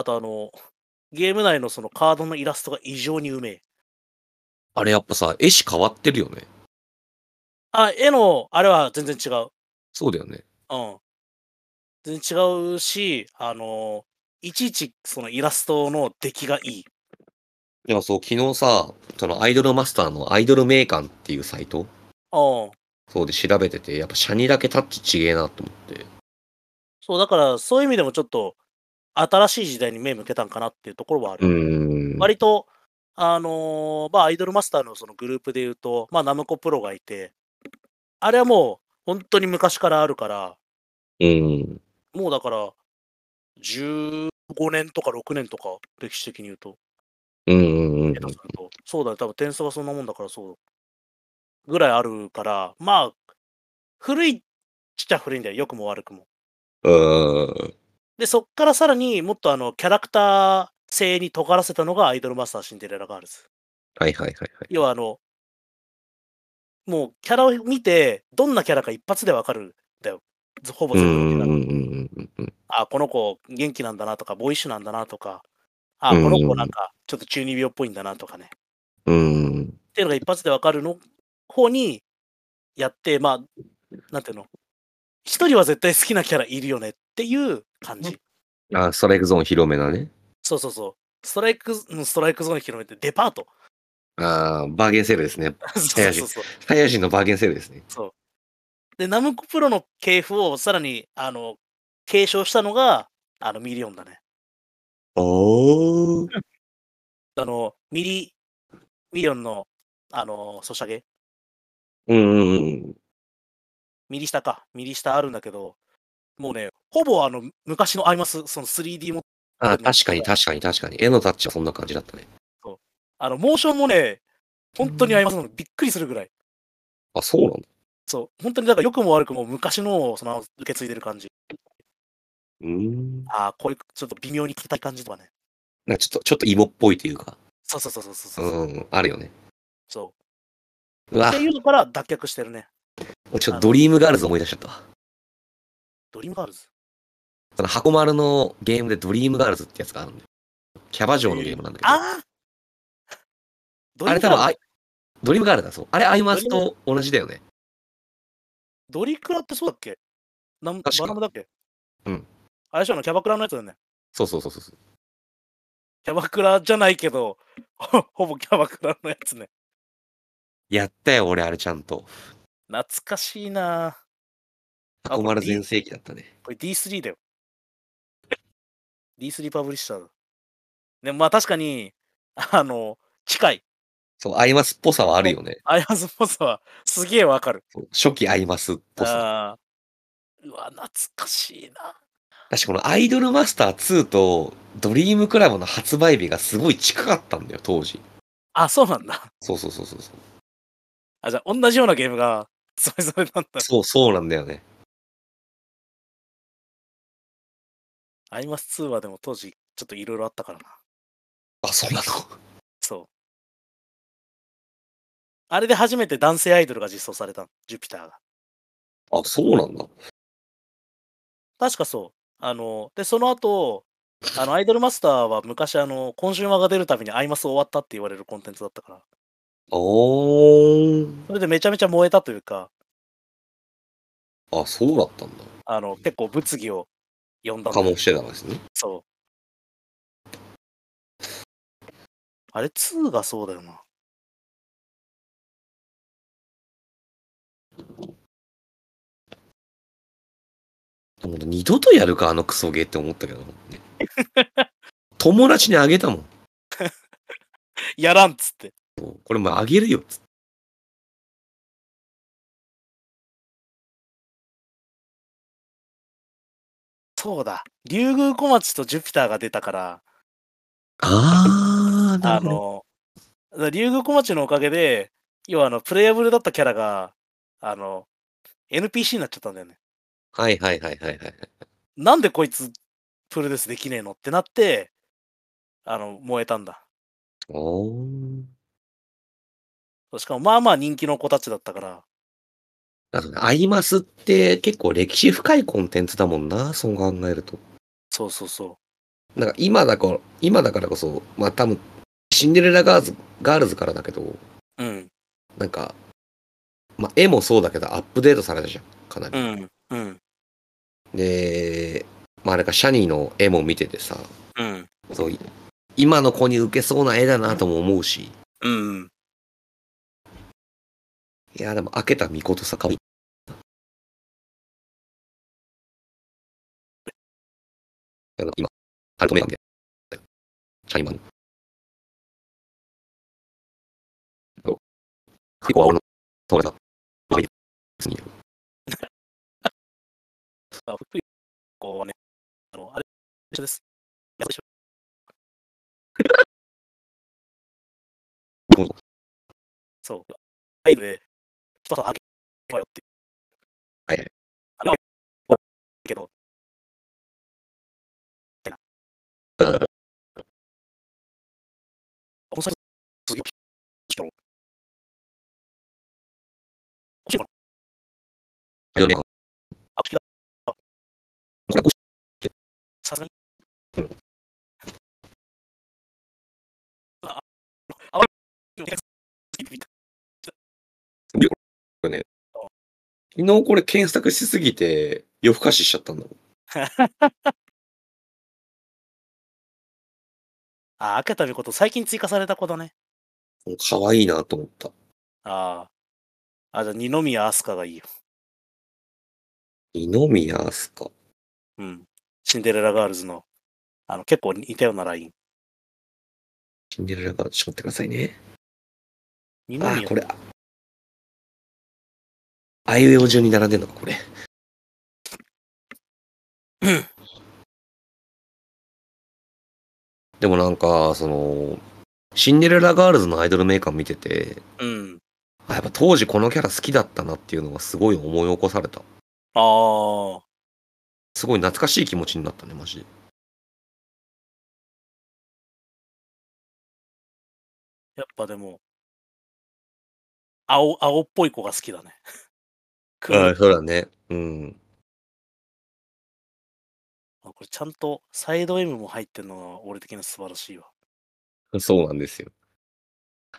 あとあの、ゲーム内のそのカードのイラストが異常にうめえ。
あれやっぱさ、絵師変わってるよね。
あ、絵の、あれは全然違う。
そうだよね。
うん。全然違うし、あの、いちいちそのイラストの出来がいい。
いや、そう、昨日さ、そのアイドルマスターのアイドル名鑑っていうサイト
うん。
そうで調べてて、やっぱシャニだけタッチちげえなと思って。
そう、だからそういう意味でもちょっと、新しい時代に目向けたんかなっていうところはある。
ん
割と、あのーまあ、アイドルマスターのそのグループで言うと、まあ、ナムコプロがいて、あれはもう、本当に昔からあるから、
うん。
もうだから、15年とか6年とか、歴史的に言うと、
うんうんうん
下手するとそうだね、多分点数がそんなもんだから、そう。ぐらいあるから、まあ、古いっちゃ古いんだよ、良くも悪くも。
うん。
で、そっからさらにもっとあの、キャラクター性に尖らせたのがアイドルマスターシンデレラガールズ。
はいはいはいはい。
要はあの、もうキャラを見て、どんなキャラか一発でわかるんだよ。ずほぼ
う
全
ん
部
う
のキ
んうん
ャラが
うんうん。
あ、この子元気なんだなとか、ボーイッシュなんだなとか、あ、
うん
この子なんかちょっと中二病っぽいんだなとかね。
うん。
っていうのが一発でわかるの方にやって、まあ、なんていうの、一人は絶対好きなキャラいるよねっていう感じ。
あ、ストライクゾーン広めなね。
そうそうそう。ストライク、うんストライクゾーンに広めて、デパート。
ああ、バーゲンセールですね。
そうそうそう。
サイヤ人のバーゲンセールですね。
で、ナムコプロの系譜をさらに、あの、継承したのが、あの、ミリオンだね。
おー。
あの、ミリ、ミリオンの、あの、ソシャゲ
うんうんうん。
ミリ下か。ミリ下あるんだけど、もうね、ほぼあの、昔のアイマス、その 3D も、
あ、確かに確かに確かに。絵のタッチはそんな感じだったね。
あの、モーションもね、本当にアイマスなの、びっくりするぐらい。
あ、そうなんだ。
そう、本当にだから良くも悪くも昔のをその受け継いでる感じ。
うん。
ああ、こういう、ちょっと微妙に硬い感じとかね。
なんかちょっと、ちょっとイボっぽいというか。、
そうそうそうそうそうう。うん
あるよね。
そうう。っ
わ
て、いうのから脱却してるね。
ちょっとドリームガールズ思い出しちゃったわ。
ドリームガールズ。
その箱丸のゲームでドリームガールズってやつがあるんだよ。キャバ嬢のゲームなんだけど。
ああド
あ
リ
れ
カ
多
ラ
分あい、ドリームガールだそう。あれ、アイマスと同じだよね。
ドリクラってそうだっけなんバ
確か
ナムだっけ
うん。
あれでしょあのキャバクラのやつだよね。
そうそうそうそう。
キャバクラじゃないけど、ほほぼキャバクラのやつね。
やったよ、俺、あれちゃんと。
懐かしいなぁ
箱丸全盛期だったね。
これ D3 だよ。D3 パブリッシャーだ。でもまあ確かに、あの、近い。
そう、アイマスっぽさはあるよね。
アイマスっぽさはすげえわかる。
そう初期アイマスっぽさ。
あーうわ、懐かしいな。
確かこのアイドルマスター2とドリームクラブの発売日がすごい近かったんだよ、当時。
あ、そうなんだ。
そうそうそうそうそう。
あ、じゃあ同じようなゲームがそれぞれなんだ。
そうそうなんだよね。
アイマス2はでも当時ちょっといろいろあったからな。
あ、そうなの。
そう。あれで初めて男性アイドルが実装されたのジュピターが。
あ、そうなんだ。
確かそう。あの、で、その後、あの、アイドルマスターは昔、あの、コンシューマーが出るたびにアイマス終わったって言われるコンテンツだったから、
おー。
それでめちゃめちゃ燃えたというか、
あ、そうだったんだ。
あの、結構物議を呼んだんだ
かもしてたんですね。
そう。あれ、2がそうだよな。
でも二度とやるか、あのクソゲーって思ったけ ど。友達にあげたもん。
やらんっつって。
これもうあげるよっつって。
そうだ。竜宮小町とジュピターが出たから、
あー、な
あ
るほど。
の、竜宮小町のおかげで、要はあの、プレイアブルだったキャラが、あの、NPC になっちゃったんだよね。
はいはいはいはいはい。
なんでこいつ、プロデュースできねえのってなって、あの、燃えたんだ。
おー。
しかも、まあまあ人気の子たちだったから、
あとね、アイマスって結構歴史深いコンテンツだもんな、そう考えると。
そうそうそ
なんか今だから、今だからこそ、まあ多分、シンデレラガールズガールズからだけど、
う。うん、
なんか、まあ絵もそうだけどアップデートされたじゃん、かなり
う。ん、うん、
で、まあなんかシャニーの絵も見ててさ、
うん、
そう、い今の子に受けそうな絵だなとも思うし、
うん。
いや、でも開けた見事さかわいい。あの今、あれ止めたんで、シャインマン。そう結構俺の友達だ。はい。別に。
あ、福井子はね、あの、あれ、一緒 です。いや一緒
どうぞ
そう。アイドルで、ちょっとあげようよって。
はいはい。
あれは、おけど、ってな。
うん
この際、すげえ、しかも、
アイドルマン
あ、好きだ。
これこ
さすがに。あ、ああわ
昨日これ検索しすぎて夜更かししちゃったんだもん。
あ、赤田美こと最近追加された子だね。
もう可愛いなと思った。
ああ。あ、じゃあ二宮飛鳥がいいよ。
二宮明日香。
うん。シンデレラガールズの、あの、結構似たようなライン。
シンデレラガール、ちょっと待ってくださいね。
二
あ
宮
ー、これ。ああいうえお順に並んでんのか、これ。でもなんか、その、シンデレラガールズのアイドルメーカー見てて、
うん。
あやっぱ当時このキャラ好きだったなっていうのがすごい思い起こされた。
ああ。
すごい懐かしい気持ちになったね、マジで。
やっぱでも、青、青っぽい子が好きだね。黒
うん、そうだね。うん。
あこれちゃんとサイド M も入ってるのは俺的には素晴らしいわ。
そうなんですよ。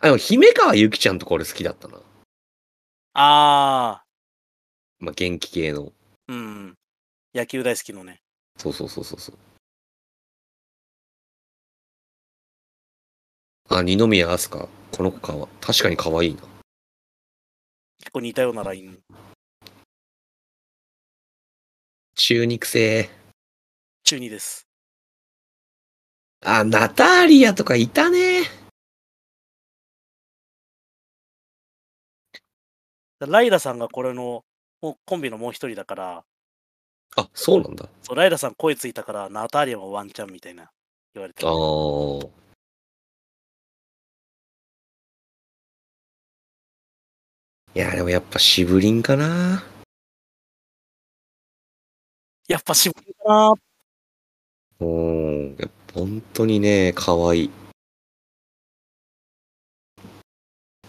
あ、でも姫川ゆきちゃんとか俺好きだったな。
ああ。
まあ、元気系の。
うん。野球大好きのね。
そうそうそうそうそう。あ、二宮飛鳥。この子かわ、確かに可愛いな。
結構似たようなライン。
中肉性。
中2です。
あ、ナターリアとかいたね。
ライラさんがこれのもうコンビのもう一人だから、
あ、そうなんだ。
そうライラさん声ついたから、ナターリアもワンチャンみたいな言われて
あ
る。
ー。いや、でもやっぱシブリンかな。
やっぱ渋いなー
うん。やっぱ本当にね、可愛い。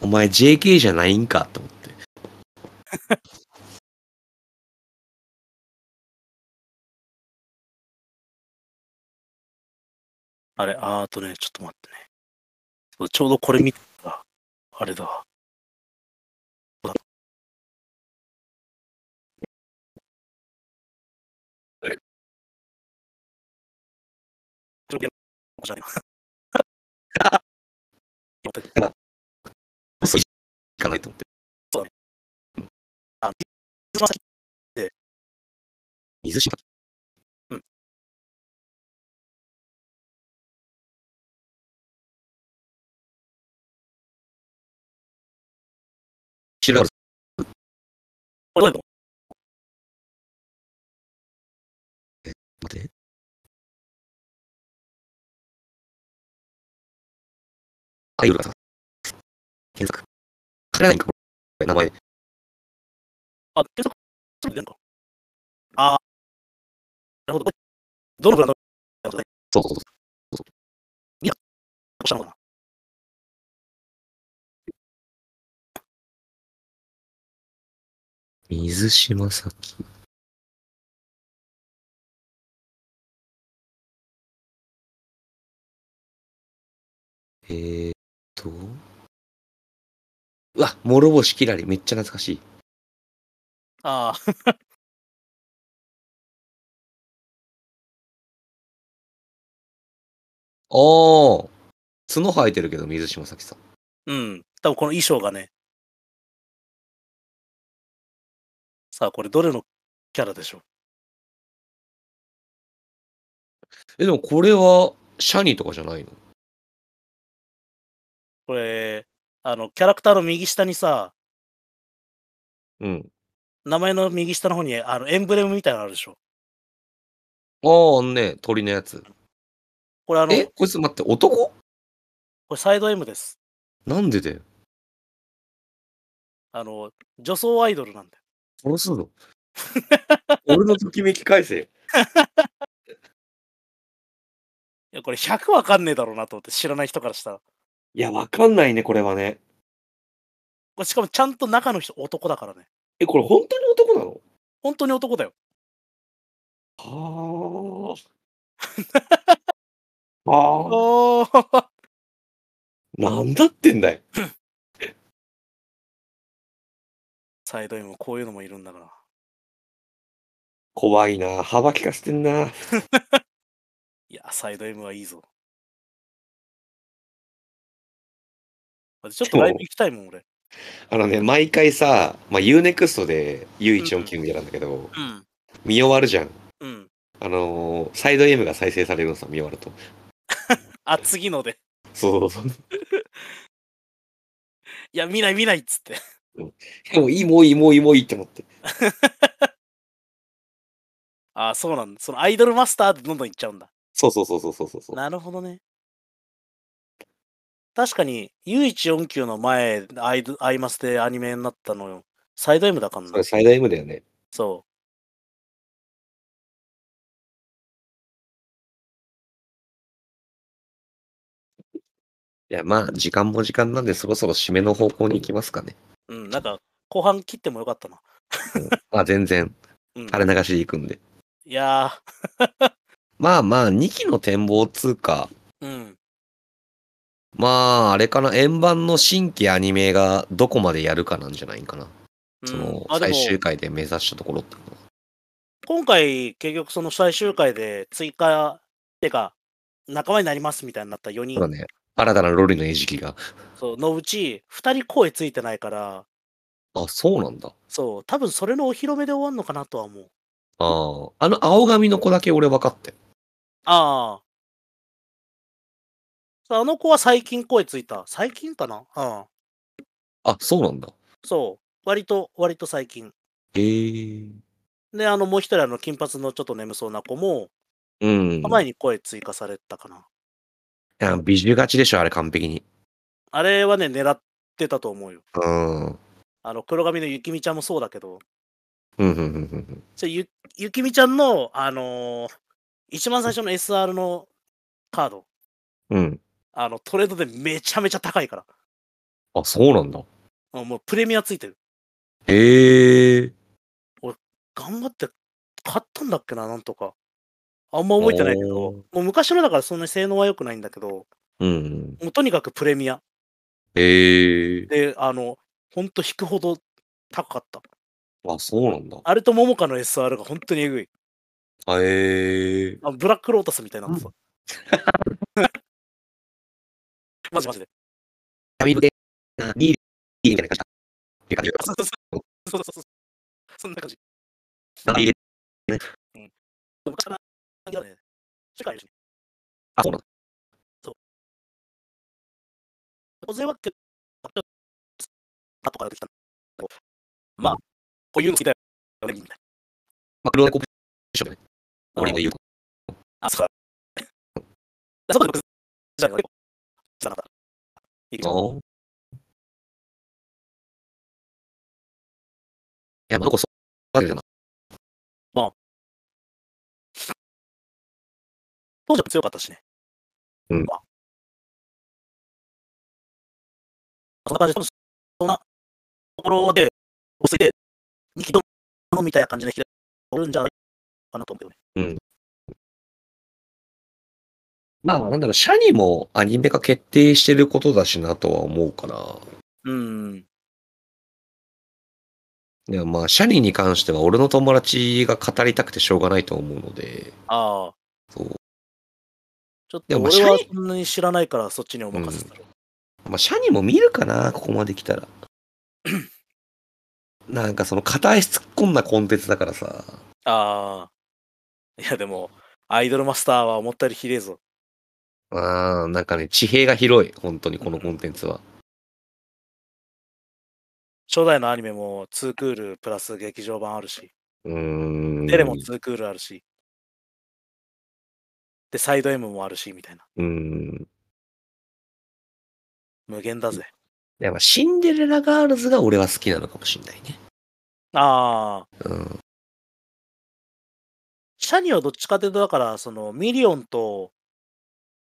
お前 JK じゃないんかと思って。
あれ、あーあとね、ちょっと待ってね。そうちょうどこれ見てたら、あれだわ。そうだちょっと待って
嘘いかないと思って。
あ水の先
水島。
うん。
知らん。
これどうやるの
待って。アイドルがさ、検索。彼らにこれ名前。
あ、検索するのか。あーなるほど。どのブランドだろうね
そうそうそう。
どうしたのかな
水島さき。えーっと。うわ、諸星キラリ、めっちゃ懐かしい。
あー
あー。角生えてるけど、水島さきさん。
うん。多分この衣装がね。さあ、これどれのキャラでしょう
え、でもこれは、シャニとかじゃないの
これ、あの、キャラクターの右下にさ、
うん。
名前の右下の方に、あの、エンブレムみたいなのあるでしょ。
ああ、あんね、鳥のやつ。
これ、あの、
え、こいつ待って、男
これサイド M です。
なんでだよ。
あの、女装アイドルなんで。
殺す ぞ。俺のときめき返せよ。
いや、これ100わかんねえだろうなと思って、知らない人からしたら。こ
いや、わかんないね、これはね。
れしかもちゃんと中の人、男だからね。
え、これ本当に男なの
本当に男だよ。
は あ。はあ。
おー
なんだってんだよ。
サイド M、こういうのもいるんだから。
怖いな。幅利かせてんな。
いや、サイド M はいいぞ。ちょっとライブ行きたいもん、俺。
あのね、毎回さ、まあ、UNEXT で U149 なんだけど、
うん。
見終わるじゃん。
うん。
あのーサイド M が再生されるのさ、見終わると。
あ、次ので。
そうそうそう。
いや、見ない見ないっつって。
もういい、もういい、もういい、もういいって思って。
ああ、そうなんだ。そのアイドルマスターでどんどん行っちゃうんだ。
そうそうそうそうそうそうそう。
なるほどね。確かに、U149 の前、アイドアイマスでアニメになったのよ。サイド M だから
そ
な
れ。最大 M だよね。
そ
いや、まあ、時間も時間なんで、そろそろ締めの方向に行きますかね。
う。うん、なんか、後半切ってもよかったな。
まあ、全然、
うん、
垂れ流しで行くんで。
いや
まあまあ、2期の展望通貨。
ー、うん。
まあ、あれかな、円盤の新規アニメがどこまでやるかなんじゃないかな。そ
うん
の、
まあで
最
も、
終回で目指したところっていうのは。
今回、結局その最終回で追加、てか、仲間になりますみたいになった4
そうだ
人、
ね、新たなロリの餌食が。
そうのうち2人声ついてないから、
あ、そうなんだ。
そう、多分それのお披露目で終わるのかなとは思う。
ああ。あの、青髪の子だけ俺分かって。
ああ。そうあの子は最近声ついた。最近かなうん。
あ、そうなんだ。
そう。割と、割と最近。
えー。
で、あの、もう一人、あの、金髪のちょっと眠そうな子も、
うん。
前に声追加されたかな。
あの美女勝ちでしょ、あれ完璧に。
あれはね、狙ってたと思うよ。
うん。うん、
あの、黒髪のゆきみちゃんもそうだけど、
うん、うんうん。
それゆゆきみちゃんの、あのー一番最初の SR のカード、
うん。
あの、トレードでめちゃめちゃ高いから
あ、そうなんだ。。
うんもうプレミアついてる。
ええー。
頑張って買ったんだっけな、なんとか。あんま覚えてないけど、
おー
もう昔のだからそんなに性能は良くないんだけど、も
うん。
うとにかくプレミア。
ええー。
で、あの、ほんと引くほど高かった。
あ、そうなんだ。
あれとモモカの SR が本当にえぐい。
あええー。
あブラックロータスみたいなのさ。 マジマジで。
旅で、いい、いいみたいな感じだ。っていう感じ
そうそうそうそうそう。そんな感じ。
だ。いい
昔からあれだね世界あるしね
あ、そうなんだ。
小勢は結構、あとからできたんだけどまあ、こういうの好きだよね、みんな。
まあ、黒猫でしょうね。俺の言うと。
あ、そうだ。そうだ、僕、じゃあ、じゃなかった。いいでしょ
ああ。いや、まあ、こそ、わけだな。
当時は強かったしね。
うん
まあそんな感じで、多分そんなところで、落ち着いて、2匹どもみたいな感じで開おるんじゃないかなと思うけどね。
まあ、なんだろう、シャニもアニメ化決定してることだしなとは思うかな。
うん。
いや、まあ、シャニに関しては、俺の友達が語りたくてしょうがないと思うので、
ああ。
そう。
ちょっ
で
と
もまあ
俺は
シャイ
そんなに知らないからそっちにお任せする。
まあ、シャニも見るかな、ここまで来たら。 なんか、その、片足突っ込んだコンテンツだからさ。
ああ。いやでも、アイドルマスターは思ったよりひでえぞ。
あーなんかね、地平が広い、本当に、このコンテンツは。
初代のアニメも2クールプラス劇場版あるし、
うーん。
テレも2クールあるし、で、サイド M もあるし、みたいな。
うーん。
無限だぜ。
いやまあシンデレラガールズが俺は好きなのかもしんないね。
ああ。
うん。
シャニはどっちかというと、だから、その、ミリオンと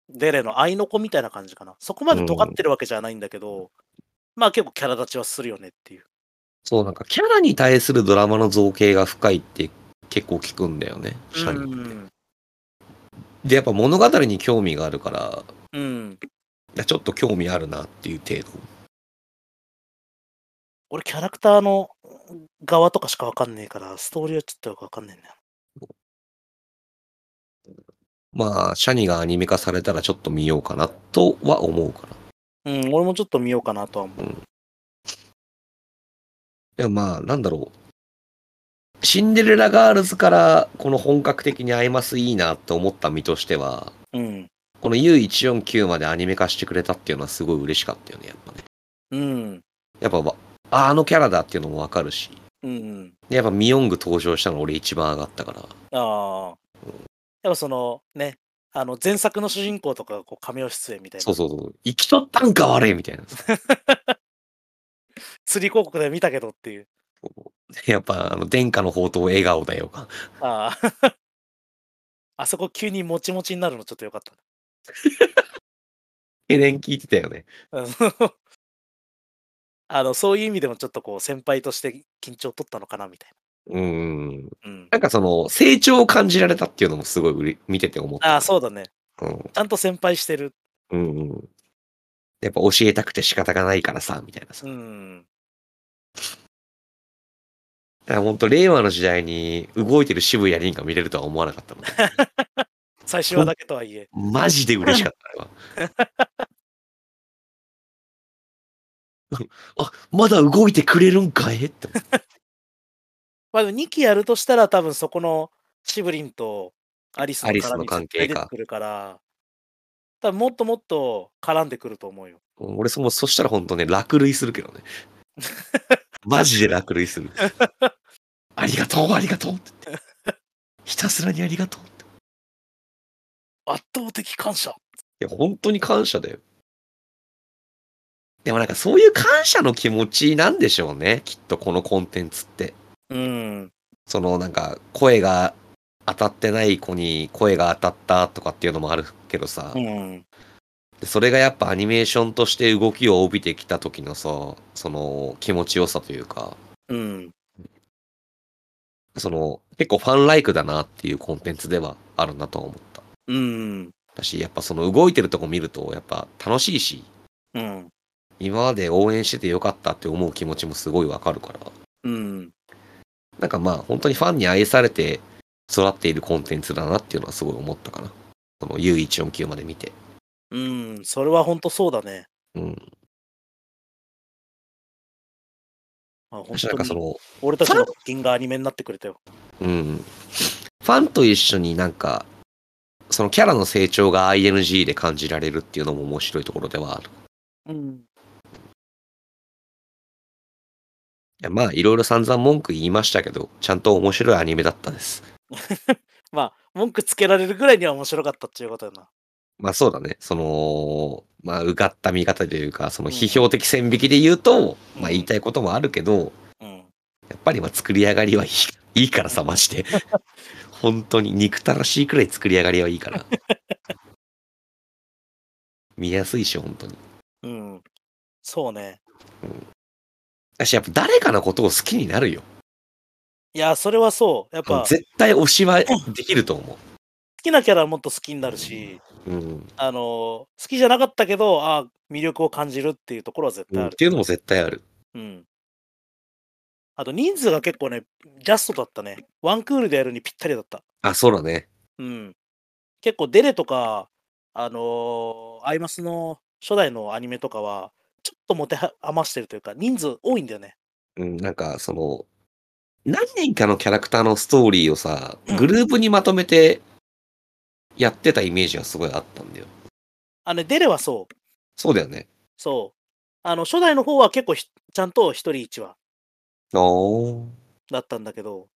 デレの愛の子みたいな感じかな。そこまで尖ってるわけじゃないんだけど、まあ結構キャラ立ちはするよねっていう。
そう、なんか、キャラに対するドラマの造形が深いって結構聞くんだよね、シャニ
う
って。
ん。
で、やっぱ物語に興味があるから、
うん。
いやちょっと興味あるなっていう程度。
俺、キャラクターの側とかしかわかんねえから、ストーリーはちょっとよくわかんねえんだよ。
まあ、シャニがアニメ化されたらちょっと見ようかなとは思うかな。
うん、俺もちょっと見ようかなとは思う。
でもまあ、なんだろう。シンデレラガールズからこの本格的にアイマスいいなって思った身としては、
うん。
この U149 までアニメ化してくれたっていうのはすごい嬉しかったよね、やっぱね。
うん。
やっぱわ、ああのキャラだっていうのもわかるし。
うん。
でやっぱミヨング登場したの俺一番上がったから。
ああ。やっぱその、ね、あの、前作の主人公とかがこう、cameo 出演みたい
そう
な。
そうそう。生きとったんか悪いみたいな。
釣り広告で見たけどっていう。
やっぱ、あの、殿下の宝刀笑顔だよか。
ああ。 あそこ急にもちもちになるのちょっとよかった
懸念聞いてたよね。
な。うん あの、そういう意味でもちょっとこう、先輩として緊張取ったのかなみたい
うん。
な。うん。
なんかその、成長を感じられたっていうのもすごいうれ見てて思った。
ああ、そうだね。
うん。
ちゃんと先輩してる。
うんうん。やっぱ教えたくて仕方がないからさ、みたいなさ。
うん。
だから本当令和の時代に動いてる渋谷凛が見れるとは思わなかったもん。
最終話だけとはいえ。
マジで嬉しかった、あれ は。あ、まだ動いてくれるんかいって思っ
まあでも2期やるとしたら多分そこのシブリンとアリスの
アリスの
絡み
関
絶
係
対
か
出てくるから、多分もっともっと絡んでくると思うよ。
た。俺そもそしたら本当ね、落雷するけどね。マジで落雷する。ありがとう、ありがとうって言って。ひたすらにありがとうって。
圧倒的感謝。
いや、本当に感謝だよ。でもなんかそういう感謝の気持ちなんでしょうね。きっとこのコンテンツって。
うん。
そのなんか声が当たってない子に声が当たったとかっていうのもあるけどさ、
うん。
でそれがやっぱアニメーションとして動きを帯びてきた時のさ、その気持ちよさというか、
うん。
その結構ファンライクだなっていうコンテンツではあるなとは思った。
うん。
だし、やっぱその動いてるとこ見るとやっぱ楽しいし、
うん。
今まで応援しててよかったって思う気持ちもすごいわかるから、
うん。
なんかまあ本当にファンに愛されて育っているコンテンツだなっていうのはすごい思ったかな。その U149 まで見て。
うん。それは本当そうだね。
うん。
まあ、本
私なん
当
かそ
に
の、
俺たちの腹筋がアニメになってくれたよ。
うん。ファンと一緒になんか、そのキャラの成長が ING で感じられるっていうのも面白いところではある。い
うん。
やまあいろいろ散々文句言いましたけど、ちゃんと面白いアニメだったです。
まあ、文句つけられるぐらいには面白かったっていうことやな。
まあそうだね。その、まあうがった見方というか、その批評的線引きで言うと、
うん
まあ言いたいこともあるけど、
うん。
やっぱりまあ作り上がりはいいいいからさ、マ ジで。本当に憎たらしいくらい作り上がりはいいから。見やすいし、本当に。
うん。そうね。
だし、やっぱ誰かのことを好きになるよ。
いや、それはそう。やっぱ、好
絶対推しはできると思
きなキャラはもっと好きになるし、
う。うん。
あの、好きじゃなかったけど、ああ魅力を感じるっていうところは絶
う
対
ん
あ
っ
る。
ていうのも絶対ある。
うん。あと、人数が結構ね、ジャストだったね。ワンクールでやるにぴったりだった。
あ、そうだね。
うん。結構、デレとか、あのーアイマスの初代のアニメとかは、ちょっと持ては余してるというか、人数多いんだよね。
うん、なんか、その、何人かのキャラクターのストーリーをさ、グループにまとめてやってたイメージがすごいあったんだよ。
あのね、デレはそう。
そうだよね。
そう。あの、初代の方は結構ひちゃんと一人一話
あー。
だったんだけど、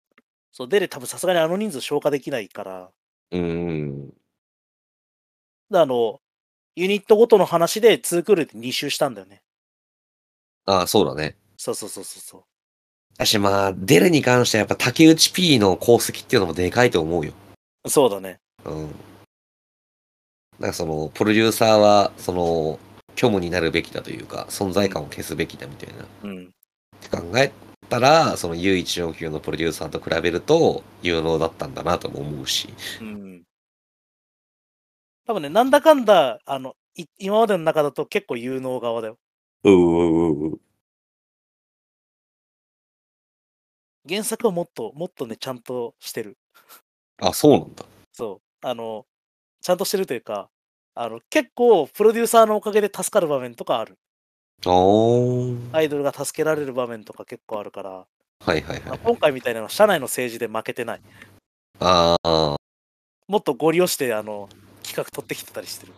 そう、デレ多分さすがにあの人数消化できないから、
うん。
であの、ユニットごとの話で2クールで2周したんだよね。
あー、そうだね。
そうそうそうそうそう。
私まあ、デレに関してはやっぱ竹内 P の功績っていうのもでかいと思うよ。
そうだね。
うん。なんかその、プロデューサーは、その、虚無になるべきだというか、存在感を消すべきだみたいな。っ
うん。
て考えたら、その U149 のプロデューサーと比べると、有能だったんだなとも思うし。
うん。多分ね、なんだかんだ、あの、い今までの中だと結構有能側だよ。
うんうん
原作はもっと、もっとね、ちゃんとしてる。
あ、そうなんだ。
そう。あの、ちゃんとしてるというか、あの、結構、プロデューサーのおかげで助かる場面とかある。
あー。
アイドルが助けられる場面とか結構あるから、
はいはい
ま
は
あ
い。
今回みたいなのは社内の政治で負けてない。
ああ。
もっとご利用して、あの、企画取ってきてたりしてる。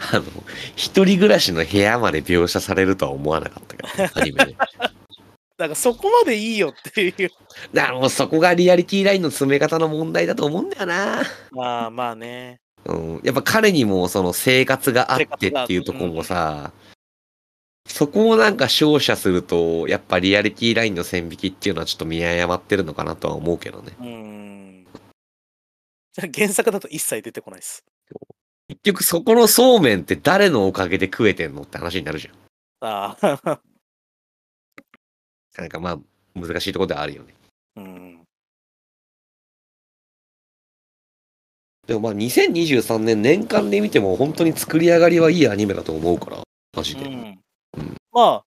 あの、一人暮らしの部屋まで描写されるとは思わなかったから、アニメで。
だからそこまでいいよっていう。
だからもうそこがリアリティラインの詰め方の問題だと思うんだよな。
まあまあね。
うん、やっぱ彼にもその生活があってっていうところもさ、そこをなんか照射すると、やっぱリアリティラインの線引きっていうのはちょっと見誤ってるのかなとは思うけどね。
うーん。原作だと一切出てこないです。
結局そこのそうめんって誰のおかげで食えてんのって話になるじゃん。
ああ。
なんかまあ、難しいところではあるよね。
うん。
でもまあ2023年年間で見ても本当に作り上がりはいいアニメだと思うから、マジ
う
で。う
ん
ん。
まあ、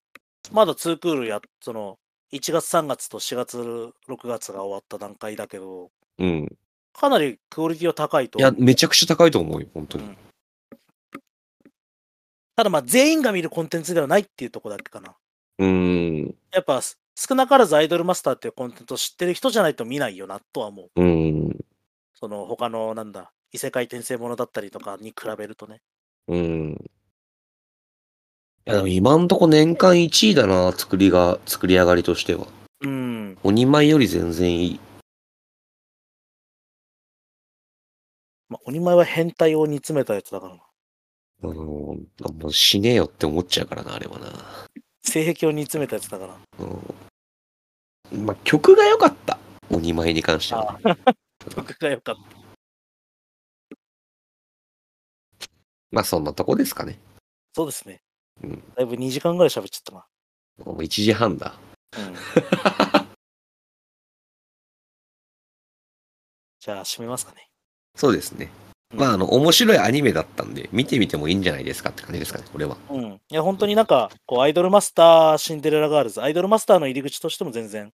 まだ2クールや、その、1月3月と4月6月が終わった段階だけど、
うん。
かなりクオリティは高いと
いや、めちゃくちゃ高いと思うよ、本当に。
ただまあ全員が見るコンテンツではないっていうところだけかな。
うーん。
やっぱす少なからずアイドルマスターっていうコンテンツを知ってる人じゃないと見ないよなとは思う。
うーん。
その他のなんだ、異世界転生ものだったりとかに比べるとね。
うん。や、でも今んとこ年間1位だな、作りが、作り上がりとしては。
うん。
鬼舞より全然いい。
まあ、鬼前は変態を煮詰めたやつだからな。
あのー、もう死ねよって思っちゃうからな、あれはな。
性癖を煮詰めたやつだから。
うんまあ、曲が良かった。鬼舞に関しては。
僕がよかった。
まあ、そんなとこですかね。
そうですね。
うん
だいぶ2時間ぐらい喋っちゃったな。
もう1時半だ。
うんじゃあ、閉めますかね。
そうですね。まあ、あの、面白いアニメだったんで、見てみてもいいんじゃないですかって感じですかね、これは。
うん。いや、本当になんか、こう、アイドルマスター、シンデレラガールズ、アイドルマスターの入り口としても全然、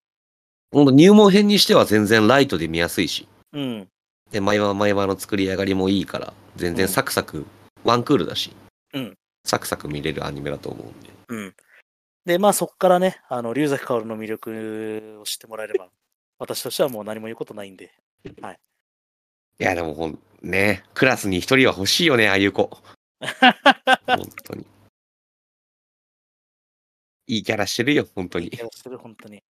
ほんと入門編にしては全然ライトで見やすいし、
うん。
で、毎晩毎晩の作り上がりもいいから、全然サクサク、ワンクールだし、
うん
サクサク見れるアニメだと思うんで。
うん。で、まあ、そこからね、あの、龍崎薫の魅力を知ってもらえれば、私としてはもう何も言うことないんで、はい。
いや、でもほん、ね、クラスに一人は欲しいよね、ああいう子。 本当に。いいキャラしてるよ、本当に
い。やしてる、本当に。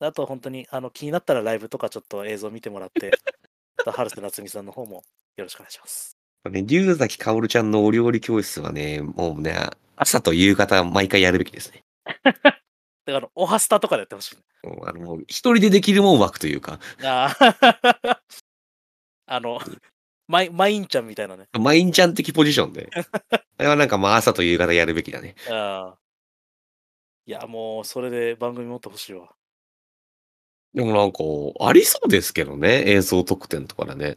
あと、本当に、あの、気になったらライブとかちょっと映像見てもら って、あと、春瀬夏美さんの方もよろしくお願いします。
ね、龍崎かおるちゃんのお料理教室はね、もうね、朝と夕方毎回やるべきですね。
だから、オハスタとかでやってほしい。
もうあのもう一人でできるもん枠というか、
あー あの、マイマインちゃんみたいなね。
マインちゃん的ポジション で。あれはなんかまあ朝と夕方やるべきだね。
あーいや、もう、それで番組持ってほしいわ。
でもなんか、ありそうですけどね、映像特典とかでね。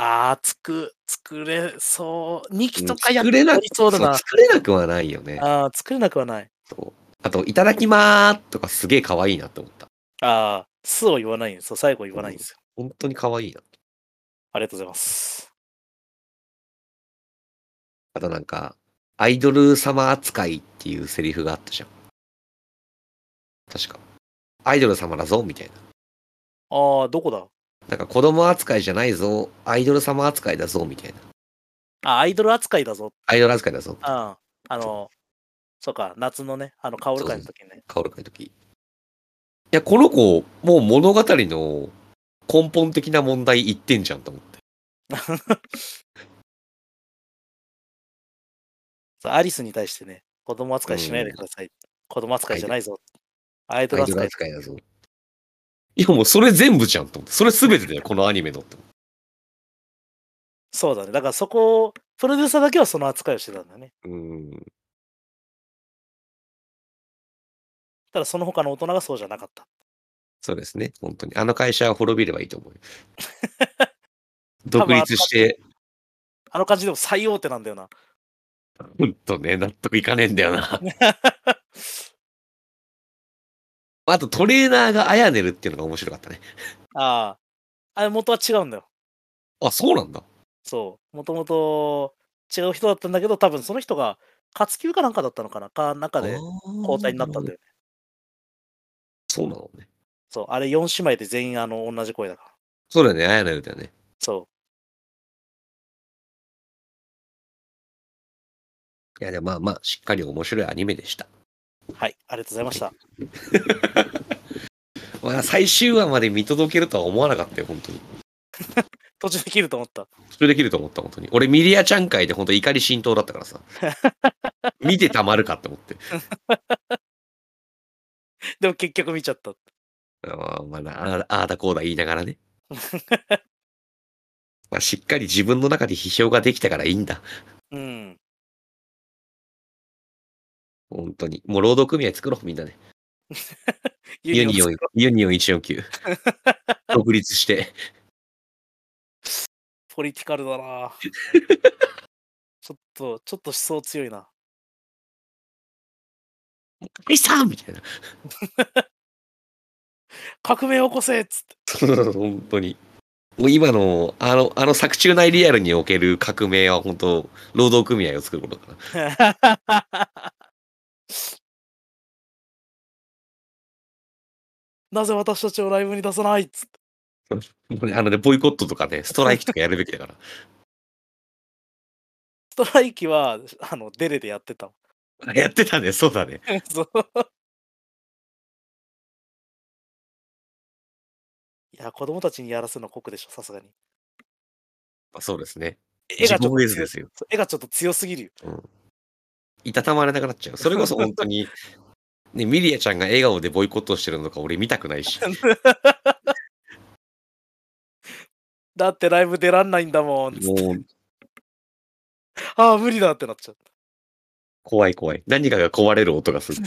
ああ、つく、作れそう。2期とかやっ
作れな
や
く
りそうだな。
作れなくはないよね。
ああ、作れなくはない。
そうあと、いただきまーすとかすげえ可愛いなって思った。
ああ、すを言わないんですよ。最後言わないんですよ。
本当に可愛いな。
ありがとうございます。
あとなんか、アイドル様扱いっていうセリフがあったじゃん。確か。アイドル様だぞ、みたいな。
ああ、どこだ
なんか子供扱いじゃないぞ、アイドル様扱いだぞ、みたいな。
あアイドル扱いだぞ。
アイドル扱いだぞ、
うん。あの、そうか、夏のね、あの、カオル会の時にね。
カオル会の時。いや、この子、もう物語の根本的な問題言ってんじゃんと思って。
そうアリスに対してね、子供扱いしないでください。子供扱いじゃないぞ。アイドル
アイドル
扱い。
扱いだぞ。いや、もうそれ全部じゃんと思って。それ全てだよ、このアニメのって思って。
そうだね。だからそこを、プロデューサーだけはその扱いをしてたんだね。
うん。
ただその他の大人がそうじゃなかった。
そうですね、本当に。あの会社は滅びればいいと思う よ。独立して、
あの感じでも最大手なんだよな。
ほんとね、納得いかねえんだよ な。あとトレーナーがアヤネルっていうのが面白かったね。
ああ。あれ元は違うんだよ。
あ、そうなんだ。
そう。もともと違う人だったんだけど、多分その人が活休かなんかだったのかな。か、中で交
交
代になったんだよね。
そうなのね。
そう。あれ4姉妹で全員あの同じ声だから。
そうだよね、アヤネルだよね。
そ
いや、でもまあまあ、しっかり面白いアニメでした。
う。はい。ありがとうございま した。
まあ、最終話まで見届けるとは思わなかったよ、本当に。
途中で切ると思った。
それできると思った、本当に。俺、ミリアちゃん会で本当怒り浸透だったから さ。見てたまるかって思って。
でも結局見ちゃった。
あーまあな、あーあーだこうだ言いながら ね。まあ、しっかり自分の中で批評ができたからいいんだ。
うん。
本当に。もう労働組合作ろう、みんなね。ユニオン
作ろう、
ユニオン149。独立して。
ポリティカルだ なちょっと、ちょっと思想強いな。
解散みたいな。
革命起こせっつって。
そうそうそう本当に。もう今の、あの、あの作中内リアルにおける革命は本当、労働組合を作ることだから。
なぜ私たちをライブに出さないっつって。
もうねあのね、ボイコットとかね、ストライキとかやるべきだから。
ストライキは、あの、デレでやってたわ。
やってたね、そうだね。
そういや、子供たちにやらすの酷でしょ、さすがに。
まあそうですね。
絵
自
がちょ
分
っと
ウェ
強
ズですすよ。
絵がちょっと強すぎるよ。
いたたまれなくなっちゃう。それこそ本当に、 ね、ミリアちゃんが笑顔でボイコットしてるのとか俺見たくない し。
だってライブ出らんないんだもん。
もう、
ああ、無理だってなっちゃう。
怖い怖い。何かが壊れる音がす る。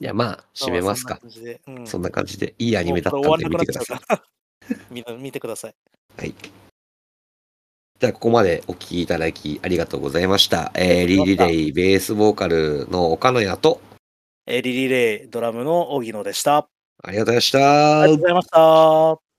いや、まあ、締めますか。
ああ。そんな感じでうん
そんな感じで、いいアニメだった
もうこ
ん
れ
で見て
終わ
く
ん
だ
なくな
さ
っ
い
ち。ゃうから みんな見てください。
はい。じゃあ、ここまでお聞きいただきありがとうございました。えー、リリレイ、ベースボーカルの岡野屋と、
えーリリーレイドラムの荻野でした。あ
ありがとうございました。
りがとうございました。